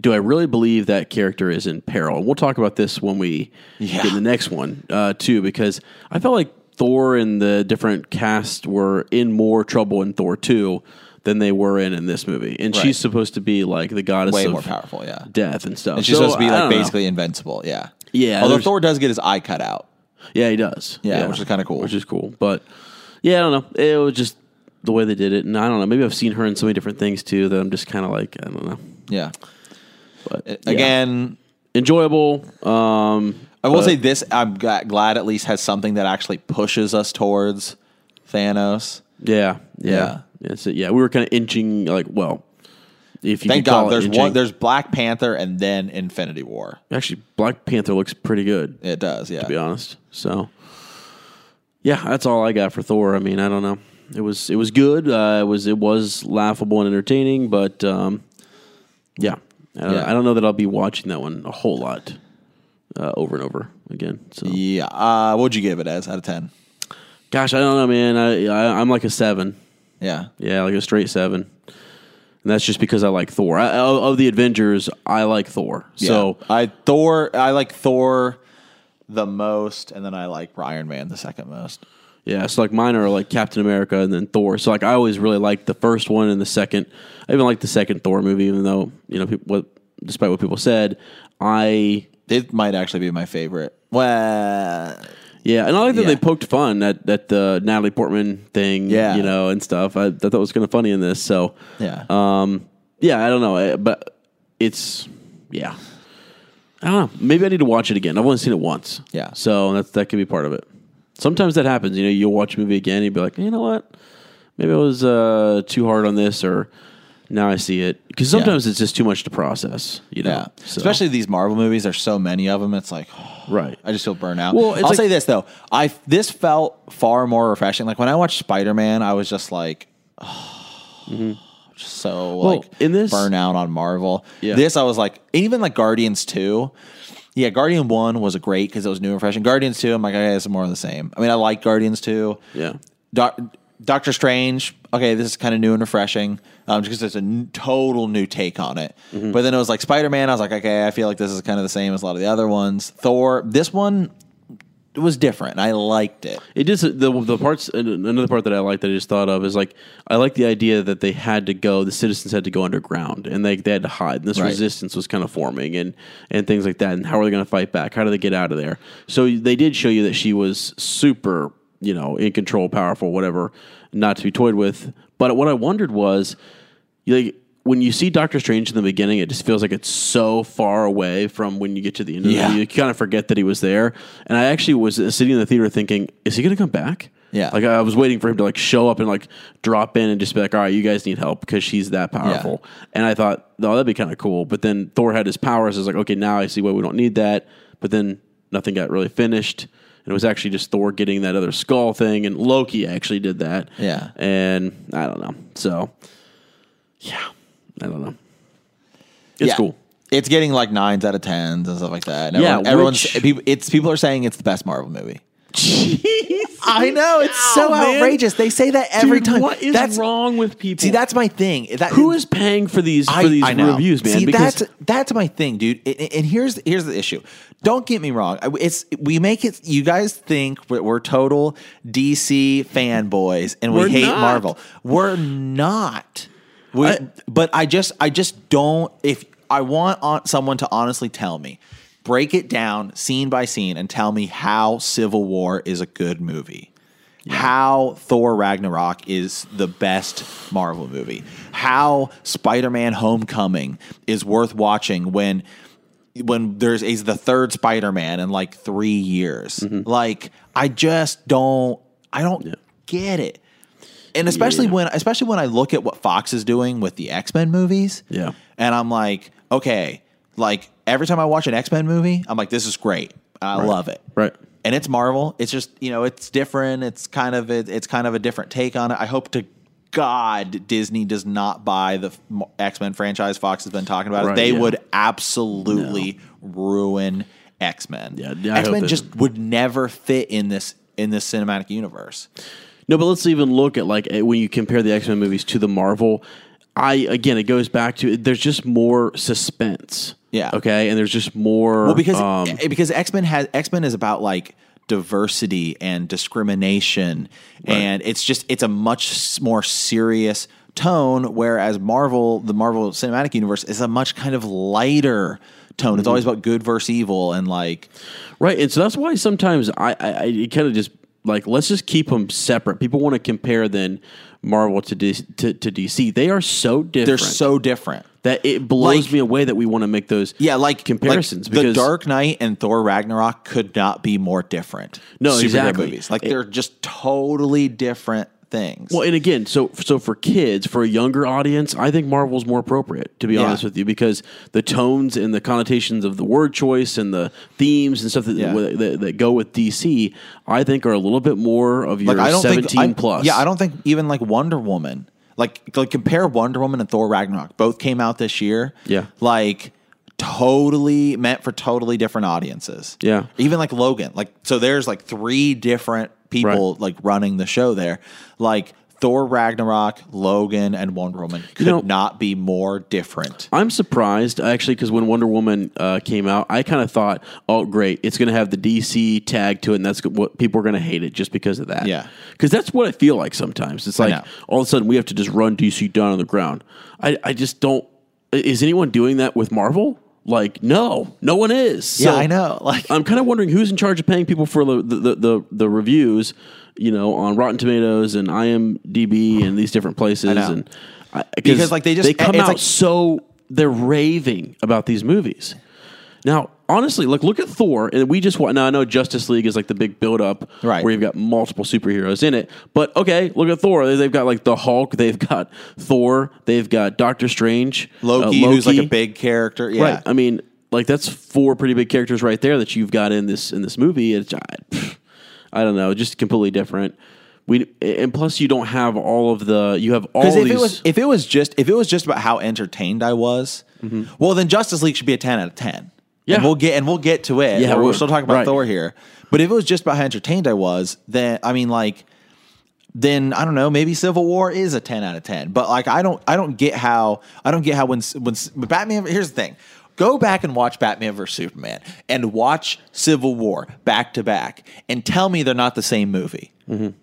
Speaker 1: do I really believe that character is in peril? And we'll talk about this when we
Speaker 2: Yeah.
Speaker 1: get in the next one uh, too, because I felt like Thor and the different cast were in more trouble in Thor two than they were in in this movie. And
Speaker 2: Right.
Speaker 1: she's supposed to be like the goddess
Speaker 2: Way
Speaker 1: of
Speaker 2: more powerful, yeah.
Speaker 1: death and stuff.
Speaker 2: And she's
Speaker 1: So,
Speaker 2: supposed to be
Speaker 1: I
Speaker 2: like
Speaker 1: don't know.
Speaker 2: basically invincible, yeah.
Speaker 1: Yeah,
Speaker 2: Although
Speaker 1: there's-
Speaker 2: Thor does get his eye cut out.
Speaker 1: Yeah, he does.
Speaker 2: Yeah, which is kinda cool.
Speaker 1: Which is cool. But yeah, I don't know. It was just the way they did it, and I don't know. Maybe I've seen her in so many different things too that I'm just kind of like I don't know.
Speaker 2: Yeah.
Speaker 1: But yeah.
Speaker 2: Again,
Speaker 1: enjoyable. Um,
Speaker 2: I will say this: I'm g- glad at least has something that actually pushes us towards Thanos.
Speaker 1: yeah, yeah,
Speaker 2: Yeah.
Speaker 1: yeah. So, yeah, we were kind of inching like well, if you
Speaker 2: Thank
Speaker 1: could call it
Speaker 2: God,
Speaker 1: E
Speaker 2: there's
Speaker 1: inching.
Speaker 2: one. There's Black Panther and then Infinity War.
Speaker 1: actually Black Panther looks pretty good
Speaker 2: It does, yeah.
Speaker 1: to be honest. So yeah, that's all I got for Thor. I mean, I don't know. It was it was good. Uh, it was it was laughable and entertaining, but um, yeah, I don't,
Speaker 2: Yeah.
Speaker 1: I don't know that I'll be watching that one a whole lot uh, over and over again. So
Speaker 2: Yeah. Uh, what'd you give it as out of ten?
Speaker 1: gosh, I don't know, man. I, I I'm like a seven.
Speaker 2: Yeah.
Speaker 1: Yeah, like a straight seven. And that's just because I like Thor. I, of of the Avengers, I like Thor. So
Speaker 2: Yeah. I Thor I like Thor the most and then I like Iron Man the second most.
Speaker 1: Yeah, so like mine are like Captain America and then Thor. So like I always really liked the first one and the second. I even liked the second Thor movie, even though you know people, what, despite what people said, I
Speaker 2: It might actually be my favorite. Well,
Speaker 1: yeah, and I like that
Speaker 2: Yeah.
Speaker 1: they poked fun at at the Natalie Portman thing,
Speaker 2: Yeah.
Speaker 1: you know, and stuff. I, I thought was kind of funny in this. So
Speaker 2: yeah.
Speaker 1: um, yeah, I don't know, I- but it's yeah, I don't know. Maybe I need to watch it again. I've only seen it once.
Speaker 2: Yeah.
Speaker 1: so that's that could be part of it. Sometimes that happens. You know, you'll watch a movie again, and you'll be like, you know what? Maybe I was uh, too hard on this, or now I see it because sometimes it's just too much to process. You know,
Speaker 2: yeah.
Speaker 1: So-
Speaker 2: Especially these Marvel movies, there's so many of them. It's like
Speaker 1: right.
Speaker 2: I just feel burnt out.
Speaker 1: Well,
Speaker 2: Well,
Speaker 1: it's
Speaker 2: I'll
Speaker 1: like-
Speaker 2: say this though. I this felt far more refreshing. Like when I watched Spider-Man, I was just like just so like
Speaker 1: Mm-hmm. in this-
Speaker 2: burnout on Marvel.
Speaker 1: Yeah.
Speaker 2: This I was like even like Guardians 2. Yeah, Guardian 1 was a great cuz it was new and fresh. And Guardians 2, I'm like, okay, it's more of the same. I mean, I like Guardians 2.
Speaker 1: Yeah.
Speaker 2: Doc, Doctor Strange, okay, this is kind of new and refreshing um, because it's a n- total new take on it. But then it was like Spider Man. I was like, okay, I feel like this is kind of the same as a lot of the other ones. Thor, this one was different. and I liked it.
Speaker 1: It just the the parts another part that I like that I just thought of is like I like the idea that they had to go the citizens had to go underground and they they had to hide and this
Speaker 2: Right.
Speaker 1: resistance was kind of forming and and things like that and how are they going to fight back how do they get out of there so they did show you that she was super you know in control powerful whatever not to be toyed with but what I wondered was like when you see Doctor Strange in the beginning, it just feels like it's so far away from when you get to the end of the
Speaker 2: Yeah.
Speaker 1: movie. You kind of forget that he was there. And I actually was sitting in the theater thinking, is he going to come back?
Speaker 2: Yeah.
Speaker 1: Like I was waiting for him to like show up and like drop in and just be like, all right, you guys need help because she's that powerful. And I thought, oh, that'd be kind of cool. But then Thor had his powers. I was like, okay, now I see why we don't need that. But then nothing got really finished. And it was actually just Thor getting that other skull thing. And Loki actually did that.
Speaker 2: Yeah.
Speaker 1: And I don't know. So yeah, I don't know. It's
Speaker 2: Yeah.
Speaker 1: cool.
Speaker 2: It's getting like nines out of tens and stuff like that. And
Speaker 1: Yeah,
Speaker 2: everyone, everyone's
Speaker 1: which-
Speaker 2: people, it's people are saying it's the best Marvel movie.
Speaker 1: Jeez,
Speaker 2: I know it's so
Speaker 1: Wow, man.
Speaker 2: outrageous. They say that every
Speaker 1: Dude,
Speaker 2: time.
Speaker 1: What is
Speaker 2: that's
Speaker 1: wrong with people?
Speaker 2: See, that's my thing. That,
Speaker 1: who is paying for these for these
Speaker 2: know.
Speaker 1: reviews, man?
Speaker 2: See,
Speaker 1: because
Speaker 2: that's that's my thing, dude. And- And and here's here's the issue. Don't get me wrong. I- It's we make it. You guys think we're, we're total DC fanboys and we
Speaker 1: We're
Speaker 2: hate
Speaker 1: not.
Speaker 2: Marvel. We're not. We,
Speaker 1: I-
Speaker 2: but I just I just don't. If I want on, someone to honestly tell me, break it down scene by scene and tell me how Civil War is a good movie how Thor Ragnarok is the best Marvel movie, how Spider Man Homecoming is worth watching when when there's he's the third Spider-Man in like three years.
Speaker 1: Mm-hmm.
Speaker 2: Like I just don't I don't get it. And especially when especially when I look at what Fox is doing with the X-Men movies.
Speaker 1: Yeah.
Speaker 2: And I'm like, okay, like every time I watch an X-Men movie, I'm like, this is great. I love it
Speaker 1: Right.
Speaker 2: and it's Marvel. It's just you know it's different. It's kind of it, it's kind of a different take on it. I hope to God Disney does not buy the X Men franchise. Fox has been talking about
Speaker 1: Right,
Speaker 2: it. They
Speaker 1: yeah.
Speaker 2: would absolutely ruin X Men.
Speaker 1: Yeah, yeah, I
Speaker 2: X
Speaker 1: hope
Speaker 2: Men
Speaker 1: they-
Speaker 2: just would never fit in this in this cinematic universe.
Speaker 1: No, but let's even look at like eh, when you compare the X Men movies to the Marvel. I again, it goes back to there's just more suspense.
Speaker 2: Yeah.
Speaker 1: Okay, and there's just more.
Speaker 2: Well, because
Speaker 1: um,
Speaker 2: eh, because X Men has X Men is about like diversity and discrimination, and it's just it's a much s- more serious tone. Whereas Marvel, the Marvel Cinematic Universe, is a much kind of lighter tone.
Speaker 1: Mm-hmm.
Speaker 2: It's always about good versus evil, and like
Speaker 1: Right, and so that's why sometimes I, I, I it kind of just like let's just keep them separate. People want to compare then Marvel to, D, to to DC. They are so different.
Speaker 2: they're so different.
Speaker 1: that it blows
Speaker 2: Like-
Speaker 1: me away that we want to make those
Speaker 2: Yeah, like
Speaker 1: comparisons
Speaker 2: Like the
Speaker 1: because
Speaker 2: Dark Knight and Thor Ragnarok could not be more different.
Speaker 1: No,
Speaker 2: superhero
Speaker 1: exactly.
Speaker 2: Movies. Like
Speaker 1: It-
Speaker 2: they're just totally different things.
Speaker 1: Well, and again, so so for kids, for a younger audience, I think Marvel's more appropriate, to be honest with you, because the tones and the connotations of the word choice and the themes and stuff that
Speaker 2: Yeah.
Speaker 1: that, that, go with DC, I think are a little bit more of your
Speaker 2: Like, I don't think-
Speaker 1: seventeen
Speaker 2: I-
Speaker 1: plus.
Speaker 2: Yeah, I don't think even like Wonder Woman. Like, like compare Wonder Woman and Thor Ragnarok. Both came out this year.
Speaker 1: Yeah.
Speaker 2: like totally meant for totally different audiences.
Speaker 1: Yeah.
Speaker 2: even like Logan. Like, so there's like three different people
Speaker 1: Right.
Speaker 2: like running the show there. Like Thor Ragnarok, Logan, and Wonder Woman could
Speaker 1: know-
Speaker 2: not be more different.
Speaker 1: I'm surprised actually because when Wonder Woman uh, came out, I kind of thought, "Oh, great! It's going to have the DC tag to it, and that's what people are going to hate it just because of that."
Speaker 2: Yeah.
Speaker 1: because that's what I feel like sometimes. It's
Speaker 2: know.
Speaker 1: like all of a sudden we have to just run DC down on the ground. I, I just don't. i- Is anyone doing that with Marvel? Like, no, no one is.
Speaker 2: yeah,
Speaker 1: So Uh,
Speaker 2: I know. Like,
Speaker 1: I'm kind of wondering who's in charge of paying people for the the, the, the the reviews, you know, on Rotten Tomatoes and IMDb and these different places,
Speaker 2: know.
Speaker 1: and I,
Speaker 2: Because, like, they just-
Speaker 1: they come
Speaker 2: it's
Speaker 1: out
Speaker 2: like-
Speaker 1: so they're raving about these movies. Now, honestly, look look at Thor, and we just wa- now I know Justice League is like the big build up,
Speaker 2: Right.
Speaker 1: Where you've got multiple superheroes in it, but okay, look at Thor. They've got like the Hulk, they've got Thor, they've got Doctor Strange, uh,
Speaker 2: Loki, who's like a
Speaker 1: Loki.
Speaker 2: big character. Yeah,
Speaker 1: Right. I mean, like that's four pretty big characters right there that you've got in this in this movie. It's I, pff, I don't know, just completely different. We and plus you don't have all of the you have all
Speaker 2: Because if
Speaker 1: these
Speaker 2: it was if it was just if it was just about how entertained I was, well then Justice League should be a ten out of ten.
Speaker 1: Mm-hmm. Yeah.
Speaker 2: and we'll get and we'll get to it.
Speaker 1: Yeah,
Speaker 2: Yeah, we're
Speaker 1: we're-
Speaker 2: still talking about
Speaker 1: right.
Speaker 2: Thor here. But if it was just about how entertained I was, then I mean like, then I don't know. Maybe Civil War is a ten out of ten. But like I don't I don't get how I don't get how when when Batman. Here's the thing. Go back and watch Batman vs Superman and watch Civil War back to back and tell me they're not the same movie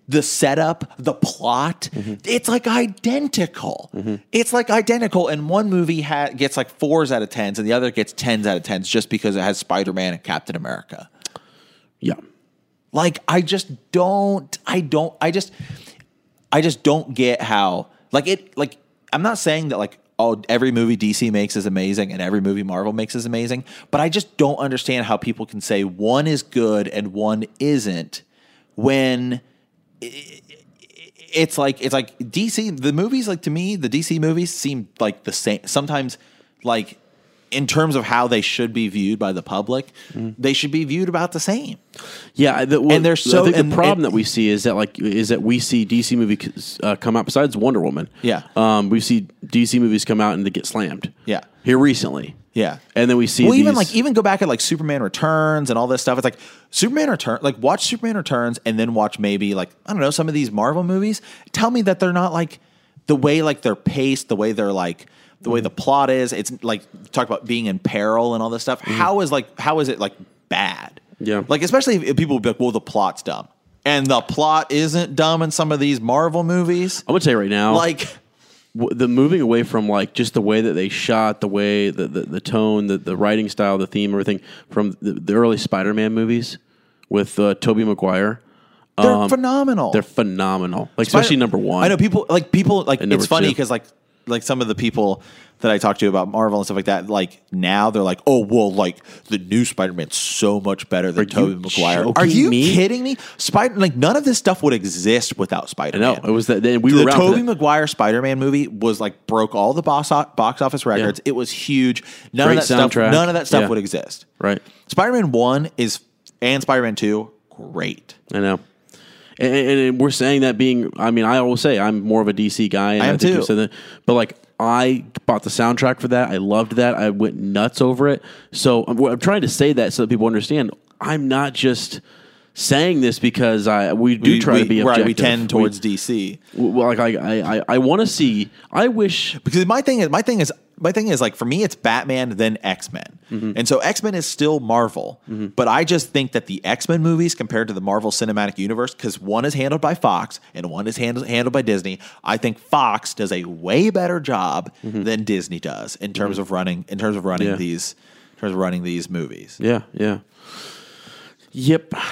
Speaker 2: the setup, the plot, it's like identical. It's like identical. And one movie ha- gets like fours out of tens, and the other gets tens out of tens just because it has Spider Man and Captain America.
Speaker 1: yeah.
Speaker 2: Like, I just don't, I don't, I just, I just don't get how, like, it, like, I'm not saying that, like, all every movie DC makes is amazing and every movie Marvel makes is amazing, but I just don't understand how people can say one is good and one isn't when it's like it's like DC the movies like to me the DC movies seem like the same sometimes like in terms of how they should be viewed by the public they should be viewed about the same
Speaker 1: Yeah, I- the, well,
Speaker 2: And they're so-
Speaker 1: I think
Speaker 2: and-
Speaker 1: the problem
Speaker 2: and-
Speaker 1: that we see is that like is that we see DC movies uh, come out besides Wonder Woman.
Speaker 2: Yeah.
Speaker 1: um, we see DC movies come out and they get slammed.
Speaker 2: Yeah.
Speaker 1: here recently.
Speaker 2: Yeah.
Speaker 1: and then we see
Speaker 2: well even
Speaker 1: these-
Speaker 2: like e even go back at like Superman Returns and all this stuff it's like Superman Return like watch Superman Returns and then watch maybe like I don't know some of these Marvel movies tell me that they're not like the way like they're paced the way they're like the way the plot is it's like talk about being in peril and all this stuff
Speaker 1: Mm-hmm.
Speaker 2: How is like how is it like bad
Speaker 1: Yeah.
Speaker 2: like especially if people would be like well the plot's dumb and the plot isn't dumb in some of these Marvel movies
Speaker 1: I'm gonna tell you right now,
Speaker 2: like
Speaker 1: w- the moving away from like just the way that they shot, the way the the, the tone, the, the writing style, the theme, everything from the, the early Spider-Man movies with uh, Tobey Maguire,
Speaker 2: they're
Speaker 1: um,
Speaker 2: phenomenal
Speaker 1: they're phenomenal. Like
Speaker 2: But I-
Speaker 1: especially number one.
Speaker 2: I know people like people like
Speaker 1: number
Speaker 2: it's funny
Speaker 1: two.
Speaker 2: because like like some of the people that I talked to about Marvel and stuff like that, like now they're like, oh well, like the new Spider Man's so much better than
Speaker 1: Are you
Speaker 2: Tobey Maguire.
Speaker 1: joking
Speaker 2: Are you
Speaker 1: me?
Speaker 2: kidding me? Spider like none of this stuff would exist without Spider Man.
Speaker 1: No, it was that. Then we
Speaker 2: the
Speaker 1: were around for
Speaker 2: Tobey
Speaker 1: that.
Speaker 2: Maguire Spider Man movie was like broke all the box o- box office records. It was huge. None
Speaker 1: Great
Speaker 2: of that stuff.
Speaker 1: soundtrack.
Speaker 2: None of that stuff
Speaker 1: Yeah.
Speaker 2: would exist.
Speaker 1: right.
Speaker 2: Spider Man One is and Spider Man Two great.
Speaker 1: I know. And, and, and we're saying that being, I mean, I always say I'm more of a DC guy. And
Speaker 2: I am
Speaker 1: think you
Speaker 2: too.
Speaker 1: said that. but like, I bought the soundtrack for that. I loved that. I went nuts over it. So I'm, I'm trying to say that so that people understand. I'm not just saying this because I we do
Speaker 2: We-
Speaker 1: try
Speaker 2: we,
Speaker 1: to be
Speaker 2: right.
Speaker 1: objective.
Speaker 2: We tend towards DC.
Speaker 1: We- well, like I I I, I want to see. I wish
Speaker 2: because my thing is my thing is my thing is like for me it's Batman then X Men,
Speaker 1: Mm-hmm.
Speaker 2: and so X Men is still Marvel, but I just think that the X Men movies compared to the Marvel Cinematic Universe because one is handled by Fox and one is handled handled by Disney. I think Fox does a way better job than Disney does in terms of running in terms of running
Speaker 1: Mm-hmm. Yeah.
Speaker 2: these in terms of running these movies,
Speaker 1: Yeah, yeah. Yep.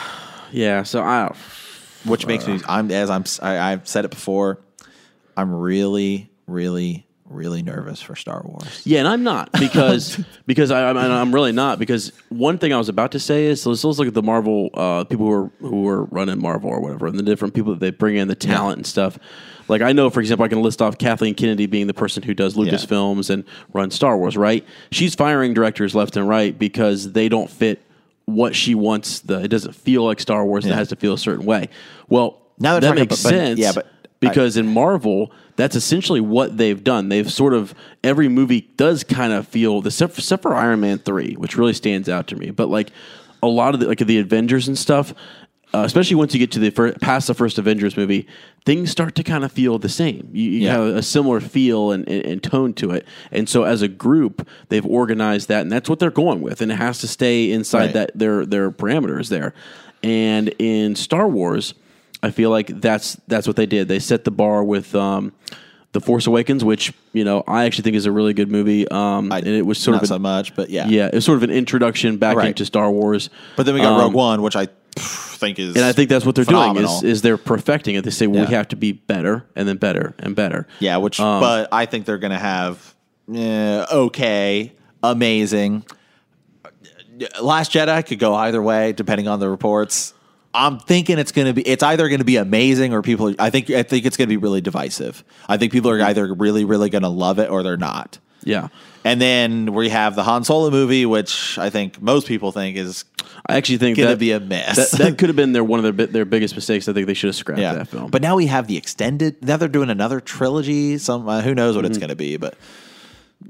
Speaker 1: Yeah, so I
Speaker 2: which makes
Speaker 1: Uh.
Speaker 2: me I'm as I'm I, I've said it before, I'm really really really nervous for Star Wars.
Speaker 1: Yeah, and I'm not because because I, I'm, I'm really not because one thing I was about to say is let's, let's look at the Marvel uh, people who are who are running Marvel or whatever and the different people that they bring in the talent and stuff. Like I know, for example, I can list off Kathleen Kennedy being the person who does Lucasfilms and runs Star Wars. Right? She's firing directors left and right because they don't fit what she wants. The it doesn't feel like Star Wars. and It
Speaker 2: Yeah.
Speaker 1: has to feel a certain way. Well,
Speaker 2: Now they're
Speaker 1: that
Speaker 2: talking
Speaker 1: makes
Speaker 2: about- but-
Speaker 1: sense.
Speaker 2: yeah, but uh, I-
Speaker 1: because because in Marvel, that's essentially what they've done. They've sort of every movie does kind of feel except for, except for Iron Man three, which really stands out to me. But like a lot of the, like the Avengers and stuff, uh, especially once you get to the fir- past the first Avengers movie, things start to kind of feel the same. You, you
Speaker 2: Yeah.
Speaker 1: have a similar feel and, and, and tone to it. And so as a group, they've organized that, and that's what they're going with. And it has to stay inside
Speaker 2: Right.
Speaker 1: that their their parameters there. And in Star Wars, I feel like that's that's what they did. They set the bar with um, the Force Awakens, which you know I actually think is a really good movie. Um,
Speaker 2: I-
Speaker 1: and it was sort
Speaker 2: not
Speaker 1: of
Speaker 2: so
Speaker 1: an,
Speaker 2: much, but yeah,
Speaker 1: yeah, it was sort of an introduction back
Speaker 2: Right.
Speaker 1: into Star Wars.
Speaker 2: But then we got
Speaker 1: Um,
Speaker 2: Rogue One, which I think is,
Speaker 1: and I think that's what they're
Speaker 2: phenomenal.
Speaker 1: doing is is they're perfecting it. They say well, we
Speaker 2: Yeah.
Speaker 1: have to be better and then better and better.
Speaker 2: yeah. Which,
Speaker 1: um,
Speaker 2: but I think they're gonna have eh, okay, amazing. Last Jedi could go either way, depending on the reports. I'm thinking it's gonna be it's either gonna be amazing or people. I think I think it's gonna be really divisive. I think people are either really really gonna love it or they're not.
Speaker 1: Yeah,
Speaker 2: And then we have the Han Solo movie, which I think most people think is
Speaker 1: I actually think
Speaker 2: Gonna
Speaker 1: that
Speaker 2: be a mess.
Speaker 1: That, that could have been their one of their bi- their biggest mistakes. I think they should have scrapped
Speaker 2: yeah.
Speaker 1: that film.
Speaker 2: But now we have the extended. Now they're doing another trilogy. Some uh, who knows what
Speaker 1: Mm-hmm.
Speaker 2: it's going to be, but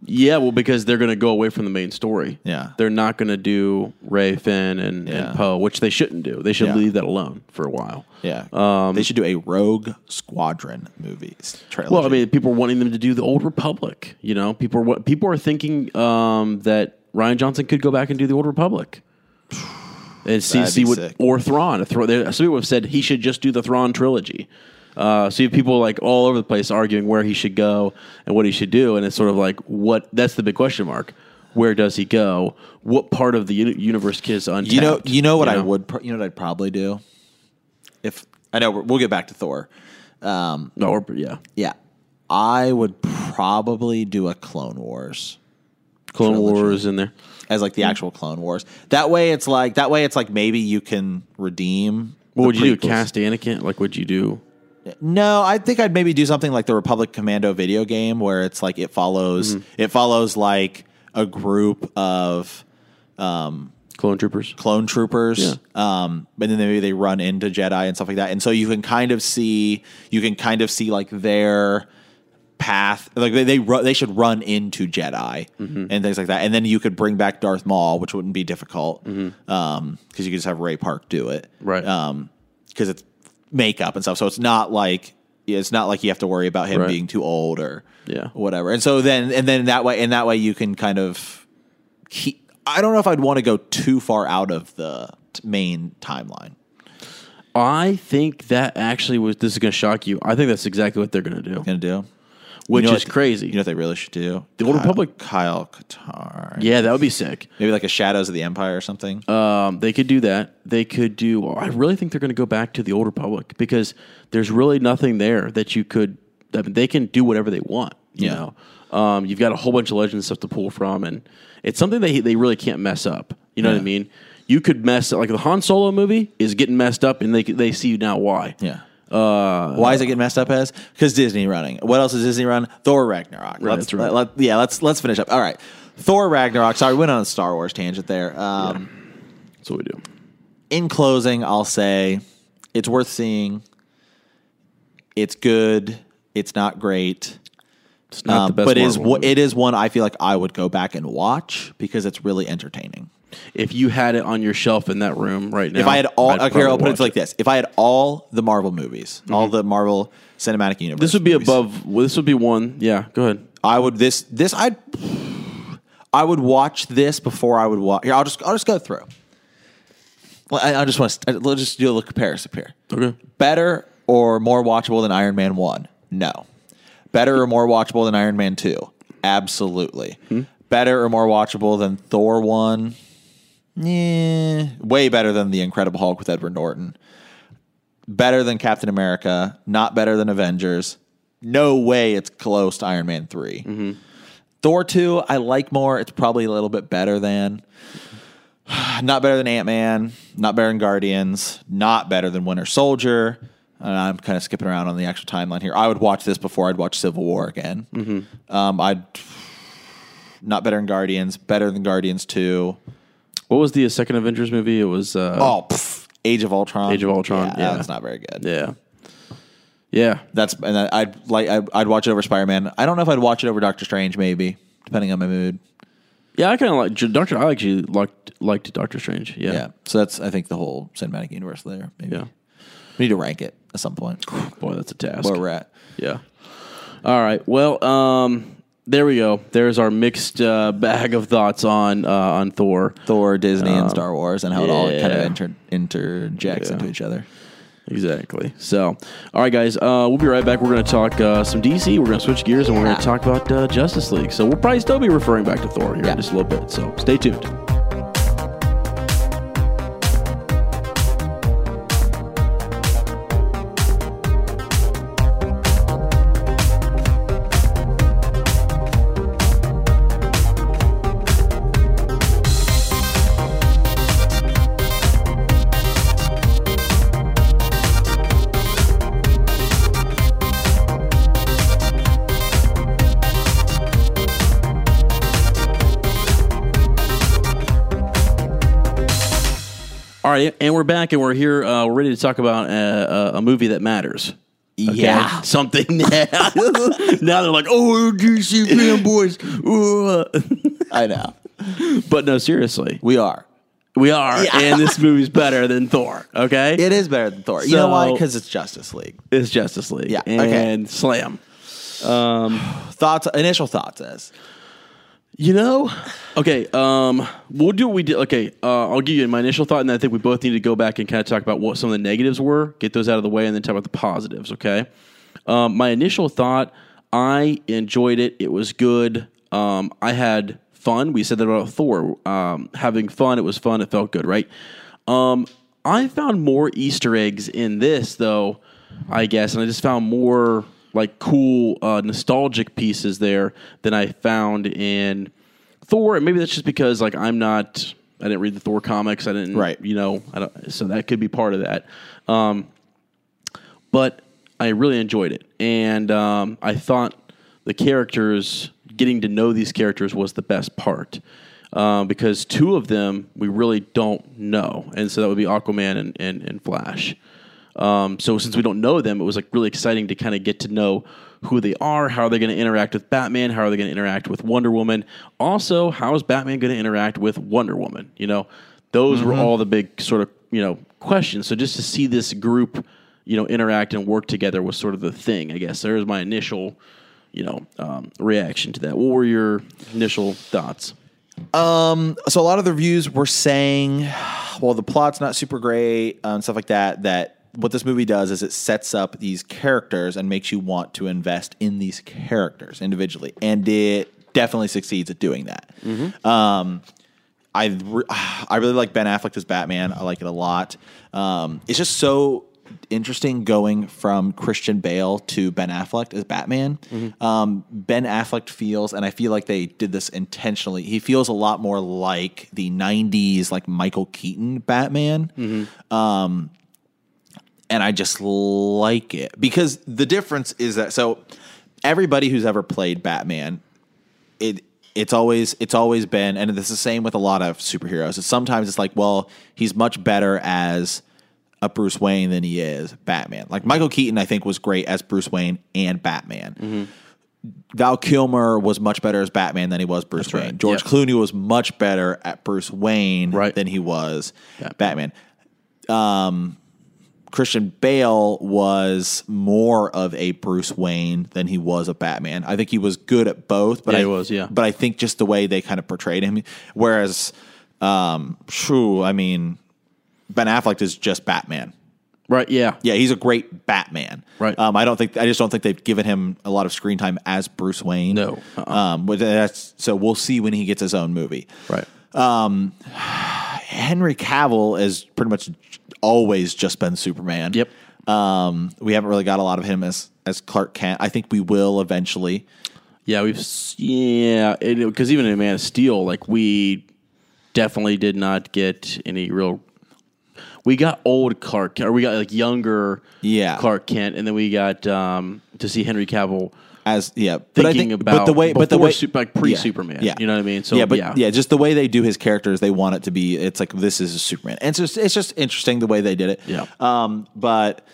Speaker 1: Yeah, well, because they're going to go away from the main story.
Speaker 2: Yeah.
Speaker 1: they're not going to do Ray, Finn, and,
Speaker 2: Yeah.
Speaker 1: and Poe, which they shouldn't do. They should
Speaker 2: Yeah.
Speaker 1: leave that alone for a while.
Speaker 2: yeah,
Speaker 1: Um,
Speaker 2: they should do a Rogue Squadron movie s- trilogy.
Speaker 1: Well, I mean, people are wanting them to do the Old Republic. You know, people are wa- people are thinking um, that Ryan Johnson could go back and do the Old Republic. And see,
Speaker 2: That'd
Speaker 1: see
Speaker 2: be
Speaker 1: what
Speaker 2: sick.
Speaker 1: or Thrawn. Thrawn there, some people have said he should just do the Thrawn trilogy. Uh, so you have people like all over the place arguing where he should go and what he should do, and it's sort of like what that's the big question mark. Where does he go? What part of the uni- universe is untapped?
Speaker 2: you know, you know what I
Speaker 1: know?
Speaker 2: would, pro- you know what I'd probably do. If I know, we're- we'll get back to Thor. Um,
Speaker 1: No, or, yeah,
Speaker 2: yeah, I would probably do a Clone Wars
Speaker 1: Clone
Speaker 2: Trilogy.
Speaker 1: Wars in there.
Speaker 2: as
Speaker 1: Hmm.
Speaker 2: like the actual Clone Wars. That way, it's like that way, it's like maybe you can redeem.
Speaker 1: What
Speaker 2: the
Speaker 1: would you do?
Speaker 2: prequels.
Speaker 1: Cast Anakin? Like, would you do?
Speaker 2: No, I think I'd maybe do something like the Republic Commando video game where it's like it follows it follows like a group of
Speaker 1: Clone Troopers.
Speaker 2: clone troopers. Um and then maybe they run into Jedi and stuff like that. And so you can kind of see you can kind of see like their path like they they, ru- they should run into Jedi
Speaker 1: Mm-hmm.
Speaker 2: and things like that. And then you could bring back Darth Maul, which wouldn't be difficult. Um because you could just have Ray Park do it
Speaker 1: Mm-hmm. Right.
Speaker 2: um because it's makeup and stuff so it's not like yeah, it's not like you have to worry about him
Speaker 1: Right.
Speaker 2: being too old or
Speaker 1: Yeah.
Speaker 2: whatever and so then and then that way and that way you can kind of keep i don't know if i'd want to go too far out of the t- main timeline
Speaker 1: I think that actually was. This is going to shock you. I think that's exactly what they're going to do,
Speaker 2: gonna do
Speaker 1: which
Speaker 2: You know
Speaker 1: is
Speaker 2: what-
Speaker 1: crazy.
Speaker 2: you know what they really should do
Speaker 1: The Old
Speaker 2: Kyle-
Speaker 1: Republic-
Speaker 2: kyle qatar
Speaker 1: yeah, that would be sick.
Speaker 2: maybe like a shadows of the empire or something
Speaker 1: Um, they could do that. They could do. I really think they're going to go back to the old republic because there's really nothing there that you could. I mean, they can do whatever they want. You
Speaker 2: Yeah.
Speaker 1: know, um, you've got a whole bunch of legend stuff to pull from, and it's something they they really can't mess up. You know what
Speaker 2: Yeah.
Speaker 1: I mean? You could mess like the Han Solo movie is getting messed up, and they they see now why.
Speaker 2: Yeah.
Speaker 1: uh,
Speaker 2: Why is it getting messed up as? Because Disney running. What else is Disney run? Thor Ragnarok. let's,
Speaker 1: that's right.
Speaker 2: let- let- yeah, let's let's finish up. All right. Thor Ragnarok. Sorry, we went on a Star Wars tangent there. Um,
Speaker 1: That's what we do.
Speaker 2: in closing, I'll say it's worth seeing. It's good. It's not great.
Speaker 1: It's not the
Speaker 2: Um,
Speaker 1: best.
Speaker 2: but it is
Speaker 1: Marvel
Speaker 2: what
Speaker 1: movie.
Speaker 2: it is one I feel like I would go back and watch because it's really entertaining.
Speaker 1: if you had it on your shelf in that room right now.
Speaker 2: If I had all,
Speaker 1: I'd
Speaker 2: okay, I'll put
Speaker 1: probably
Speaker 2: it like
Speaker 1: watch Mm-hmm.
Speaker 2: this: If I had all the Marvel movies, all the Marvel Cinematic Universe,
Speaker 1: This would be
Speaker 2: movies,
Speaker 1: above. well, This would be one. Yeah, go ahead.
Speaker 2: I would this this I'd I would watch this before I would watch. Here, I'll just I'll just go through. Well, I, I just want to let's just do a little comparison here.
Speaker 1: Okay.
Speaker 2: Better or more watchable than Iron Man one? No. Better or more watchable than Iron Man two? Absolutely. Better or more watchable than Thor one? Yeah. Way better than the Incredible Hulk with Edward Norton. Better than Captain America. Not better than Avengers. No way it's close to Iron Man 3 Thor two I like more. It's probably a little bit better than. Not better than Ant Man. Not better than Guardians. Not better than Winter Soldier. And I'm kind of skipping around on the actual timeline here. I would watch this before I'd watch Civil War again.
Speaker 1: Mm-hmm.
Speaker 2: Um, I'd not better than Guardians. Better than Guardians two.
Speaker 1: What was the second Avengers movie? It was. Uh,
Speaker 2: Oh, pff, Age of Ultron.
Speaker 1: Age of Ultron, yeah.
Speaker 2: that's not very good.
Speaker 1: Yeah. Yeah.
Speaker 2: That's and I- I'd like I'd, I'd watch it over Spider Man. I don't know if I'd watch it over Doctor Strange. Maybe depending on my mood.
Speaker 1: Yeah, I kind of like Doctor. I actually liked liked Doctor Strange. Yeah.
Speaker 2: Yeah.
Speaker 1: yeah.
Speaker 2: So that's I think the whole cinematic universe there. Maybe
Speaker 1: Yeah.
Speaker 2: we need to rank it at some point
Speaker 1: Boy, that's a task.
Speaker 2: where we're at.
Speaker 1: Yeah. All right. Well, um, there we go. There's our mixed uh, bag of thoughts on uh, on Thor.
Speaker 2: Thor, Disney, and Star Wars, and how it all kind of
Speaker 1: yeah.
Speaker 2: inter- interjects
Speaker 1: Yeah.
Speaker 2: into each other.
Speaker 1: Exactly. So, all right, guys, uh, we'll be right back. We're going to talk uh, some DC. We're going to switch gears and we're going to talk about uh, Justice League. So, we'll probably still be referring back to Thor here
Speaker 2: Yeah.
Speaker 1: in just a little bit. So, stay tuned. All right, and we're back, and we're here. Uh, we're ready to talk about a, a movie that matters.
Speaker 2: Yeah.
Speaker 1: something. now they're like, "Oh, DC fanboys!" Ooh.
Speaker 2: I know
Speaker 1: but no, seriously,
Speaker 2: we are.
Speaker 1: we are,
Speaker 2: Yeah.
Speaker 1: and this movie's better than Thor. Okay,
Speaker 2: It is better than Thor. you know why?
Speaker 1: So-
Speaker 2: Because it's Justice League.
Speaker 1: it's Justice League.
Speaker 2: Yeah,
Speaker 1: and
Speaker 2: okay.
Speaker 1: slam.
Speaker 2: Thoughts? Initial thoughts is
Speaker 1: You know, okay. Um, we'll do what we did. Okay, uh, I'll give you my initial thought, and then I think we both need to go back and kind of talk about what some of the negatives were, get those out of the way, and then talk about the positives. Okay. Um, my initial thought: I enjoyed it. It was good. Um, I had fun. We said that about Thor. Um, having fun. It was fun. It felt good. Right. Um, I found more Easter eggs in this, though, I guess, and I just found more like cool uh, nostalgic pieces there than I found in Thor. And maybe that's just because like I'm not, I didn't read the Thor comics, I didn't,
Speaker 2: Right.
Speaker 1: You know, I don't, so that could be part of that. Um, but I really enjoyed it, and um, I thought the characters, getting to know these characters, was the best part um, because two of them we really don't know, and so that would be Aquaman and and, and Flash. Um, so since we don't know them, it was like really exciting to kind of get to know who they are, how are they going to interact with Batman, how are they going to interact with Wonder Woman, also how is Batman going to interact with Wonder Woman? You know, those were all the big sort of you know questions. So just to see this group you know interact and work together was sort of the thing. I guess there's my initial you know um, reaction to that. What were your initial thoughts?
Speaker 2: so a lot of the reviews were saying, well, the plot's not super great um, stuff like that. That what this movie does is it sets up these characters and makes you want to invest in these characters individually, and it definitely succeeds at doing that. Um, I re- I really like Ben Affleck as Batman. I like it a lot. Um, it's just so interesting going from Christian Bale to Ben Affleck as Batman. Um, ben Affleck feels, and I feel like they did this intentionally. He feels a lot more like the '90s, like Michael Keaton Batman and I just like it because the difference is that so everybody who's ever played Batman, it it's always it's always been, and this is the same with a lot of superheroes. It's sometimes it's like, well, he's much better as a Bruce Wayne than he is Batman. Like Michael Keaton, I think was great as Bruce Wayne and Batman.
Speaker 1: Mm-hmm.
Speaker 2: Val Kilmer was much better as Batman than he was Bruce Wayne.
Speaker 1: right.
Speaker 2: George
Speaker 1: Yeah.
Speaker 2: Clooney was much better at Bruce Wayne
Speaker 1: Right.
Speaker 2: than he was Batman. Christian Bale was more of a Bruce Wayne than he was a Batman. I think he was good at both, but
Speaker 1: Yeah,
Speaker 2: I
Speaker 1: he was, yeah.
Speaker 2: But I think just the way they kind of portrayed him. Whereas, um, phew, I mean, Ben Affleck is just Batman.
Speaker 1: Right? Yeah.
Speaker 2: Yeah, he's a great Batman.
Speaker 1: Right.
Speaker 2: Um, I don't think I just don't think they've given him a lot of screen time as Bruce Wayne.
Speaker 1: No. Uh-uh.
Speaker 2: Um, but that's so we'll see when he gets his own movie.
Speaker 1: Right.
Speaker 2: Henry Cavill has pretty much always just been Superman.
Speaker 1: Yep.
Speaker 2: Um, we haven't really got a lot of him as as Clark Kent. I think we will eventually.
Speaker 1: Yeah, we've s- yeah, because even in Man of Steel, like we definitely did not get any real. We got old Clark, Kent, or we got like younger,
Speaker 2: Yeah.
Speaker 1: Clark Kent, and then we got um, to see Henry Cavill
Speaker 2: As yeah, but I
Speaker 1: thinking
Speaker 2: think
Speaker 1: about
Speaker 2: but the way but the
Speaker 1: before
Speaker 2: way
Speaker 1: Sup- like pre Superman,
Speaker 2: yeah, yeah.
Speaker 1: you know what I mean? So
Speaker 2: yeah, but yeah. just the way they do his characters, they want it to be. It's like this is Superman, and it's just it's just interesting the way they did it.
Speaker 1: Yeah.
Speaker 2: Um, but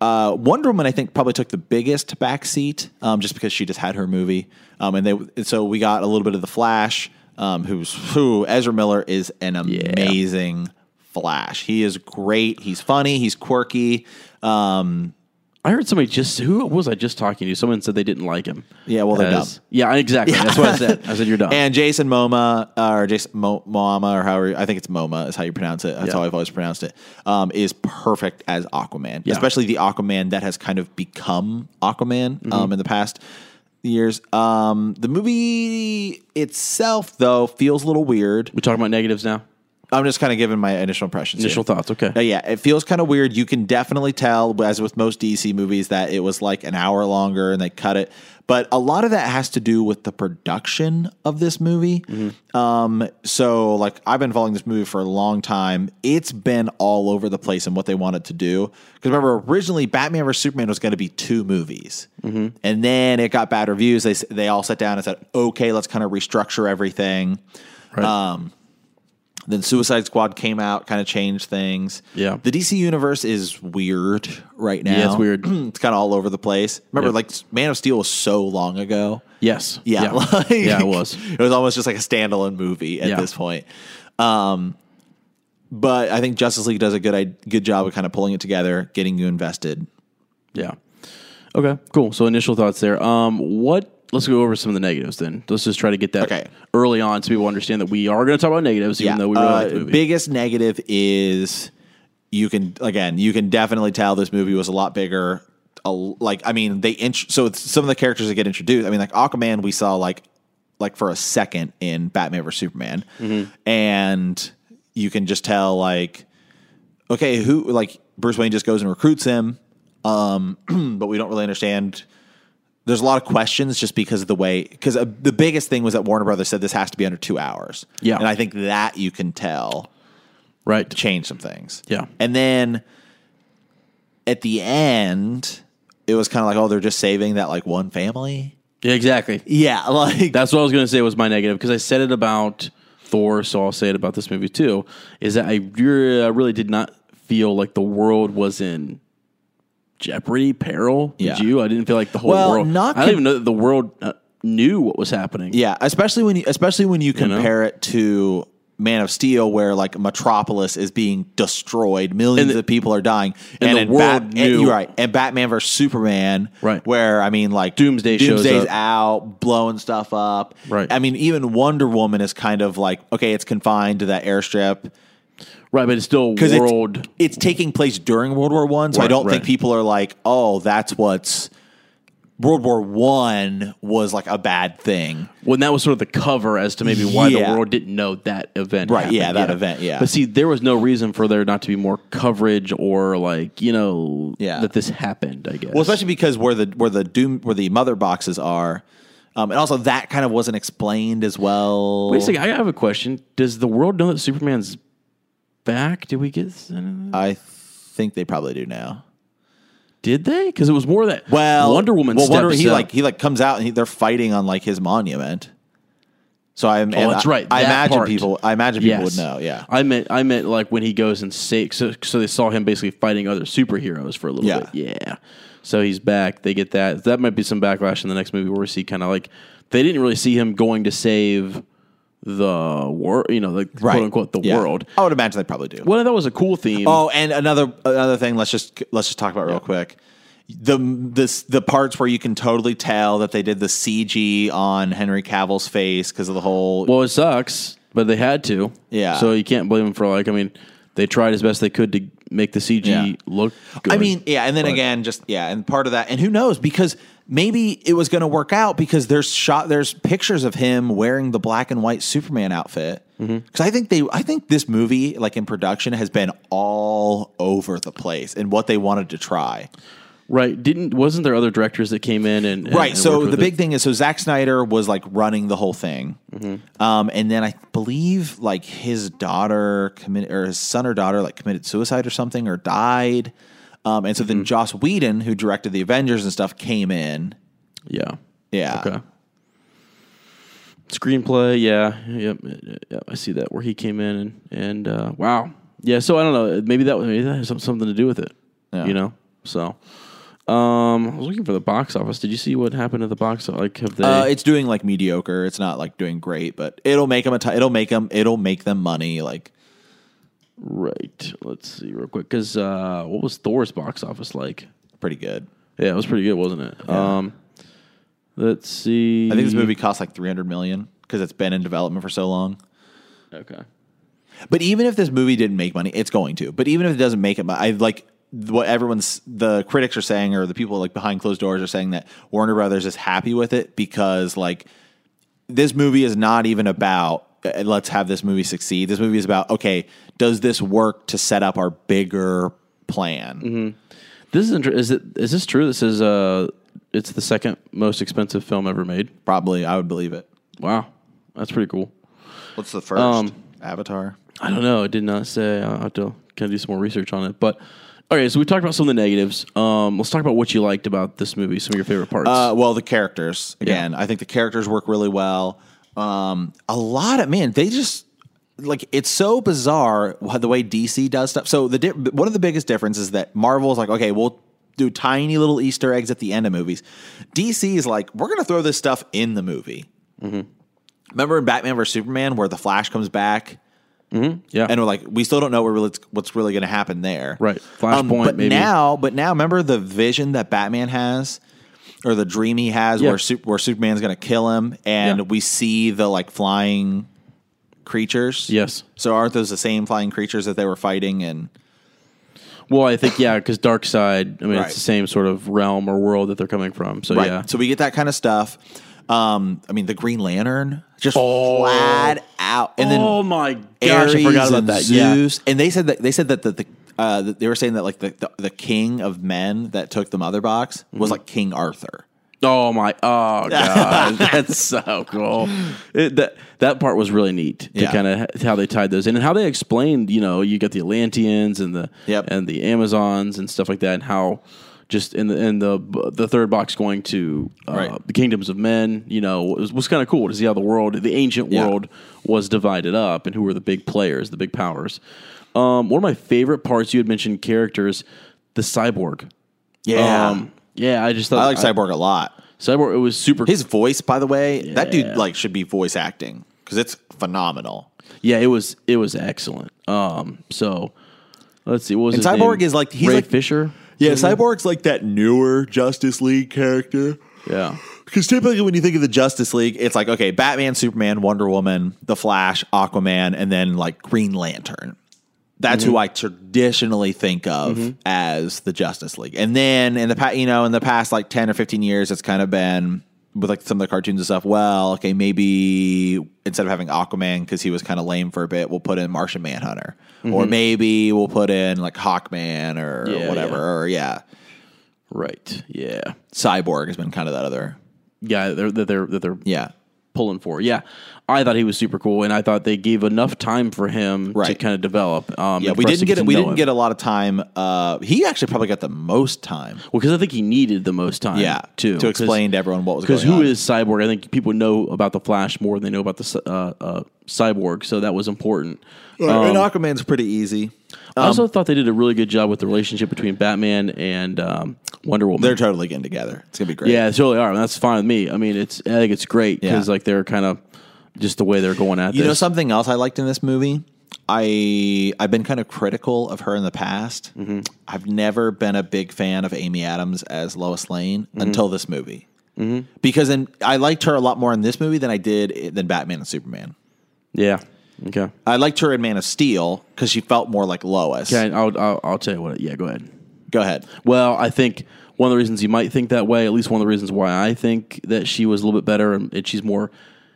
Speaker 2: uh, Wonder Woman, I think, probably took the biggest backseat, um, just because she just had her movie, um, and they and so we got a little bit of the Flash, um, who's who Ezra Miller is an amazing Flash. He is great. He's funny. He's quirky. Um,
Speaker 1: I heard somebody just who was I just talking to? Someone said they didn't like him.
Speaker 2: Yeah, well, they're
Speaker 1: As-
Speaker 2: dumb.
Speaker 1: Yeah, exactly. That's what I said. I said you're dumb.
Speaker 2: And Jason Moma uh, or Jason Mo- Moama or however I think it's Moma is how you pronounce it. That's
Speaker 1: Yeah.
Speaker 2: how I've always pronounced it. Um, is perfect as Aquaman,
Speaker 1: Yeah.
Speaker 2: especially the Aquaman that has kind of become Aquaman
Speaker 1: Mm-hmm.
Speaker 2: um, in the past years. Um, the movie itself, though, feels a little weird.
Speaker 1: we talking about negatives now.
Speaker 2: I'm just kind of giving my initial impressions. here.
Speaker 1: Initial thoughts. Okay.
Speaker 2: Uh, yeah, it feels kind of weird. You can definitely tell, as with most DC movies, that it was like an hour longer and they cut it. But a lot of that has to do with the production of this movie. Um, so, like, I've been following this movie for a long time. It's been all over the place in what they wanted to do. Because remember, originally Batman vs Superman was going to be two movies, and then it got bad reviews. They s- they all sat down and said, "Okay, let's kind of restructure everything."
Speaker 1: Right.
Speaker 2: um, Then Suicide Squad came out, kind of changed things.
Speaker 1: Yeah.
Speaker 2: The DC universe is weird right now.
Speaker 1: it's weird.
Speaker 2: it's kind of all over the place. Remember,
Speaker 1: Yeah.
Speaker 2: like Man of Steel was so long ago.
Speaker 1: yes.
Speaker 2: Yeah.
Speaker 1: Yeah.
Speaker 2: like-
Speaker 1: yeah. It was.
Speaker 2: It was almost just like a standalone movie at
Speaker 1: Yeah.
Speaker 2: this point. Um, but I think Justice League does a good i- good job of kind of pulling it together, getting you invested.
Speaker 1: Yeah. Okay. Cool. So initial thoughts there. Um, what? Let's go over some of the negatives then. Let's just try to get that
Speaker 2: Okay.
Speaker 1: early on so people understand that we are going to talk about negatives, even though we really
Speaker 2: Uh,
Speaker 1: like the movie.
Speaker 2: Biggest negative is you can again you can definitely tell this movie was a lot bigger. A, like I mean they int- so it's, some of the characters that get introduced. I mean like Aquaman we saw like like for a second in Batman vs Superman,
Speaker 1: Mm-hmm.
Speaker 2: and you can just tell like okay who like Bruce Wayne just goes and recruits him, um, but we don't really understand there's a lot of questions just because of the way because uh, the biggest thing was that Warner Brothers said this has to be under two hours.
Speaker 1: Yeah.
Speaker 2: and I think that you can tell
Speaker 1: right.
Speaker 2: change some things.
Speaker 1: Yeah.
Speaker 2: and then at the end, it was kind of like, oh, they're just saving that like one family.
Speaker 1: Yeah, exactly.
Speaker 2: Yeah, like
Speaker 1: That's what I was going to say was my negative because I said it about Thor, so I'll say it about this movie too. Is that I re- I really did not feel like the world was in jeopardy, peril.
Speaker 2: Yeah.
Speaker 1: Did you? I didn't feel like the whole
Speaker 2: Well,
Speaker 1: world.
Speaker 2: not
Speaker 1: I don't
Speaker 2: con-
Speaker 1: even know that the world uh, knew what was happening.
Speaker 2: yeah, especially when you especially when you compare it to. Man of Steel, where like Metropolis is being destroyed, millions
Speaker 1: the-
Speaker 2: of people are dying, and,
Speaker 1: the
Speaker 2: in
Speaker 1: world
Speaker 2: Bat-
Speaker 1: knew.
Speaker 2: and, you're right, and Batman versus Superman,
Speaker 1: Right.
Speaker 2: Where I mean, like
Speaker 1: Doomsday shows
Speaker 2: Doomsday's
Speaker 1: up.
Speaker 2: out, blowing stuff up,
Speaker 1: Right.
Speaker 2: I mean, even Wonder Woman is kind of like okay, it's confined to that airstrip,
Speaker 1: Right, but it's still
Speaker 2: because
Speaker 1: world.
Speaker 2: It's, it's taking place during World War One, so I
Speaker 1: Right,
Speaker 2: don't
Speaker 1: right.
Speaker 2: think people are like, "Oh, that's what's World War One was like a bad thing.
Speaker 1: When that was sort of the cover as to maybe why
Speaker 2: Yeah.
Speaker 1: the world didn't know that event.
Speaker 2: Right, yeah,
Speaker 1: happened.
Speaker 2: that event, yeah.
Speaker 1: But see, there was no reason for there not to be more coverage or like you know
Speaker 2: Yeah.
Speaker 1: that this happened. I guess.
Speaker 2: Well, especially because where the where the doom where the mother boxes are, um, and also that kind of wasn't explained as well.
Speaker 1: Wait a second, I have a question. Does the world know that Superman's back? Did we get? uh, this?
Speaker 2: I think they probably do now.
Speaker 1: Did they? Because it was more that
Speaker 2: Well,
Speaker 1: Wonder Woman.
Speaker 2: Well,
Speaker 1: steps
Speaker 2: Wonder he
Speaker 1: up.
Speaker 2: like he like comes out and he, they're fighting on like his monument. So I am.
Speaker 1: Oh, that's right.
Speaker 2: I,
Speaker 1: that
Speaker 2: imagine
Speaker 1: part.
Speaker 2: people. I imagine people
Speaker 1: Yes.
Speaker 2: would know. Yeah.
Speaker 1: I meant I meant like when he goes and saves. So, so they saw him basically fighting other superheroes for a little
Speaker 2: Yeah.
Speaker 1: bit. Yeah. So he's back. They get that. That might be some backlash in the next movie where we see kind of like they didn't really see him going to save the world. You know, like
Speaker 2: Right.
Speaker 1: quote unquote the
Speaker 2: Yeah.
Speaker 1: world.
Speaker 2: I would imagine they probably do.
Speaker 1: Well, that was a cool theme.
Speaker 2: Oh, and another another thing. Let's just let's just talk about real quick. The this the parts where you can totally tell that they did the CG on Henry Cavill's face because of the whole
Speaker 1: Well, it sucks, but they had to.
Speaker 2: Yeah.
Speaker 1: So you can't blame them for like. I mean, they tried as best they could to make the CG
Speaker 2: Yeah.
Speaker 1: look. good.
Speaker 2: I mean, yeah, and then
Speaker 1: But-
Speaker 2: again, just yeah, and part of that, and who knows because maybe it was going to work out because there's shot, there's pictures of him wearing the black and white Superman outfit. Because
Speaker 1: Mm-hmm.
Speaker 2: I think they, I think this movie, like in production, has been all over the place in what they wanted to try.
Speaker 1: right? Didn't wasn't there other directors that came in and and-
Speaker 2: right.
Speaker 1: and worked
Speaker 2: so
Speaker 1: with
Speaker 2: the
Speaker 1: it?
Speaker 2: big thing is, so Zack Snyder was like running the whole thing,
Speaker 1: Mm-hmm.
Speaker 2: um, and then I believe like his daughter committed, or his son or daughter like committed suicide or something, or died, um, and so
Speaker 1: Mm-hmm.
Speaker 2: then Joss Whedon, who directed the Avengers and stuff, came in.
Speaker 1: Yeah.
Speaker 2: Yeah.
Speaker 1: Okay. Screenplay, yeah, yep, yep, I see that where he came in and and uh, wow, yeah. So I don't know, maybe that maybe that has some- something to do with it,
Speaker 2: Yeah.
Speaker 1: you know. So, um, I was looking for the box office. Did you see what happened at the box? office? Like, have they?
Speaker 2: Uh, it's doing like mediocre. It's not like doing great, but it'll make them a. T- it'll make them. It'll make them money. Like
Speaker 1: right. Let's see real quick because uh, what was Thor's box office like?
Speaker 2: pretty good.
Speaker 1: Yeah, it was pretty good, wasn't it? Um, let's see.
Speaker 2: I think this movie cost like three hundred million because it's been in development for so long.
Speaker 1: Okay.
Speaker 2: But even if this movie didn't make money, it's going to. But even if it doesn't make it, mo- I like what everyone's the critics are saying or the people like behind closed doors are saying that Warner Brothers is happy with it because like this movie is not even about uh, let's have this movie succeed. This movie is about okay, does this work to set up our bigger plan?
Speaker 1: This is inter- is it is this true? This is uh, it's the second most expensive film ever made.
Speaker 2: Probably, I would believe it.
Speaker 1: Wow, that's pretty cool.
Speaker 2: What's the first Avatar?
Speaker 1: I don't know. I did not say. uh, I have to kind of do some more research on it. But all right, so we talked about some of the negatives. Um, let's talk about what you liked about this movie. Some of your favorite parts.
Speaker 2: Uh, well, the characters again. I think the characters work really well. Um, a lot of man, they just like it's so bizarre how the way DC does stuff. So the di- one of the biggest differences is that Marvel is like, okay, we'll do tiny little Easter eggs at the end of movies. DC is like, we're gonna throw this stuff in the movie.
Speaker 1: Mm-hmm.
Speaker 2: Remember in Batman vs Superman where the Flash comes back
Speaker 1: Mm-hmm. yeah,
Speaker 2: and we're like, we still don't know what really, what's really going to happen there.
Speaker 1: Right.
Speaker 2: Um,
Speaker 1: Flashpoint,
Speaker 2: but
Speaker 1: maybe.
Speaker 2: now, but now, remember the vision that Batman has, or the dream he has,
Speaker 1: Yeah.
Speaker 2: where Sup- where Superman's going to kill him, and
Speaker 1: Yeah.
Speaker 2: we see the like flying creatures.
Speaker 1: yes.
Speaker 2: So aren't those the same flying creatures that they were fighting? And
Speaker 1: Well, I think yeah, because Dark Side. I mean,
Speaker 2: Right.
Speaker 1: it's the same sort of realm or world that they're coming from. So
Speaker 2: right.
Speaker 1: yeah,
Speaker 2: So we get that kind of stuff. Um, I mean, the Green Lantern just flat out, and then
Speaker 1: oh my gosh,
Speaker 2: Ares
Speaker 1: I forgot about
Speaker 2: and
Speaker 1: that. Yeah,
Speaker 2: Zeus, and they said that they said that the, the uh, that they were saying that like the, the the king of men that took the mother box
Speaker 1: Mm-hmm.
Speaker 2: was like King Arthur.
Speaker 1: Oh my! Oh god, that's so cool. It, that that part was really neat to
Speaker 2: Yeah.
Speaker 1: kind of how they tied those in and how they explained. You know, you got the Atlanteans and the
Speaker 2: Yep.
Speaker 1: and the Amazons and stuff like that, and how just in the in the the third box going to uh,
Speaker 2: Right.
Speaker 1: the kingdoms of men. You know, was, was kind of cool to see how the world, the ancient
Speaker 2: Yeah.
Speaker 1: world, was divided up and who were the big players, the big powers. Um, one of my favorite parts you had mentioned characters, the cyborg. Um, yeah, I just thought
Speaker 2: I like Cyborg a lot.
Speaker 1: Cyborg. It was super.
Speaker 2: His voice, by the way, that dude
Speaker 1: Yeah.
Speaker 2: like should be voice acting because it's phenomenal.
Speaker 1: Yeah, it was it was excellent. Um, so let's see. What was
Speaker 2: And
Speaker 1: his
Speaker 2: Cyborg
Speaker 1: name?
Speaker 2: is like- he's
Speaker 1: Ray
Speaker 2: like-
Speaker 1: Fisher.
Speaker 2: Yeah, Cyborg's like that newer Justice League character.
Speaker 1: Yeah,
Speaker 2: Because typically, when you think of the Justice League, it's like okay, Batman, Superman, Wonder Woman, The Flash, Aquaman, and then like Green Lantern. That's
Speaker 1: Mm-hmm.
Speaker 2: who I traditionally think of as the Justice League. And then in the past, you know, in the past like 10 or 15 years, it's kind of been with like some of the cartoons and stuff. Well, okay, maybe instead of having Aquaman because he was kind of lame for a bit, we'll put in Martian Manhunter, or maybe we'll put in like Hawkman or
Speaker 1: Mm-hmm. Yeah,
Speaker 2: whatever,
Speaker 1: yeah.
Speaker 2: or yeah,
Speaker 1: Right. Yeah.
Speaker 2: Cyborg has been kind of that other,
Speaker 1: Yeah. They're, that they're, that they're
Speaker 2: yeah,
Speaker 1: pulling for. Yeah. I thought he was super cool, and I thought they gave enough time for him to
Speaker 2: Right.
Speaker 1: kind of develop. Um,
Speaker 2: yeah.
Speaker 1: and
Speaker 2: We
Speaker 1: for us
Speaker 2: didn't
Speaker 1: to
Speaker 2: get
Speaker 1: to
Speaker 2: we
Speaker 1: know
Speaker 2: didn't
Speaker 1: him.
Speaker 2: get a lot of time. Uh, he actually probably got the most time.
Speaker 1: Well, because I think he needed the most time.
Speaker 2: Yeah,
Speaker 1: too,
Speaker 2: to explain to everyone what was
Speaker 1: Because
Speaker 2: going
Speaker 1: who
Speaker 2: on.
Speaker 1: is Cyborg? I think people know about the Flash more than they know about the uh, uh, Cyborg, so that was important.
Speaker 2: and
Speaker 1: um,
Speaker 2: Aquaman's pretty easy.
Speaker 1: I
Speaker 2: Um,
Speaker 1: also thought they did a really good job with the relationship between Batman and um, Wonder Woman.
Speaker 2: They're totally getting together. It's gonna be great.
Speaker 1: yeah, they totally are. And that's fine with me. I mean, it's I think it's great because
Speaker 2: Yeah.
Speaker 1: like they're kind of just the way they're going at
Speaker 2: You know
Speaker 1: this.
Speaker 2: something else I liked in this movie? I I've been kind of critical of her in the past.
Speaker 1: Mm-hmm.
Speaker 2: I've never been a big fan of Amy Adams as Lois Lane
Speaker 1: Mm-hmm.
Speaker 2: until this movie. Because in, I liked her a lot more in this movie than I did i- than Batman and Superman.
Speaker 1: yeah. Okay.
Speaker 2: I liked her in Man of Steel because she felt more like Lois.
Speaker 1: Okay. I'll, I'll I'll tell you what. Yeah. Go ahead.
Speaker 2: Go ahead.
Speaker 1: Well, I think one of the reasons you might think that way, at least one of the reasons why I think that she was a little bit better and, and she's more,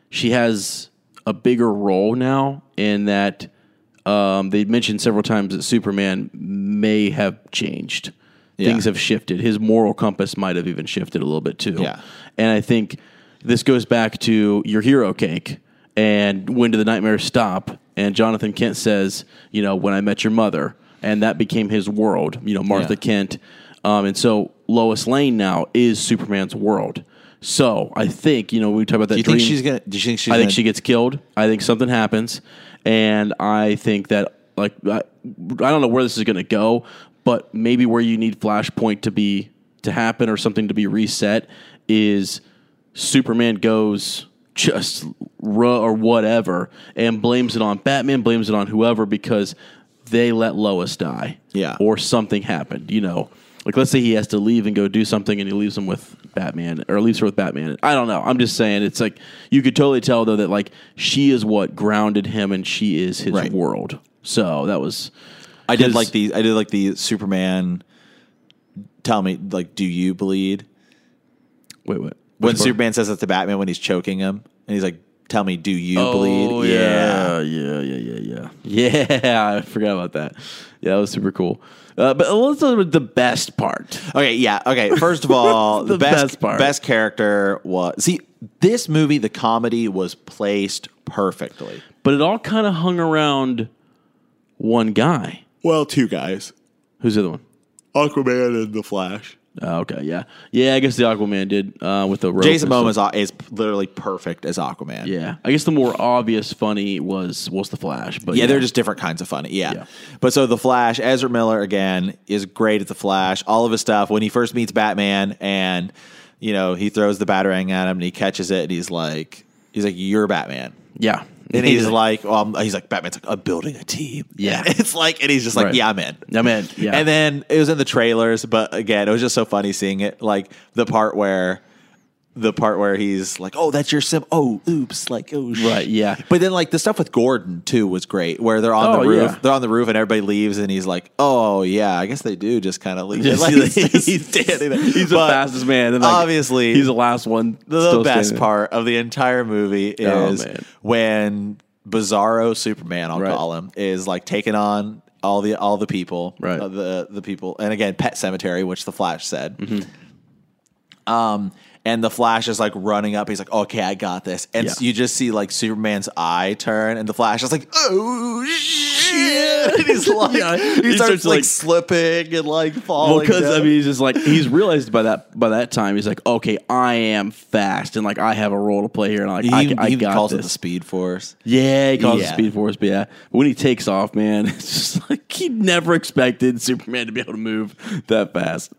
Speaker 1: she has a bigger role now in that um, they mentioned several times that Superman may have changed.
Speaker 2: Yeah.
Speaker 1: Things have shifted. His moral compass might have even shifted a little bit too.
Speaker 2: Yeah.
Speaker 1: And I think this goes back to your hero cake and when did the nightmares stop? And Jonathan Kent says, you know, when I met your mother, and that became his world, you know, Martha
Speaker 2: Yeah.
Speaker 1: Kent. Um, and so Lois Lane now is Superman's world. So I think, you know, we talk about that
Speaker 2: Do you
Speaker 1: dream.
Speaker 2: think she's gonna? Do you think she's?
Speaker 1: I
Speaker 2: gonna,
Speaker 1: think she gets killed. I think something happens, and I think that like I, I don't know where this is going to go, but maybe where you need Flashpoint to be to happen or something to be reset is Superman goes just ruh or whatever and blames it on Batman, blames it on whoever because they let Lois die,
Speaker 2: Yeah.
Speaker 1: or something happened, you know. Like let's say he has to leave and go do something, and he leaves him with Batman, or leaves her with Batman. I don't know. I'm just saying it's like you could totally tell though that like she is what grounded him, and she is his
Speaker 2: Right.
Speaker 1: world. So that was
Speaker 2: I did
Speaker 1: 'Cause-
Speaker 2: like the I did like the Superman. Tell me, like, do you bleed?
Speaker 1: wait wait
Speaker 2: When
Speaker 1: Which part?
Speaker 2: Superman says that to Batman when he's choking him, and he's like, "Tell me, do you
Speaker 1: Oh,
Speaker 2: bleed?"
Speaker 1: yeah, yeah, yeah, yeah, yeah, yeah. I forgot about that. Yeah, that was super cool. Uh, but let's talk about the best part.
Speaker 2: Okay, yeah. Okay. First of all,
Speaker 1: The
Speaker 2: the best
Speaker 1: best part.
Speaker 2: best character was see this movie. The comedy was placed perfectly.
Speaker 1: But it all kind of hung around one guy.
Speaker 2: Well, two guys,
Speaker 1: Who's the other one?
Speaker 2: Aquaman and the Flash.
Speaker 1: Oh, okay, yeah, yeah. I guess the Aquaman did uh, with the rope
Speaker 2: Jason
Speaker 1: and stuff.
Speaker 2: Momoa is, is literally perfect as Aquaman.
Speaker 1: Yeah, I guess the more obvious funny was was the Flash, but
Speaker 2: Yeah, they're just different kinds of funny. Yeah.
Speaker 1: Yeah.
Speaker 2: But so the Flash, Ezra Miller again is great at the Flash. All of his stuff when he first meets Batman and you know, he throws the batarang at him and he catches it and he's like he's like you're Batman.
Speaker 1: yeah.
Speaker 2: And he's like um, he's like Batman's like I'm building a team.
Speaker 1: Yeah.
Speaker 2: It's like and he's just like
Speaker 1: Right.
Speaker 2: yeah, I'm in.
Speaker 1: I mean, yeah,
Speaker 2: And then it was in the trailers, but again, it was just so funny seeing it. Like the part where, the part where he's like, "Oh, that's your sim." Oh, oops! Like, oh, sh-.
Speaker 1: Right, yeah.
Speaker 2: But then, like the stuff with Gordon too was great, where they're on
Speaker 1: Oh,
Speaker 2: the roof,
Speaker 1: yeah.
Speaker 2: they're on the roof, and everybody leaves, and he's like, "Oh, yeah, I guess they do just kind of leave."
Speaker 1: Just-
Speaker 2: Like,
Speaker 1: he's,
Speaker 2: just standing there.
Speaker 1: he's the
Speaker 2: But
Speaker 1: fastest man, and like,
Speaker 2: obviously,
Speaker 1: he's the last one.
Speaker 2: The
Speaker 1: still
Speaker 2: best
Speaker 1: standing.
Speaker 2: part of the entire movie
Speaker 1: Oh,
Speaker 2: is
Speaker 1: man.
Speaker 2: when Bizarro Superman, I'll
Speaker 1: Right.
Speaker 2: call him, is like taking on all the all the people,
Speaker 1: Right.
Speaker 2: uh, the the people, and again, Pet Cemetery, which the Flash said.
Speaker 1: Mm-hmm.
Speaker 2: Um, and the Flash is like running up. He's like, "Okay, I got this," and
Speaker 1: Yeah.
Speaker 2: you just see like Superman's eye turn, and the Flash is like, "Oh shit!" And he's like,
Speaker 1: Yeah,
Speaker 2: he,
Speaker 1: he
Speaker 2: starts
Speaker 1: starts,
Speaker 2: like,
Speaker 1: like-
Speaker 2: slipping and like
Speaker 1: Well,
Speaker 2: falling.
Speaker 1: because I
Speaker 2: down.
Speaker 1: mean, he's just like he's realized by that by that time he's like, okay, I am fast, and like I have a role to play here, and like I,
Speaker 2: he,
Speaker 1: I
Speaker 2: he
Speaker 1: got
Speaker 2: calls it
Speaker 1: this.
Speaker 2: the Speed Force.
Speaker 1: Yeah, he calls it
Speaker 2: Yeah.
Speaker 1: Speed Force, but yeah, when he takes off, man, it's just like he never expected Superman to be able to move that fast.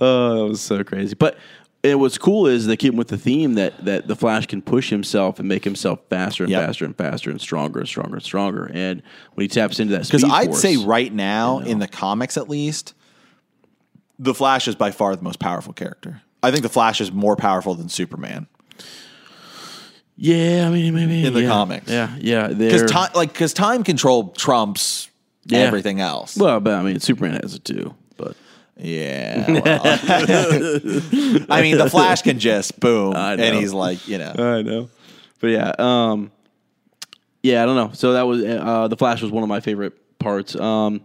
Speaker 1: Oh, that was so crazy. But and what's cool is they keep with the theme that that the Flash can push himself and make himself faster and
Speaker 2: Yep.
Speaker 1: faster and faster and stronger and stronger and stronger. And when he taps into that,
Speaker 2: Because
Speaker 1: Speed
Speaker 2: I'd
Speaker 1: Force-
Speaker 2: say right now in the comics, at least, the Flash is by far the most powerful character. I think the Flash is more powerful than Superman
Speaker 1: yeah, I mean, maybe
Speaker 2: In the
Speaker 1: yeah.
Speaker 2: comics.
Speaker 1: yeah, yeah,
Speaker 2: because
Speaker 1: because
Speaker 2: time, like, because time control trumps
Speaker 1: Yeah.
Speaker 2: everything else.
Speaker 1: Well, but I mean, Superman has it too. But
Speaker 2: Yeah. well. I mean, the Flash can just boom,
Speaker 1: I
Speaker 2: and
Speaker 1: know.
Speaker 2: he's like, you know,
Speaker 1: I know. But yeah, um, yeah, I don't know. So that was uh, the Flash was one of my favorite parts, um,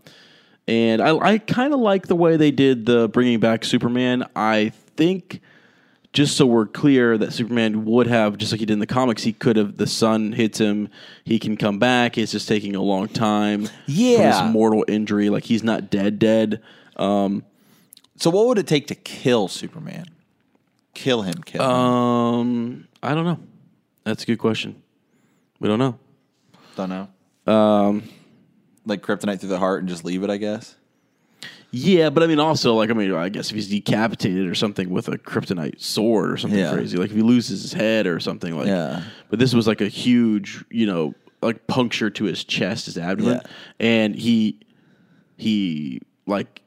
Speaker 1: and I, I kind of like the way they did the bringing back Superman. I think just so we're clear that Superman would have just like he did in the comics, he could have the sun hits him, he can come back. It's just taking a long time.
Speaker 2: Yeah.
Speaker 1: from this mortal injury, like he's not dead, dead.
Speaker 2: So what would it take to kill Superman? Kill him, kill him.
Speaker 1: Um, I don't know. That's a good question. We don't know.
Speaker 2: Don't know. Um, like kryptonite through the heart and just leave it, I guess.
Speaker 1: Yeah, but I mean, also, like, I mean, I guess if he's decapitated or something with a kryptonite sword or something
Speaker 2: Yeah.
Speaker 1: crazy, like if he loses his head or something, like,
Speaker 2: Yeah.
Speaker 1: but this was like a huge, you know, like puncture to his chest, his abdomen,
Speaker 2: Yeah.
Speaker 1: and he, he, like,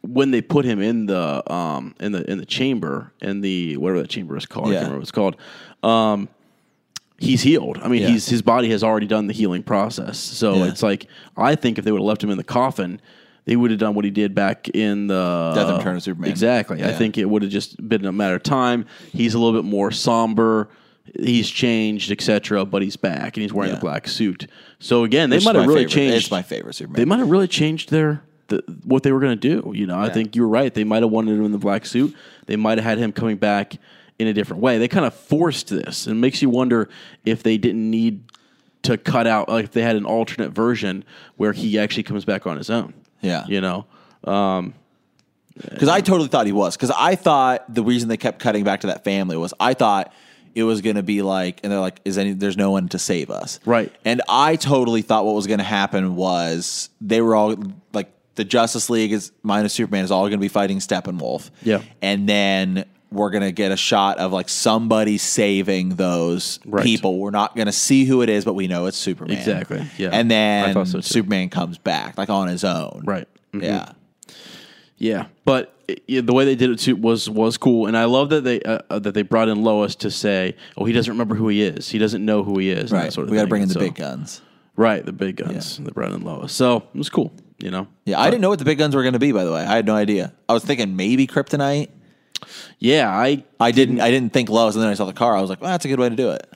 Speaker 1: when they put him in the um in the in the chamber in the whatever that chamber is called, I
Speaker 2: Yeah.
Speaker 1: can't remember what it's called. Um, he's healed. I mean,
Speaker 2: Yeah.
Speaker 1: he's his body has already done the healing process. So
Speaker 2: Yeah.
Speaker 1: it's like I think if they would have left him in the coffin, they would have done what he did back in the
Speaker 2: Death and Return of Superman.
Speaker 1: Exactly. I
Speaker 2: Yeah.
Speaker 1: think it would have just been a matter of time. He's a little bit more somber. He's changed, etc. But he's back and he's wearing
Speaker 2: Yeah.
Speaker 1: the black suit. So again, they
Speaker 2: It's
Speaker 1: might
Speaker 2: my
Speaker 1: have really
Speaker 2: favorite-
Speaker 1: changed
Speaker 2: It's my favorite Superman.
Speaker 1: they might have really changed their the, what they were going to do. You know, I think you're right. They might have wanted him in the black suit. They might have had him coming back in a different way. They kind of forced this, and it makes you wonder if they didn't need to cut out like if they had an alternate version where he actually comes back on his own.
Speaker 2: Yeah.
Speaker 1: you know,
Speaker 2: Because I totally thought he was. Because I thought the reason they kept cutting back to that family was I thought it was going to be like, and they're like, is any? There's no one to save us,
Speaker 1: Right.
Speaker 2: And I totally thought what was going to happen was they were all like the Justice League is minus Superman is all going to be fighting Steppenwolf,
Speaker 1: Yeah.
Speaker 2: and then we're going to get a shot of like somebody saving those
Speaker 1: Right.
Speaker 2: people. We're not going to see who it is, but we know it's Superman,
Speaker 1: Exactly, yeah.
Speaker 2: and
Speaker 1: I
Speaker 2: then
Speaker 1: thought so, too.
Speaker 2: Superman comes back like on his own,
Speaker 1: right? Mhm.
Speaker 2: Yeah.
Speaker 1: Yeah, but it, yeah, the way they did it too was was cool, and I love that they uh, uh, that they brought in Lois to say, "Oh, he doesn't remember who he is. He doesn't know who he is." and that
Speaker 2: Right.
Speaker 1: sort of
Speaker 2: we got to
Speaker 1: thing.
Speaker 2: bring in the
Speaker 1: So-
Speaker 2: big guns.
Speaker 1: Right, the big guns, the Brett and Lois. So it was cool, you know.
Speaker 2: Yeah, I didn't know what the big guns were going to be. By the way, I had no idea. I was thinking maybe kryptonite.
Speaker 1: Yeah, I
Speaker 2: I didn't. I didn't think Lois, and then I saw the car. I was like, well, that's a good way to do it.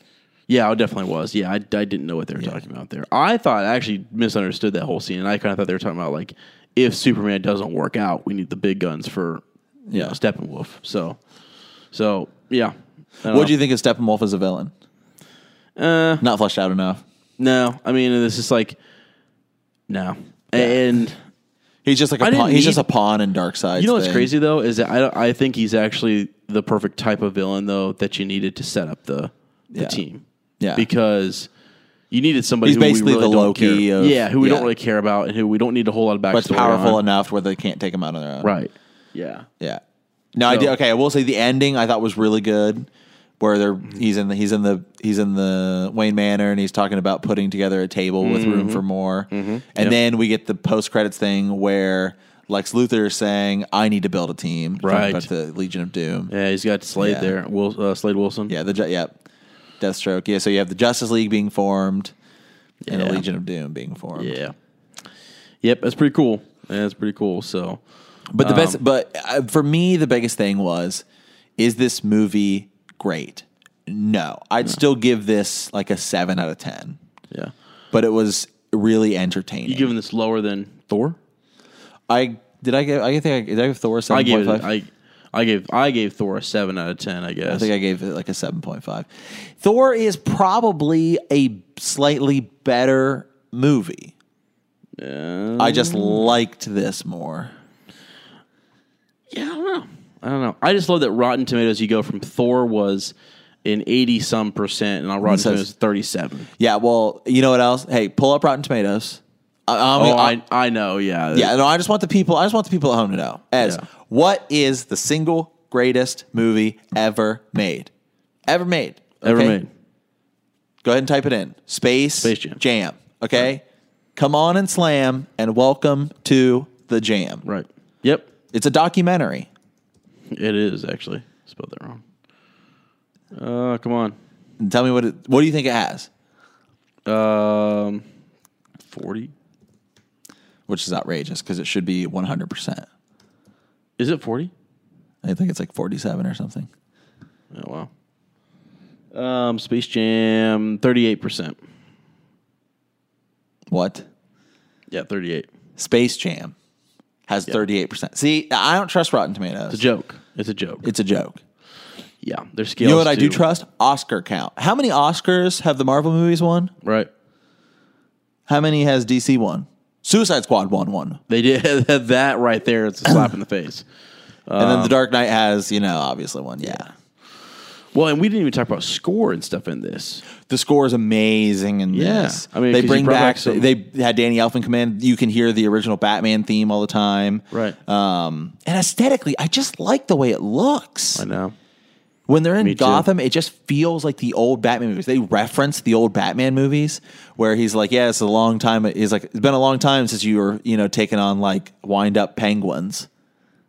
Speaker 1: yeah, I definitely was. Yeah, I, I didn't know what they were talking about there. I thought I actually misunderstood that whole scene, and I kind of thought they were talking about like if Superman doesn't work out, we need the big guns for you
Speaker 2: Yeah.
Speaker 1: know, Steppenwolf. So, so yeah.
Speaker 2: What do you think of Steppenwolf as a villain?
Speaker 1: Uh,
Speaker 2: Not fleshed out enough.
Speaker 1: no, I mean this is like no, and.
Speaker 2: He's just like
Speaker 1: I
Speaker 2: a
Speaker 1: didn't
Speaker 2: pawn. he's just
Speaker 1: need-
Speaker 2: a pawn in Dark Side.
Speaker 1: You know what's crazy though is that I don't, I think he's actually the perfect type of villain though that you needed to set up the the
Speaker 2: Yeah.
Speaker 1: team.
Speaker 2: Yeah.
Speaker 1: because you needed somebody
Speaker 2: He's
Speaker 1: who we
Speaker 2: basically
Speaker 1: really
Speaker 2: the
Speaker 1: don't
Speaker 2: Loki
Speaker 1: care-
Speaker 2: of-
Speaker 1: yeah, who we
Speaker 2: yeah.
Speaker 1: don't really care about and who we don't need a whole lot of backstory.
Speaker 2: But it's powerful
Speaker 1: on.
Speaker 2: enough where they can't take him out on their own.
Speaker 1: right? Yeah,
Speaker 2: Yeah. No, I
Speaker 1: So-
Speaker 2: did. Okay, I will say the ending I thought was really good. Where they're he's in the he's in the he's in the Wayne Manor and he's talking about putting together a table with
Speaker 1: Mm-hmm.
Speaker 2: room for more, and then we get the post credits thing where Lex Luthor is saying, "I need to build a team," talking
Speaker 1: Right.
Speaker 2: About the Legion of Doom. Yeah,
Speaker 1: yeah, he's got Slade
Speaker 2: Yeah.
Speaker 1: there, Will, uh, Slade Wilson.
Speaker 2: the Ju- yeah, Deathstroke. Yeah, so you have the Justice League being formed and the
Speaker 1: Yeah.
Speaker 2: Legion of Doom being formed.
Speaker 1: yeah, yep, that's pretty cool. Yeah, that's pretty cool. So,
Speaker 2: But the
Speaker 1: Um,
Speaker 2: best, but uh, for me, the biggest thing was, is this movie great? No, I'd still give this like a seven out of ten.
Speaker 1: yeah,
Speaker 2: But it was really entertaining.
Speaker 1: you giving this lower than Thor?
Speaker 2: I did I give I think I, did I give Thor
Speaker 1: I
Speaker 2: seven
Speaker 1: gave
Speaker 2: point
Speaker 1: it,
Speaker 2: five?
Speaker 1: I I gave I gave Thor a seven out of ten. I guess.
Speaker 2: I think I gave it like a seven point five. Thor is probably a slightly better movie.
Speaker 1: Yeah.
Speaker 2: I just liked this more.
Speaker 1: Yeah, I don't know. I don't know. I just love that Rotten Tomatoes. You go from Thor was an eighty some percent, and on Rotten
Speaker 2: It says-
Speaker 1: Tomatoes thirty seven.
Speaker 2: Yeah. Well, you know what else? Hey, pull up Rotten Tomatoes. I, I'm,
Speaker 1: Oh,
Speaker 2: I-
Speaker 1: I, I know. Yeah,
Speaker 2: Yeah, no, I just want the people. I just want the people at home to know as
Speaker 1: Yeah.
Speaker 2: what is the single greatest movie ever made, ever made,
Speaker 1: Ever
Speaker 2: okay?
Speaker 1: made?
Speaker 2: Go ahead and type it in. Space,
Speaker 1: Space Jam.
Speaker 2: Okay, come on and slam, and welcome to the jam.
Speaker 1: Right. Yep.
Speaker 2: It's a documentary.
Speaker 1: It is actually spelled that wrong. Uh, come on.
Speaker 2: And tell me what it, what do you think it has?
Speaker 1: Um, forty.
Speaker 2: which is outrageous because it should be 100%.
Speaker 1: Is it 40?
Speaker 2: I think it's like 47 or something.
Speaker 1: Oh, wow. Um, Space Jam, 38%.
Speaker 2: What?
Speaker 1: Yeah, 38.
Speaker 2: Space Jam has 38%. See, I don't trust Rotten Tomatoes.
Speaker 1: It's a joke. It's a joke.
Speaker 2: It's a joke.
Speaker 1: yeah, their
Speaker 2: You
Speaker 1: scales.
Speaker 2: know what I do
Speaker 1: too.
Speaker 2: trust? Oscar count. How many Oscars have the Marvel movies won?
Speaker 1: Right.
Speaker 2: How many has DC won? Suicide Squad won one.
Speaker 1: They did that right there. It's a slap in the face.
Speaker 2: and
Speaker 1: Um,
Speaker 2: then The Dark Knight has, you know, obviously one. Yeah.
Speaker 1: Well, and we didn't even talk about score and stuff in this.
Speaker 2: The score is amazing in
Speaker 1: Yeah.
Speaker 2: this.
Speaker 1: I mean, 'cause
Speaker 2: they
Speaker 1: you
Speaker 2: bring
Speaker 1: brought
Speaker 2: back,
Speaker 1: back some-
Speaker 2: they had Danny Elfman come in. You can hear the original Batman theme all the time.
Speaker 1: Right.
Speaker 2: Um, and aesthetically, I just like the way it looks.
Speaker 1: I know.
Speaker 2: When they're in
Speaker 1: too.
Speaker 2: Gotham, it just feels like the old Batman movies. They reference the old Batman movies where he's like, "Yeah, it's a long time." He's like, "It's been a long time since you were, you know, taking on like wind up penguins."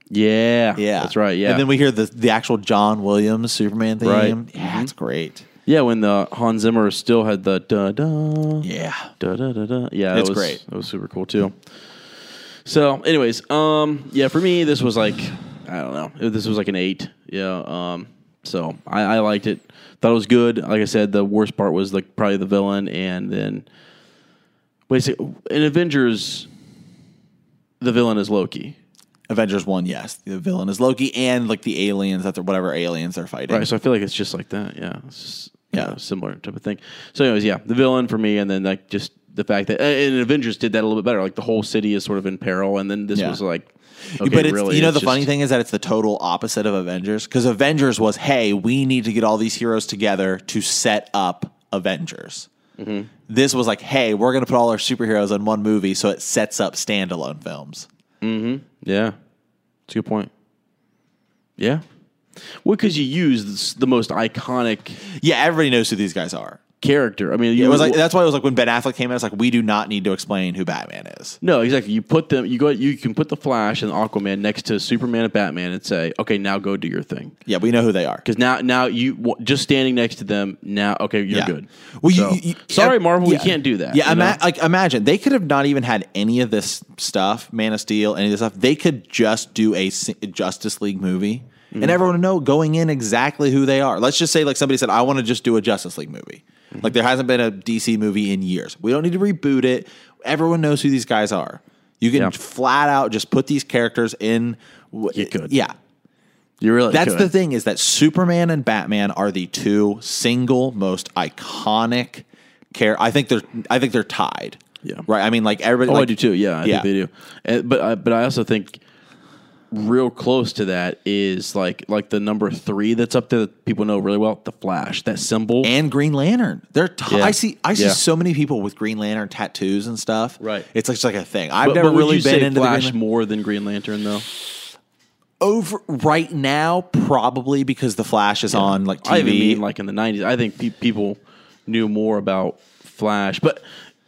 Speaker 1: Yeah.
Speaker 2: Yeah,
Speaker 1: That's right. Yeah.
Speaker 2: And then we hear the the actual John Williams Superman theme.
Speaker 1: Right.
Speaker 2: Yeah, it's great.
Speaker 1: yeah, when the Hans Zimmer still had the da da.
Speaker 2: Yeah,
Speaker 1: Da, da, da, da. Yeah, that
Speaker 2: It's
Speaker 1: was,
Speaker 2: great.
Speaker 1: That was super cool too. So, anyways, um, yeah, for me, this was like I don't know, It- this was like an eight. Yeah, um, so I, I liked it. Thought it was good. Like I said, the worst part was like probably the villain, and then wait a second. In Avengers, the villain is Loki,
Speaker 2: Avengers one. Yes, the villain is Loki, and like the aliens that they're whatever aliens they're fighting.
Speaker 1: right? So I feel like it's just like that. Yeah, it's just, you
Speaker 2: Yeah.
Speaker 1: know, similar type of thing. So, anyways, yeah, the villain for me, and then like just the fact that and Avengers did that a little bit better. Like the whole city is sort of in peril, and then this
Speaker 2: Yeah.
Speaker 1: was like, okay,
Speaker 2: but it's,
Speaker 1: really,
Speaker 2: you know
Speaker 1: it's
Speaker 2: the funny
Speaker 1: just-
Speaker 2: thing is that it's the total opposite of Avengers because Avengers was hey we need to get all these heroes together to set up Avengers.
Speaker 1: Mm-hmm.
Speaker 2: This was like hey we're gonna put all our superheroes in one movie so it sets up standalone films.
Speaker 1: Yeah, it's a good point. Yeah, well, because you use this- the most iconic
Speaker 2: Yeah, everybody knows who these guys are.
Speaker 1: character. I mean, you,
Speaker 2: It was like that's why it was like when Ben Affleck came out, it's like we do not need to explain who Batman is.
Speaker 1: no, exactly. You put them. You go. You can put the Flash and Aquaman next to Superman and Batman and say, okay, now go do your thing.
Speaker 2: Yeah, we know who they are.
Speaker 1: Because now, now you w- just standing next to them. Now, okay, you're
Speaker 2: Yeah.
Speaker 1: good.
Speaker 2: Well, you,
Speaker 1: So,
Speaker 2: you- you-
Speaker 1: sorry,
Speaker 2: uh,
Speaker 1: Marvel, you
Speaker 2: yeah.
Speaker 1: can't do that.
Speaker 2: Yeah,
Speaker 1: you know?
Speaker 2: ima- like imagine they could have not even had any of this stuff, Man of Steel, any of this stuff. They could just do a si- Justice League movie,
Speaker 1: Mm-hmm.
Speaker 2: and everyone would know going in exactly who they are. Let's just say, like somebody said, I want to just do a Justice League movie.
Speaker 1: Mm-hmm.
Speaker 2: Like there hasn't been a DC movie in years. We don't need to reboot it. Everyone knows who these guys are. You can
Speaker 1: Yeah.
Speaker 2: flat out just put these characters in. You
Speaker 1: could.
Speaker 2: yeah.
Speaker 1: you really.
Speaker 2: That's
Speaker 1: could.
Speaker 2: the thing is that Superman and Batman are the two single most iconic care. I think they're I think they're tied.
Speaker 1: Yeah.
Speaker 2: Right. I mean, like everybody.
Speaker 1: Oh,
Speaker 2: like,
Speaker 1: I do too. Yeah, I
Speaker 2: yeah.
Speaker 1: think they do. And, but I, but I also think real close to that is like like the number three that's up there that people know really well, the Flash. That symbol.
Speaker 2: And Green Lantern. They're ti
Speaker 1: Yeah.
Speaker 2: I see. I see
Speaker 1: Yeah.
Speaker 2: so many people with Green Lantern tattoos and stuff.
Speaker 1: Right.
Speaker 2: It's like, it's like a thing. I've
Speaker 1: but,
Speaker 2: never
Speaker 1: but would
Speaker 2: really
Speaker 1: you
Speaker 2: been
Speaker 1: say
Speaker 2: into
Speaker 1: Flash
Speaker 2: the Green Lan-
Speaker 1: more than Green Lantern though.
Speaker 2: over right now, probably because the Flash is on like TV.
Speaker 1: I even mean like in the nineties. I think pe- people knew more about Flash, but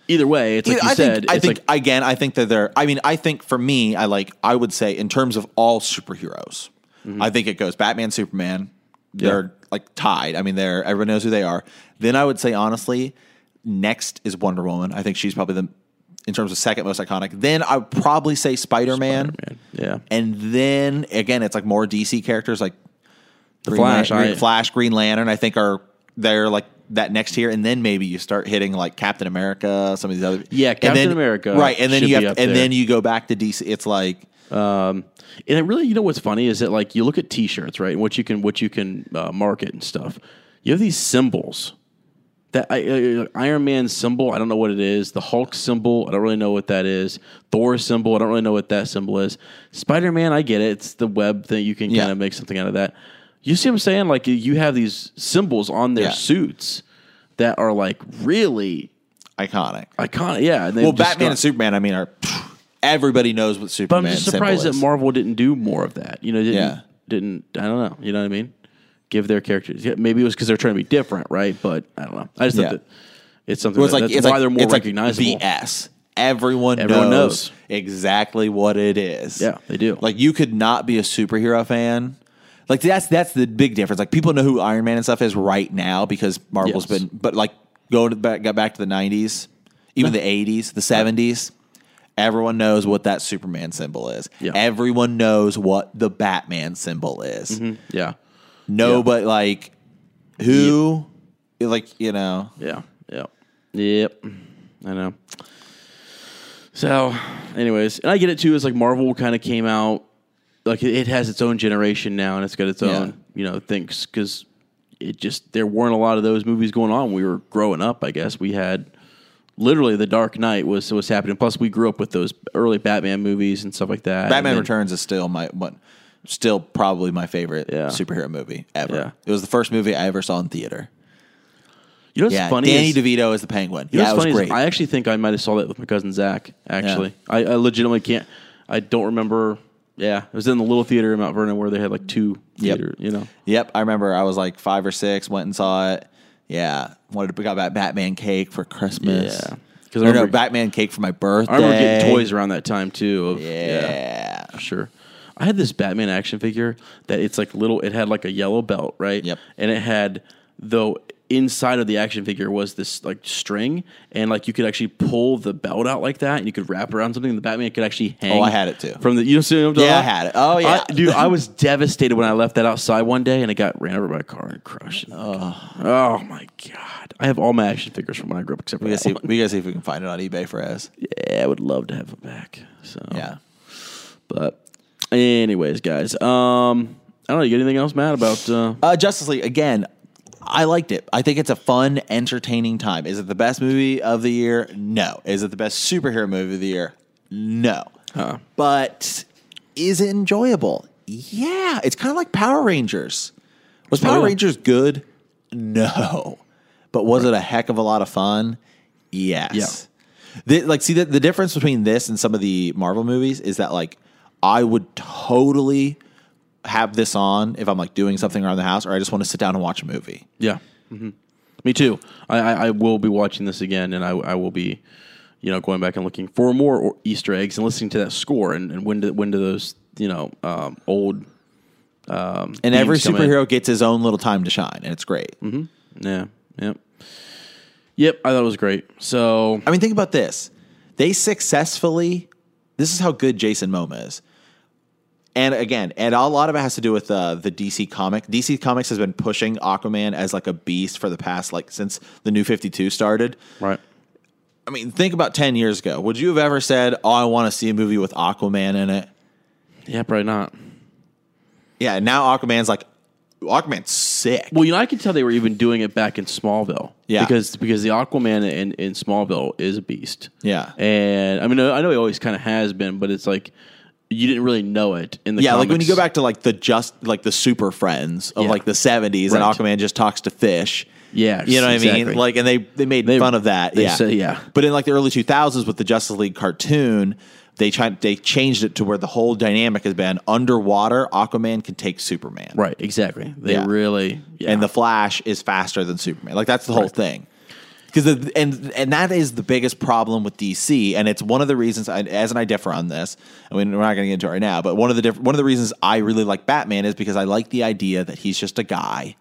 Speaker 1: either way, it's like
Speaker 2: Yeah,
Speaker 1: you
Speaker 2: I
Speaker 1: said.
Speaker 2: think, I
Speaker 1: it's
Speaker 2: think
Speaker 1: like,
Speaker 2: again, I think that they're. I mean, I think for me, I like. I would say in terms of all superheroes,
Speaker 1: Mm-hmm.
Speaker 2: I think it goes Batman, Superman. They're like tied. I mean, they're everyone knows who they are. Then I would say honestly, next is Wonder Woman. I think she's probably the in terms of second most iconic. Then I would probably say Spider Man.
Speaker 1: yeah,
Speaker 2: And then again, it's like more DC characters like the
Speaker 1: Flash, I-
Speaker 2: Flash, Green Lantern. I think are they're like that next tier, and then maybe you start hitting like Captain America, some of these other
Speaker 1: Yeah,
Speaker 2: And
Speaker 1: Captain
Speaker 2: then-
Speaker 1: America
Speaker 2: right? And then
Speaker 1: should
Speaker 2: you
Speaker 1: be
Speaker 2: have, and
Speaker 1: up there.
Speaker 2: then you go back to DC. It's like
Speaker 1: and it really, you know, what's funny is that like you look at T-shirts, right, and what you can what you can uh, market and stuff. You have these symbols. That I, uh, Iron Man symbol, I don't know what it is. The Hulk symbol, I don't really know what that is. Thor symbol, I don't really know what that symbol is. Spider Man, I get it. It's the web thing. You can
Speaker 2: Yeah.
Speaker 1: kind of make something out of that. You see what I'm saying? Like you have these symbols on their
Speaker 2: Yeah.
Speaker 1: suits that are like really
Speaker 2: iconic.
Speaker 1: iconic. Yeah. and they've
Speaker 2: Well,
Speaker 1: just
Speaker 2: Batman
Speaker 1: got-
Speaker 2: and Superman. I mean, are everybody knows what
Speaker 1: But
Speaker 2: Superman.
Speaker 1: I'm just surprised
Speaker 2: symbol
Speaker 1: that
Speaker 2: is.
Speaker 1: Marvel didn't do more of that. You know, didn't,
Speaker 2: Yeah.
Speaker 1: didn't I don't know. You know what I mean? Give their characters. Yeah, maybe it was because they're trying to be different, right? But I don't know. I just
Speaker 2: Yeah.
Speaker 1: think that it's something
Speaker 2: Well, it's
Speaker 1: that-
Speaker 2: like
Speaker 1: that's
Speaker 2: it's
Speaker 1: why
Speaker 2: like,
Speaker 1: they're more
Speaker 2: it's like
Speaker 1: recognizable.
Speaker 2: BS. Everyone,
Speaker 1: Everyone
Speaker 2: knows,
Speaker 1: knows.
Speaker 2: exactly what it is.
Speaker 1: Yeah, they do.
Speaker 2: Like you could not be a superhero fan. Like that's that's the big difference. Like people know who Iron Man and stuff is right now because Marvel's
Speaker 1: Yes.
Speaker 2: been. But like going to back, got back to the nineties, even the eighties, the seventies. Everyone knows what that Superman symbol is.
Speaker 1: Yeah.
Speaker 2: Everyone knows what the Batman symbol
Speaker 1: Mm-hmm.
Speaker 2: is.
Speaker 1: Yeah.
Speaker 2: No, but like who like, you know.
Speaker 1: Yeah. Yep. Yep. I know. So, anyways, and I get it too. It's like Marvel kind of came out, like it it has its own generation now, and it's got its own,
Speaker 2: Yeah.
Speaker 1: you know, things because it just there weren't a lot of those movies going on. when We were growing up, I guess. We had literally The Dark Knight was was happening. Plus, we grew up with those early Batman movies and stuff like that.
Speaker 2: Batman
Speaker 1: And then-
Speaker 2: Returns is still my one still probably my favorite
Speaker 1: Yeah.
Speaker 2: superhero movie ever.
Speaker 1: Yeah.
Speaker 2: It was the first movie I ever saw in theater.
Speaker 1: You know what's
Speaker 2: Yeah,
Speaker 1: funny?
Speaker 2: Danny
Speaker 1: is-
Speaker 2: DeVito is the penguin.
Speaker 1: You know
Speaker 2: yeah, it
Speaker 1: what's
Speaker 2: was
Speaker 1: funny is
Speaker 2: great.
Speaker 1: I actually think I might have saw that with my cousin Zach. Actually, I, I legitimately can't. I don't remember. Yeah, it was in the little theater in Mount Vernon where they had like two
Speaker 2: Yep.
Speaker 1: theater. You know,
Speaker 2: Yep, I remember. I was like five or six. Went and saw it. Yeah, wanted to got that Batman cake for Christmas.
Speaker 1: Yeah. 'Cause
Speaker 2: because
Speaker 1: I
Speaker 2: I remember
Speaker 1: remember-
Speaker 2: Batman cake for my birthday.
Speaker 1: I remember getting toys around that time too. Of,
Speaker 2: Yeah.
Speaker 1: for sure. I had this Batman action figure that it's like little. It had like a yellow belt, right?
Speaker 2: Yep.
Speaker 1: And it had though inside of the action figure was this like string, and like you could actually pull the belt out like that, and you could wrap around something. And the Batman could actually hang.
Speaker 2: Oh, I had it too.
Speaker 1: From the you know see what I'm talking
Speaker 2: Yeah, I
Speaker 1: about?
Speaker 2: had it. Oh, yeah.
Speaker 1: I, dude. I was devastated when I left that outside one day, and it got ran over by a car and crushed. Oh, oh my god! I have all my action figures from when I grew up except for
Speaker 2: We gotta
Speaker 1: that
Speaker 2: see.
Speaker 1: one.
Speaker 2: We gotta see if we can find it on eBay for us.
Speaker 1: Yeah, I would love to have them back. So
Speaker 2: Yeah.
Speaker 1: but anyways, guys. Um I don't know, you got anything else, Matt, about uh
Speaker 2: Uh, Justice League again. I liked it. I think it's a fun, entertaining time. Is it the best movie of the year? No. Is it the best superhero movie of the year? No. But is it enjoyable? Yeah. It's kind of like Power Rangers. Was Power
Speaker 1: yeah.
Speaker 2: Rangers good? No. But was it a heck of a lot of fun? Yes. The- like, see, the, the difference between this and some of the Marvel movies is that, like, I would totally have this on if I'm like doing something around the house or I just want to sit down and watch a movie.
Speaker 1: Yeah. hmm Me too. I, I, I will be watching this again and I I will be, you know, going back and looking for more or Easter eggs and listening to that score and, and when do when do those, you know, um old
Speaker 2: And every
Speaker 1: come in.
Speaker 2: superhero gets his own little time to shine, and it's great.
Speaker 1: yeah, yep. Yep, I thought it was great. So
Speaker 2: I mean, think about this. They successfully, this is how good Jason Momoa is. And again, and a lot of it has to do with uh, the DC comic. DC Comics has been pushing Aquaman as like a beast for the past, like since the new 52 started.
Speaker 1: right.
Speaker 2: I mean, think about 10 years ago. Would you have ever said, Oh, I want to see a movie with Aquaman in it?
Speaker 1: Yeah, probably not.
Speaker 2: Yeah, and now Aquaman's like, Aquaman's sick.
Speaker 1: Well, you know, I could tell they were even doing it back in Smallville.
Speaker 2: Yeah.
Speaker 1: Because because the Aquaman in, in Smallville is a beast.
Speaker 2: Yeah.
Speaker 1: And I mean, I know he always kind of has been, but it's like you didn't really know it in the
Speaker 2: yeah, like when you
Speaker 1: comics.
Speaker 2: go back to like the just like the super friends of
Speaker 1: Yeah.
Speaker 2: like the seventies,
Speaker 1: Right.
Speaker 2: and Aquaman just talks to fish.
Speaker 1: Yes,
Speaker 2: you know what I
Speaker 1: exactly.
Speaker 2: mean. Like, and they they made
Speaker 1: They-
Speaker 2: fun of that.
Speaker 1: they
Speaker 2: yeah,
Speaker 1: say- yeah.
Speaker 2: But in like the early two thousands with the Justice League cartoon, they tried they changed it to where the whole dynamic has been underwater. Aquaman can take Superman,
Speaker 1: Right, exactly. They
Speaker 2: Yeah.
Speaker 1: really. Yeah.
Speaker 2: and the Flash is faster than Superman. Like that's the whole thing. Because and and that is the biggest problem with DC, and it's one of the reasons. I, as and I differ on this, I mean, we're not going to get into it right now. But one of the diff- one of the reasons I really like Batman is because I like the idea that he's just a guy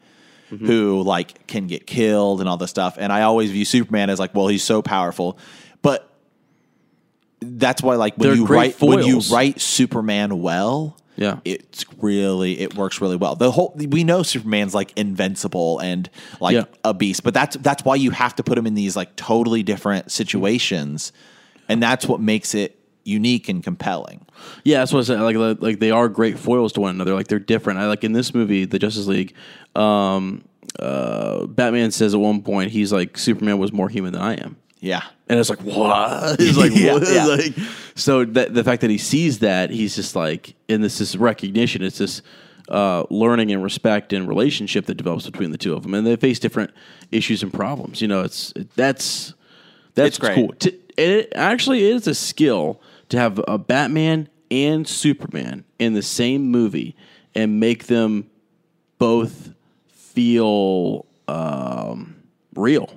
Speaker 1: Mm-hmm.
Speaker 2: who like can get killed and all this stuff. And I always view Superman as like, well, he's so powerful, but that's why like when
Speaker 1: They're
Speaker 2: you
Speaker 1: great
Speaker 2: write when you
Speaker 1: foils.
Speaker 2: write Superman well,
Speaker 1: Yeah.
Speaker 2: it's really it works really well. The whole we know Superman's like invincible and like
Speaker 1: Yeah.
Speaker 2: a beast, but that's that's why you have to put him in these like totally different situations, and that's what makes it unique and compelling.
Speaker 1: Yeah, that's what I said. Like, like, like they are great foils to one another. Like they're different. I like in this movie, the Justice League. Um, uh, Batman says at one point he's like Superman was more human than I am.
Speaker 2: Yeah,
Speaker 1: And it's like, what? It's like,
Speaker 2: Yeah,
Speaker 1: what?
Speaker 2: yeah.
Speaker 1: Like, so that, the fact that he sees that, he's just like, and this is recognition. It's this uh, learning and respect and relationship that develops between the two of them, and they face different issues and problems. You know, it's it, that's that's
Speaker 2: It's great.
Speaker 1: cool. To, and it actually is a skill to have a Batman and Superman in the same movie and make them both feel um, real.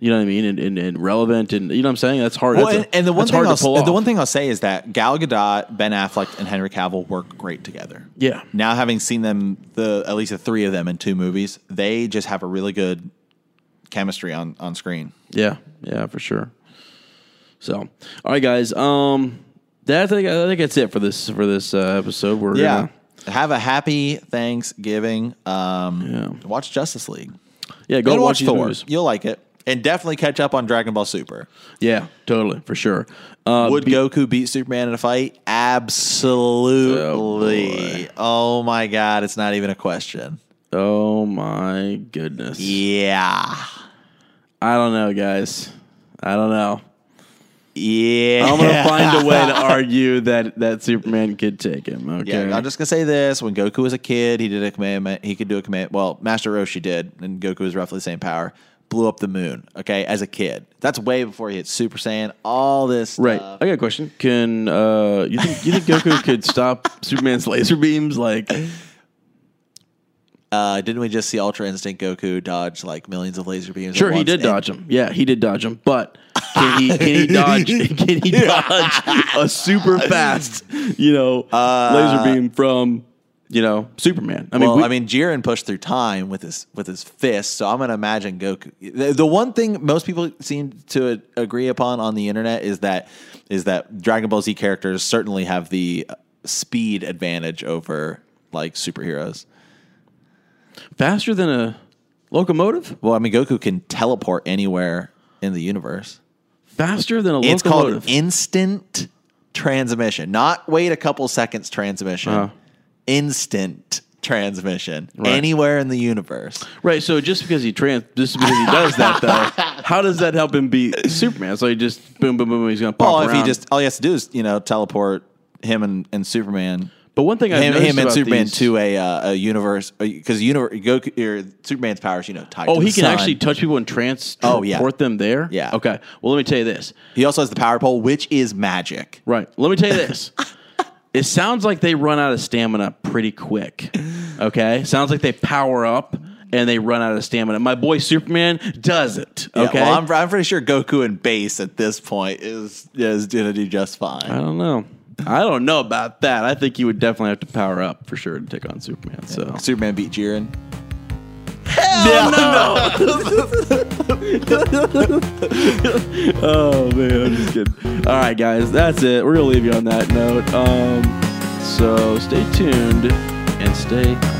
Speaker 1: You know what I mean, and, and, and relevant, and you know what I'm saying. That's hard.
Speaker 2: well,
Speaker 1: that's a-
Speaker 2: and, and the one
Speaker 1: that's
Speaker 2: thing
Speaker 1: hard
Speaker 2: I'll,
Speaker 1: to pull
Speaker 2: the
Speaker 1: off.
Speaker 2: one thing I'll say is that Gal Gadot, Ben Affleck, and Henry Cavill work great together.
Speaker 1: Yeah.
Speaker 2: now having seen them, the at least the three of them in two movies, they just have a really good chemistry on on screen.
Speaker 1: Yeah, yeah, for sure. So, all right, guys. Um, that I think I think that's it for this for this uh, episode. We're
Speaker 2: Yeah.
Speaker 1: gonna-
Speaker 2: Have a happy Thanksgiving. Um,
Speaker 1: Yeah.
Speaker 2: Watch Justice League.
Speaker 1: yeah. Go
Speaker 2: Go
Speaker 1: watch,
Speaker 2: watch
Speaker 1: these
Speaker 2: Thor.
Speaker 1: movies.
Speaker 2: You'll like it. And definitely catch up on Dragon Ball Super.
Speaker 1: Yeah, totally for sure. Uh,
Speaker 2: Would
Speaker 1: be-
Speaker 2: Goku beat Superman in a fight?
Speaker 1: Oh,
Speaker 2: Absolutely. Oh, my God. It's not even a question.
Speaker 1: Oh my goodness.
Speaker 2: Yeah.
Speaker 1: I don't know, guys. I don't know.
Speaker 2: Yeah.
Speaker 1: I'm gonna find a way to argue that that Superman could take him. Okay.
Speaker 2: Yeah, I'm just gonna say this: when Goku was a kid, he did a commandment. He could do a command. Well, Master Roshi did, and Goku was roughly the same power. Blew up the moon. Okay, as a kid, that's way before he hit Super Saiyan. All this,
Speaker 1: right.
Speaker 2: stuff.
Speaker 1: I got a question. Can uh, you think you think Goku could stop Superman's laser beams? Like,
Speaker 2: Uh, didn't we just see Ultra Instinct Goku dodge like millions of laser beams? at
Speaker 1: sure, he
Speaker 2: once?
Speaker 1: did
Speaker 2: And-
Speaker 1: dodge him. Yeah, he did dodge him. But can he can he dodge can he dodge a super fast you know laser beam from you know Superman? I mean,
Speaker 2: Uh, well,
Speaker 1: we-
Speaker 2: I mean, Jiren pushed through time with his with his fist, so I'm gonna imagine Goku. The, the one thing most people seem to a- agree upon on the internet is that is that Dragon Ball Z characters certainly have the speed advantage over like superheroes.
Speaker 1: faster than a locomotive,
Speaker 2: Well, I mean, Goku can teleport anywhere in the universe.
Speaker 1: faster than a
Speaker 2: It's
Speaker 1: locomotive.
Speaker 2: called instant transmission, not wait a couple seconds transmission.
Speaker 1: Uh-huh.
Speaker 2: Instant transmission
Speaker 1: Right.
Speaker 2: anywhere in the universe.
Speaker 1: Right. So just because he trans, just because he does that though, how does that help him beat Superman? So he just boom, boom, boom, boom he's gonna pop
Speaker 2: Well,
Speaker 1: around.
Speaker 2: if he just all he has to do is you know teleport him and, and Superman,
Speaker 1: but one thing I
Speaker 2: him,
Speaker 1: noticed
Speaker 2: him and
Speaker 1: about
Speaker 2: Superman
Speaker 1: these,
Speaker 2: to a uh, a universe because universe Goku or Superman's powers you know tied.
Speaker 1: Oh,
Speaker 2: to
Speaker 1: he
Speaker 2: the
Speaker 1: can
Speaker 2: sun.
Speaker 1: actually touch people and trans.
Speaker 2: Oh, yeah.
Speaker 1: Transport them there.
Speaker 2: Yeah.
Speaker 1: Okay. Well, let me tell you this.
Speaker 2: He also has the power pole, which is magic.
Speaker 1: Right. Let me tell you this. it sounds like they run out of stamina pretty quick. Okay. Sounds like they power up and they run out of stamina. My boy Superman doesn't.
Speaker 2: Yeah,
Speaker 1: Okay.
Speaker 2: well, I'm, I'm pretty sure Goku and base at this point is is gonna do just fine.
Speaker 1: I don't know. I don't know about that. I think he would definitely have to power up for sure to take on Superman. So.
Speaker 2: Superman beat Jiren.
Speaker 1: Yeah, no. oh man, I'm just kidding. All right, guys, that's it. We're gonna leave you on that note. Um, so stay tuned and stay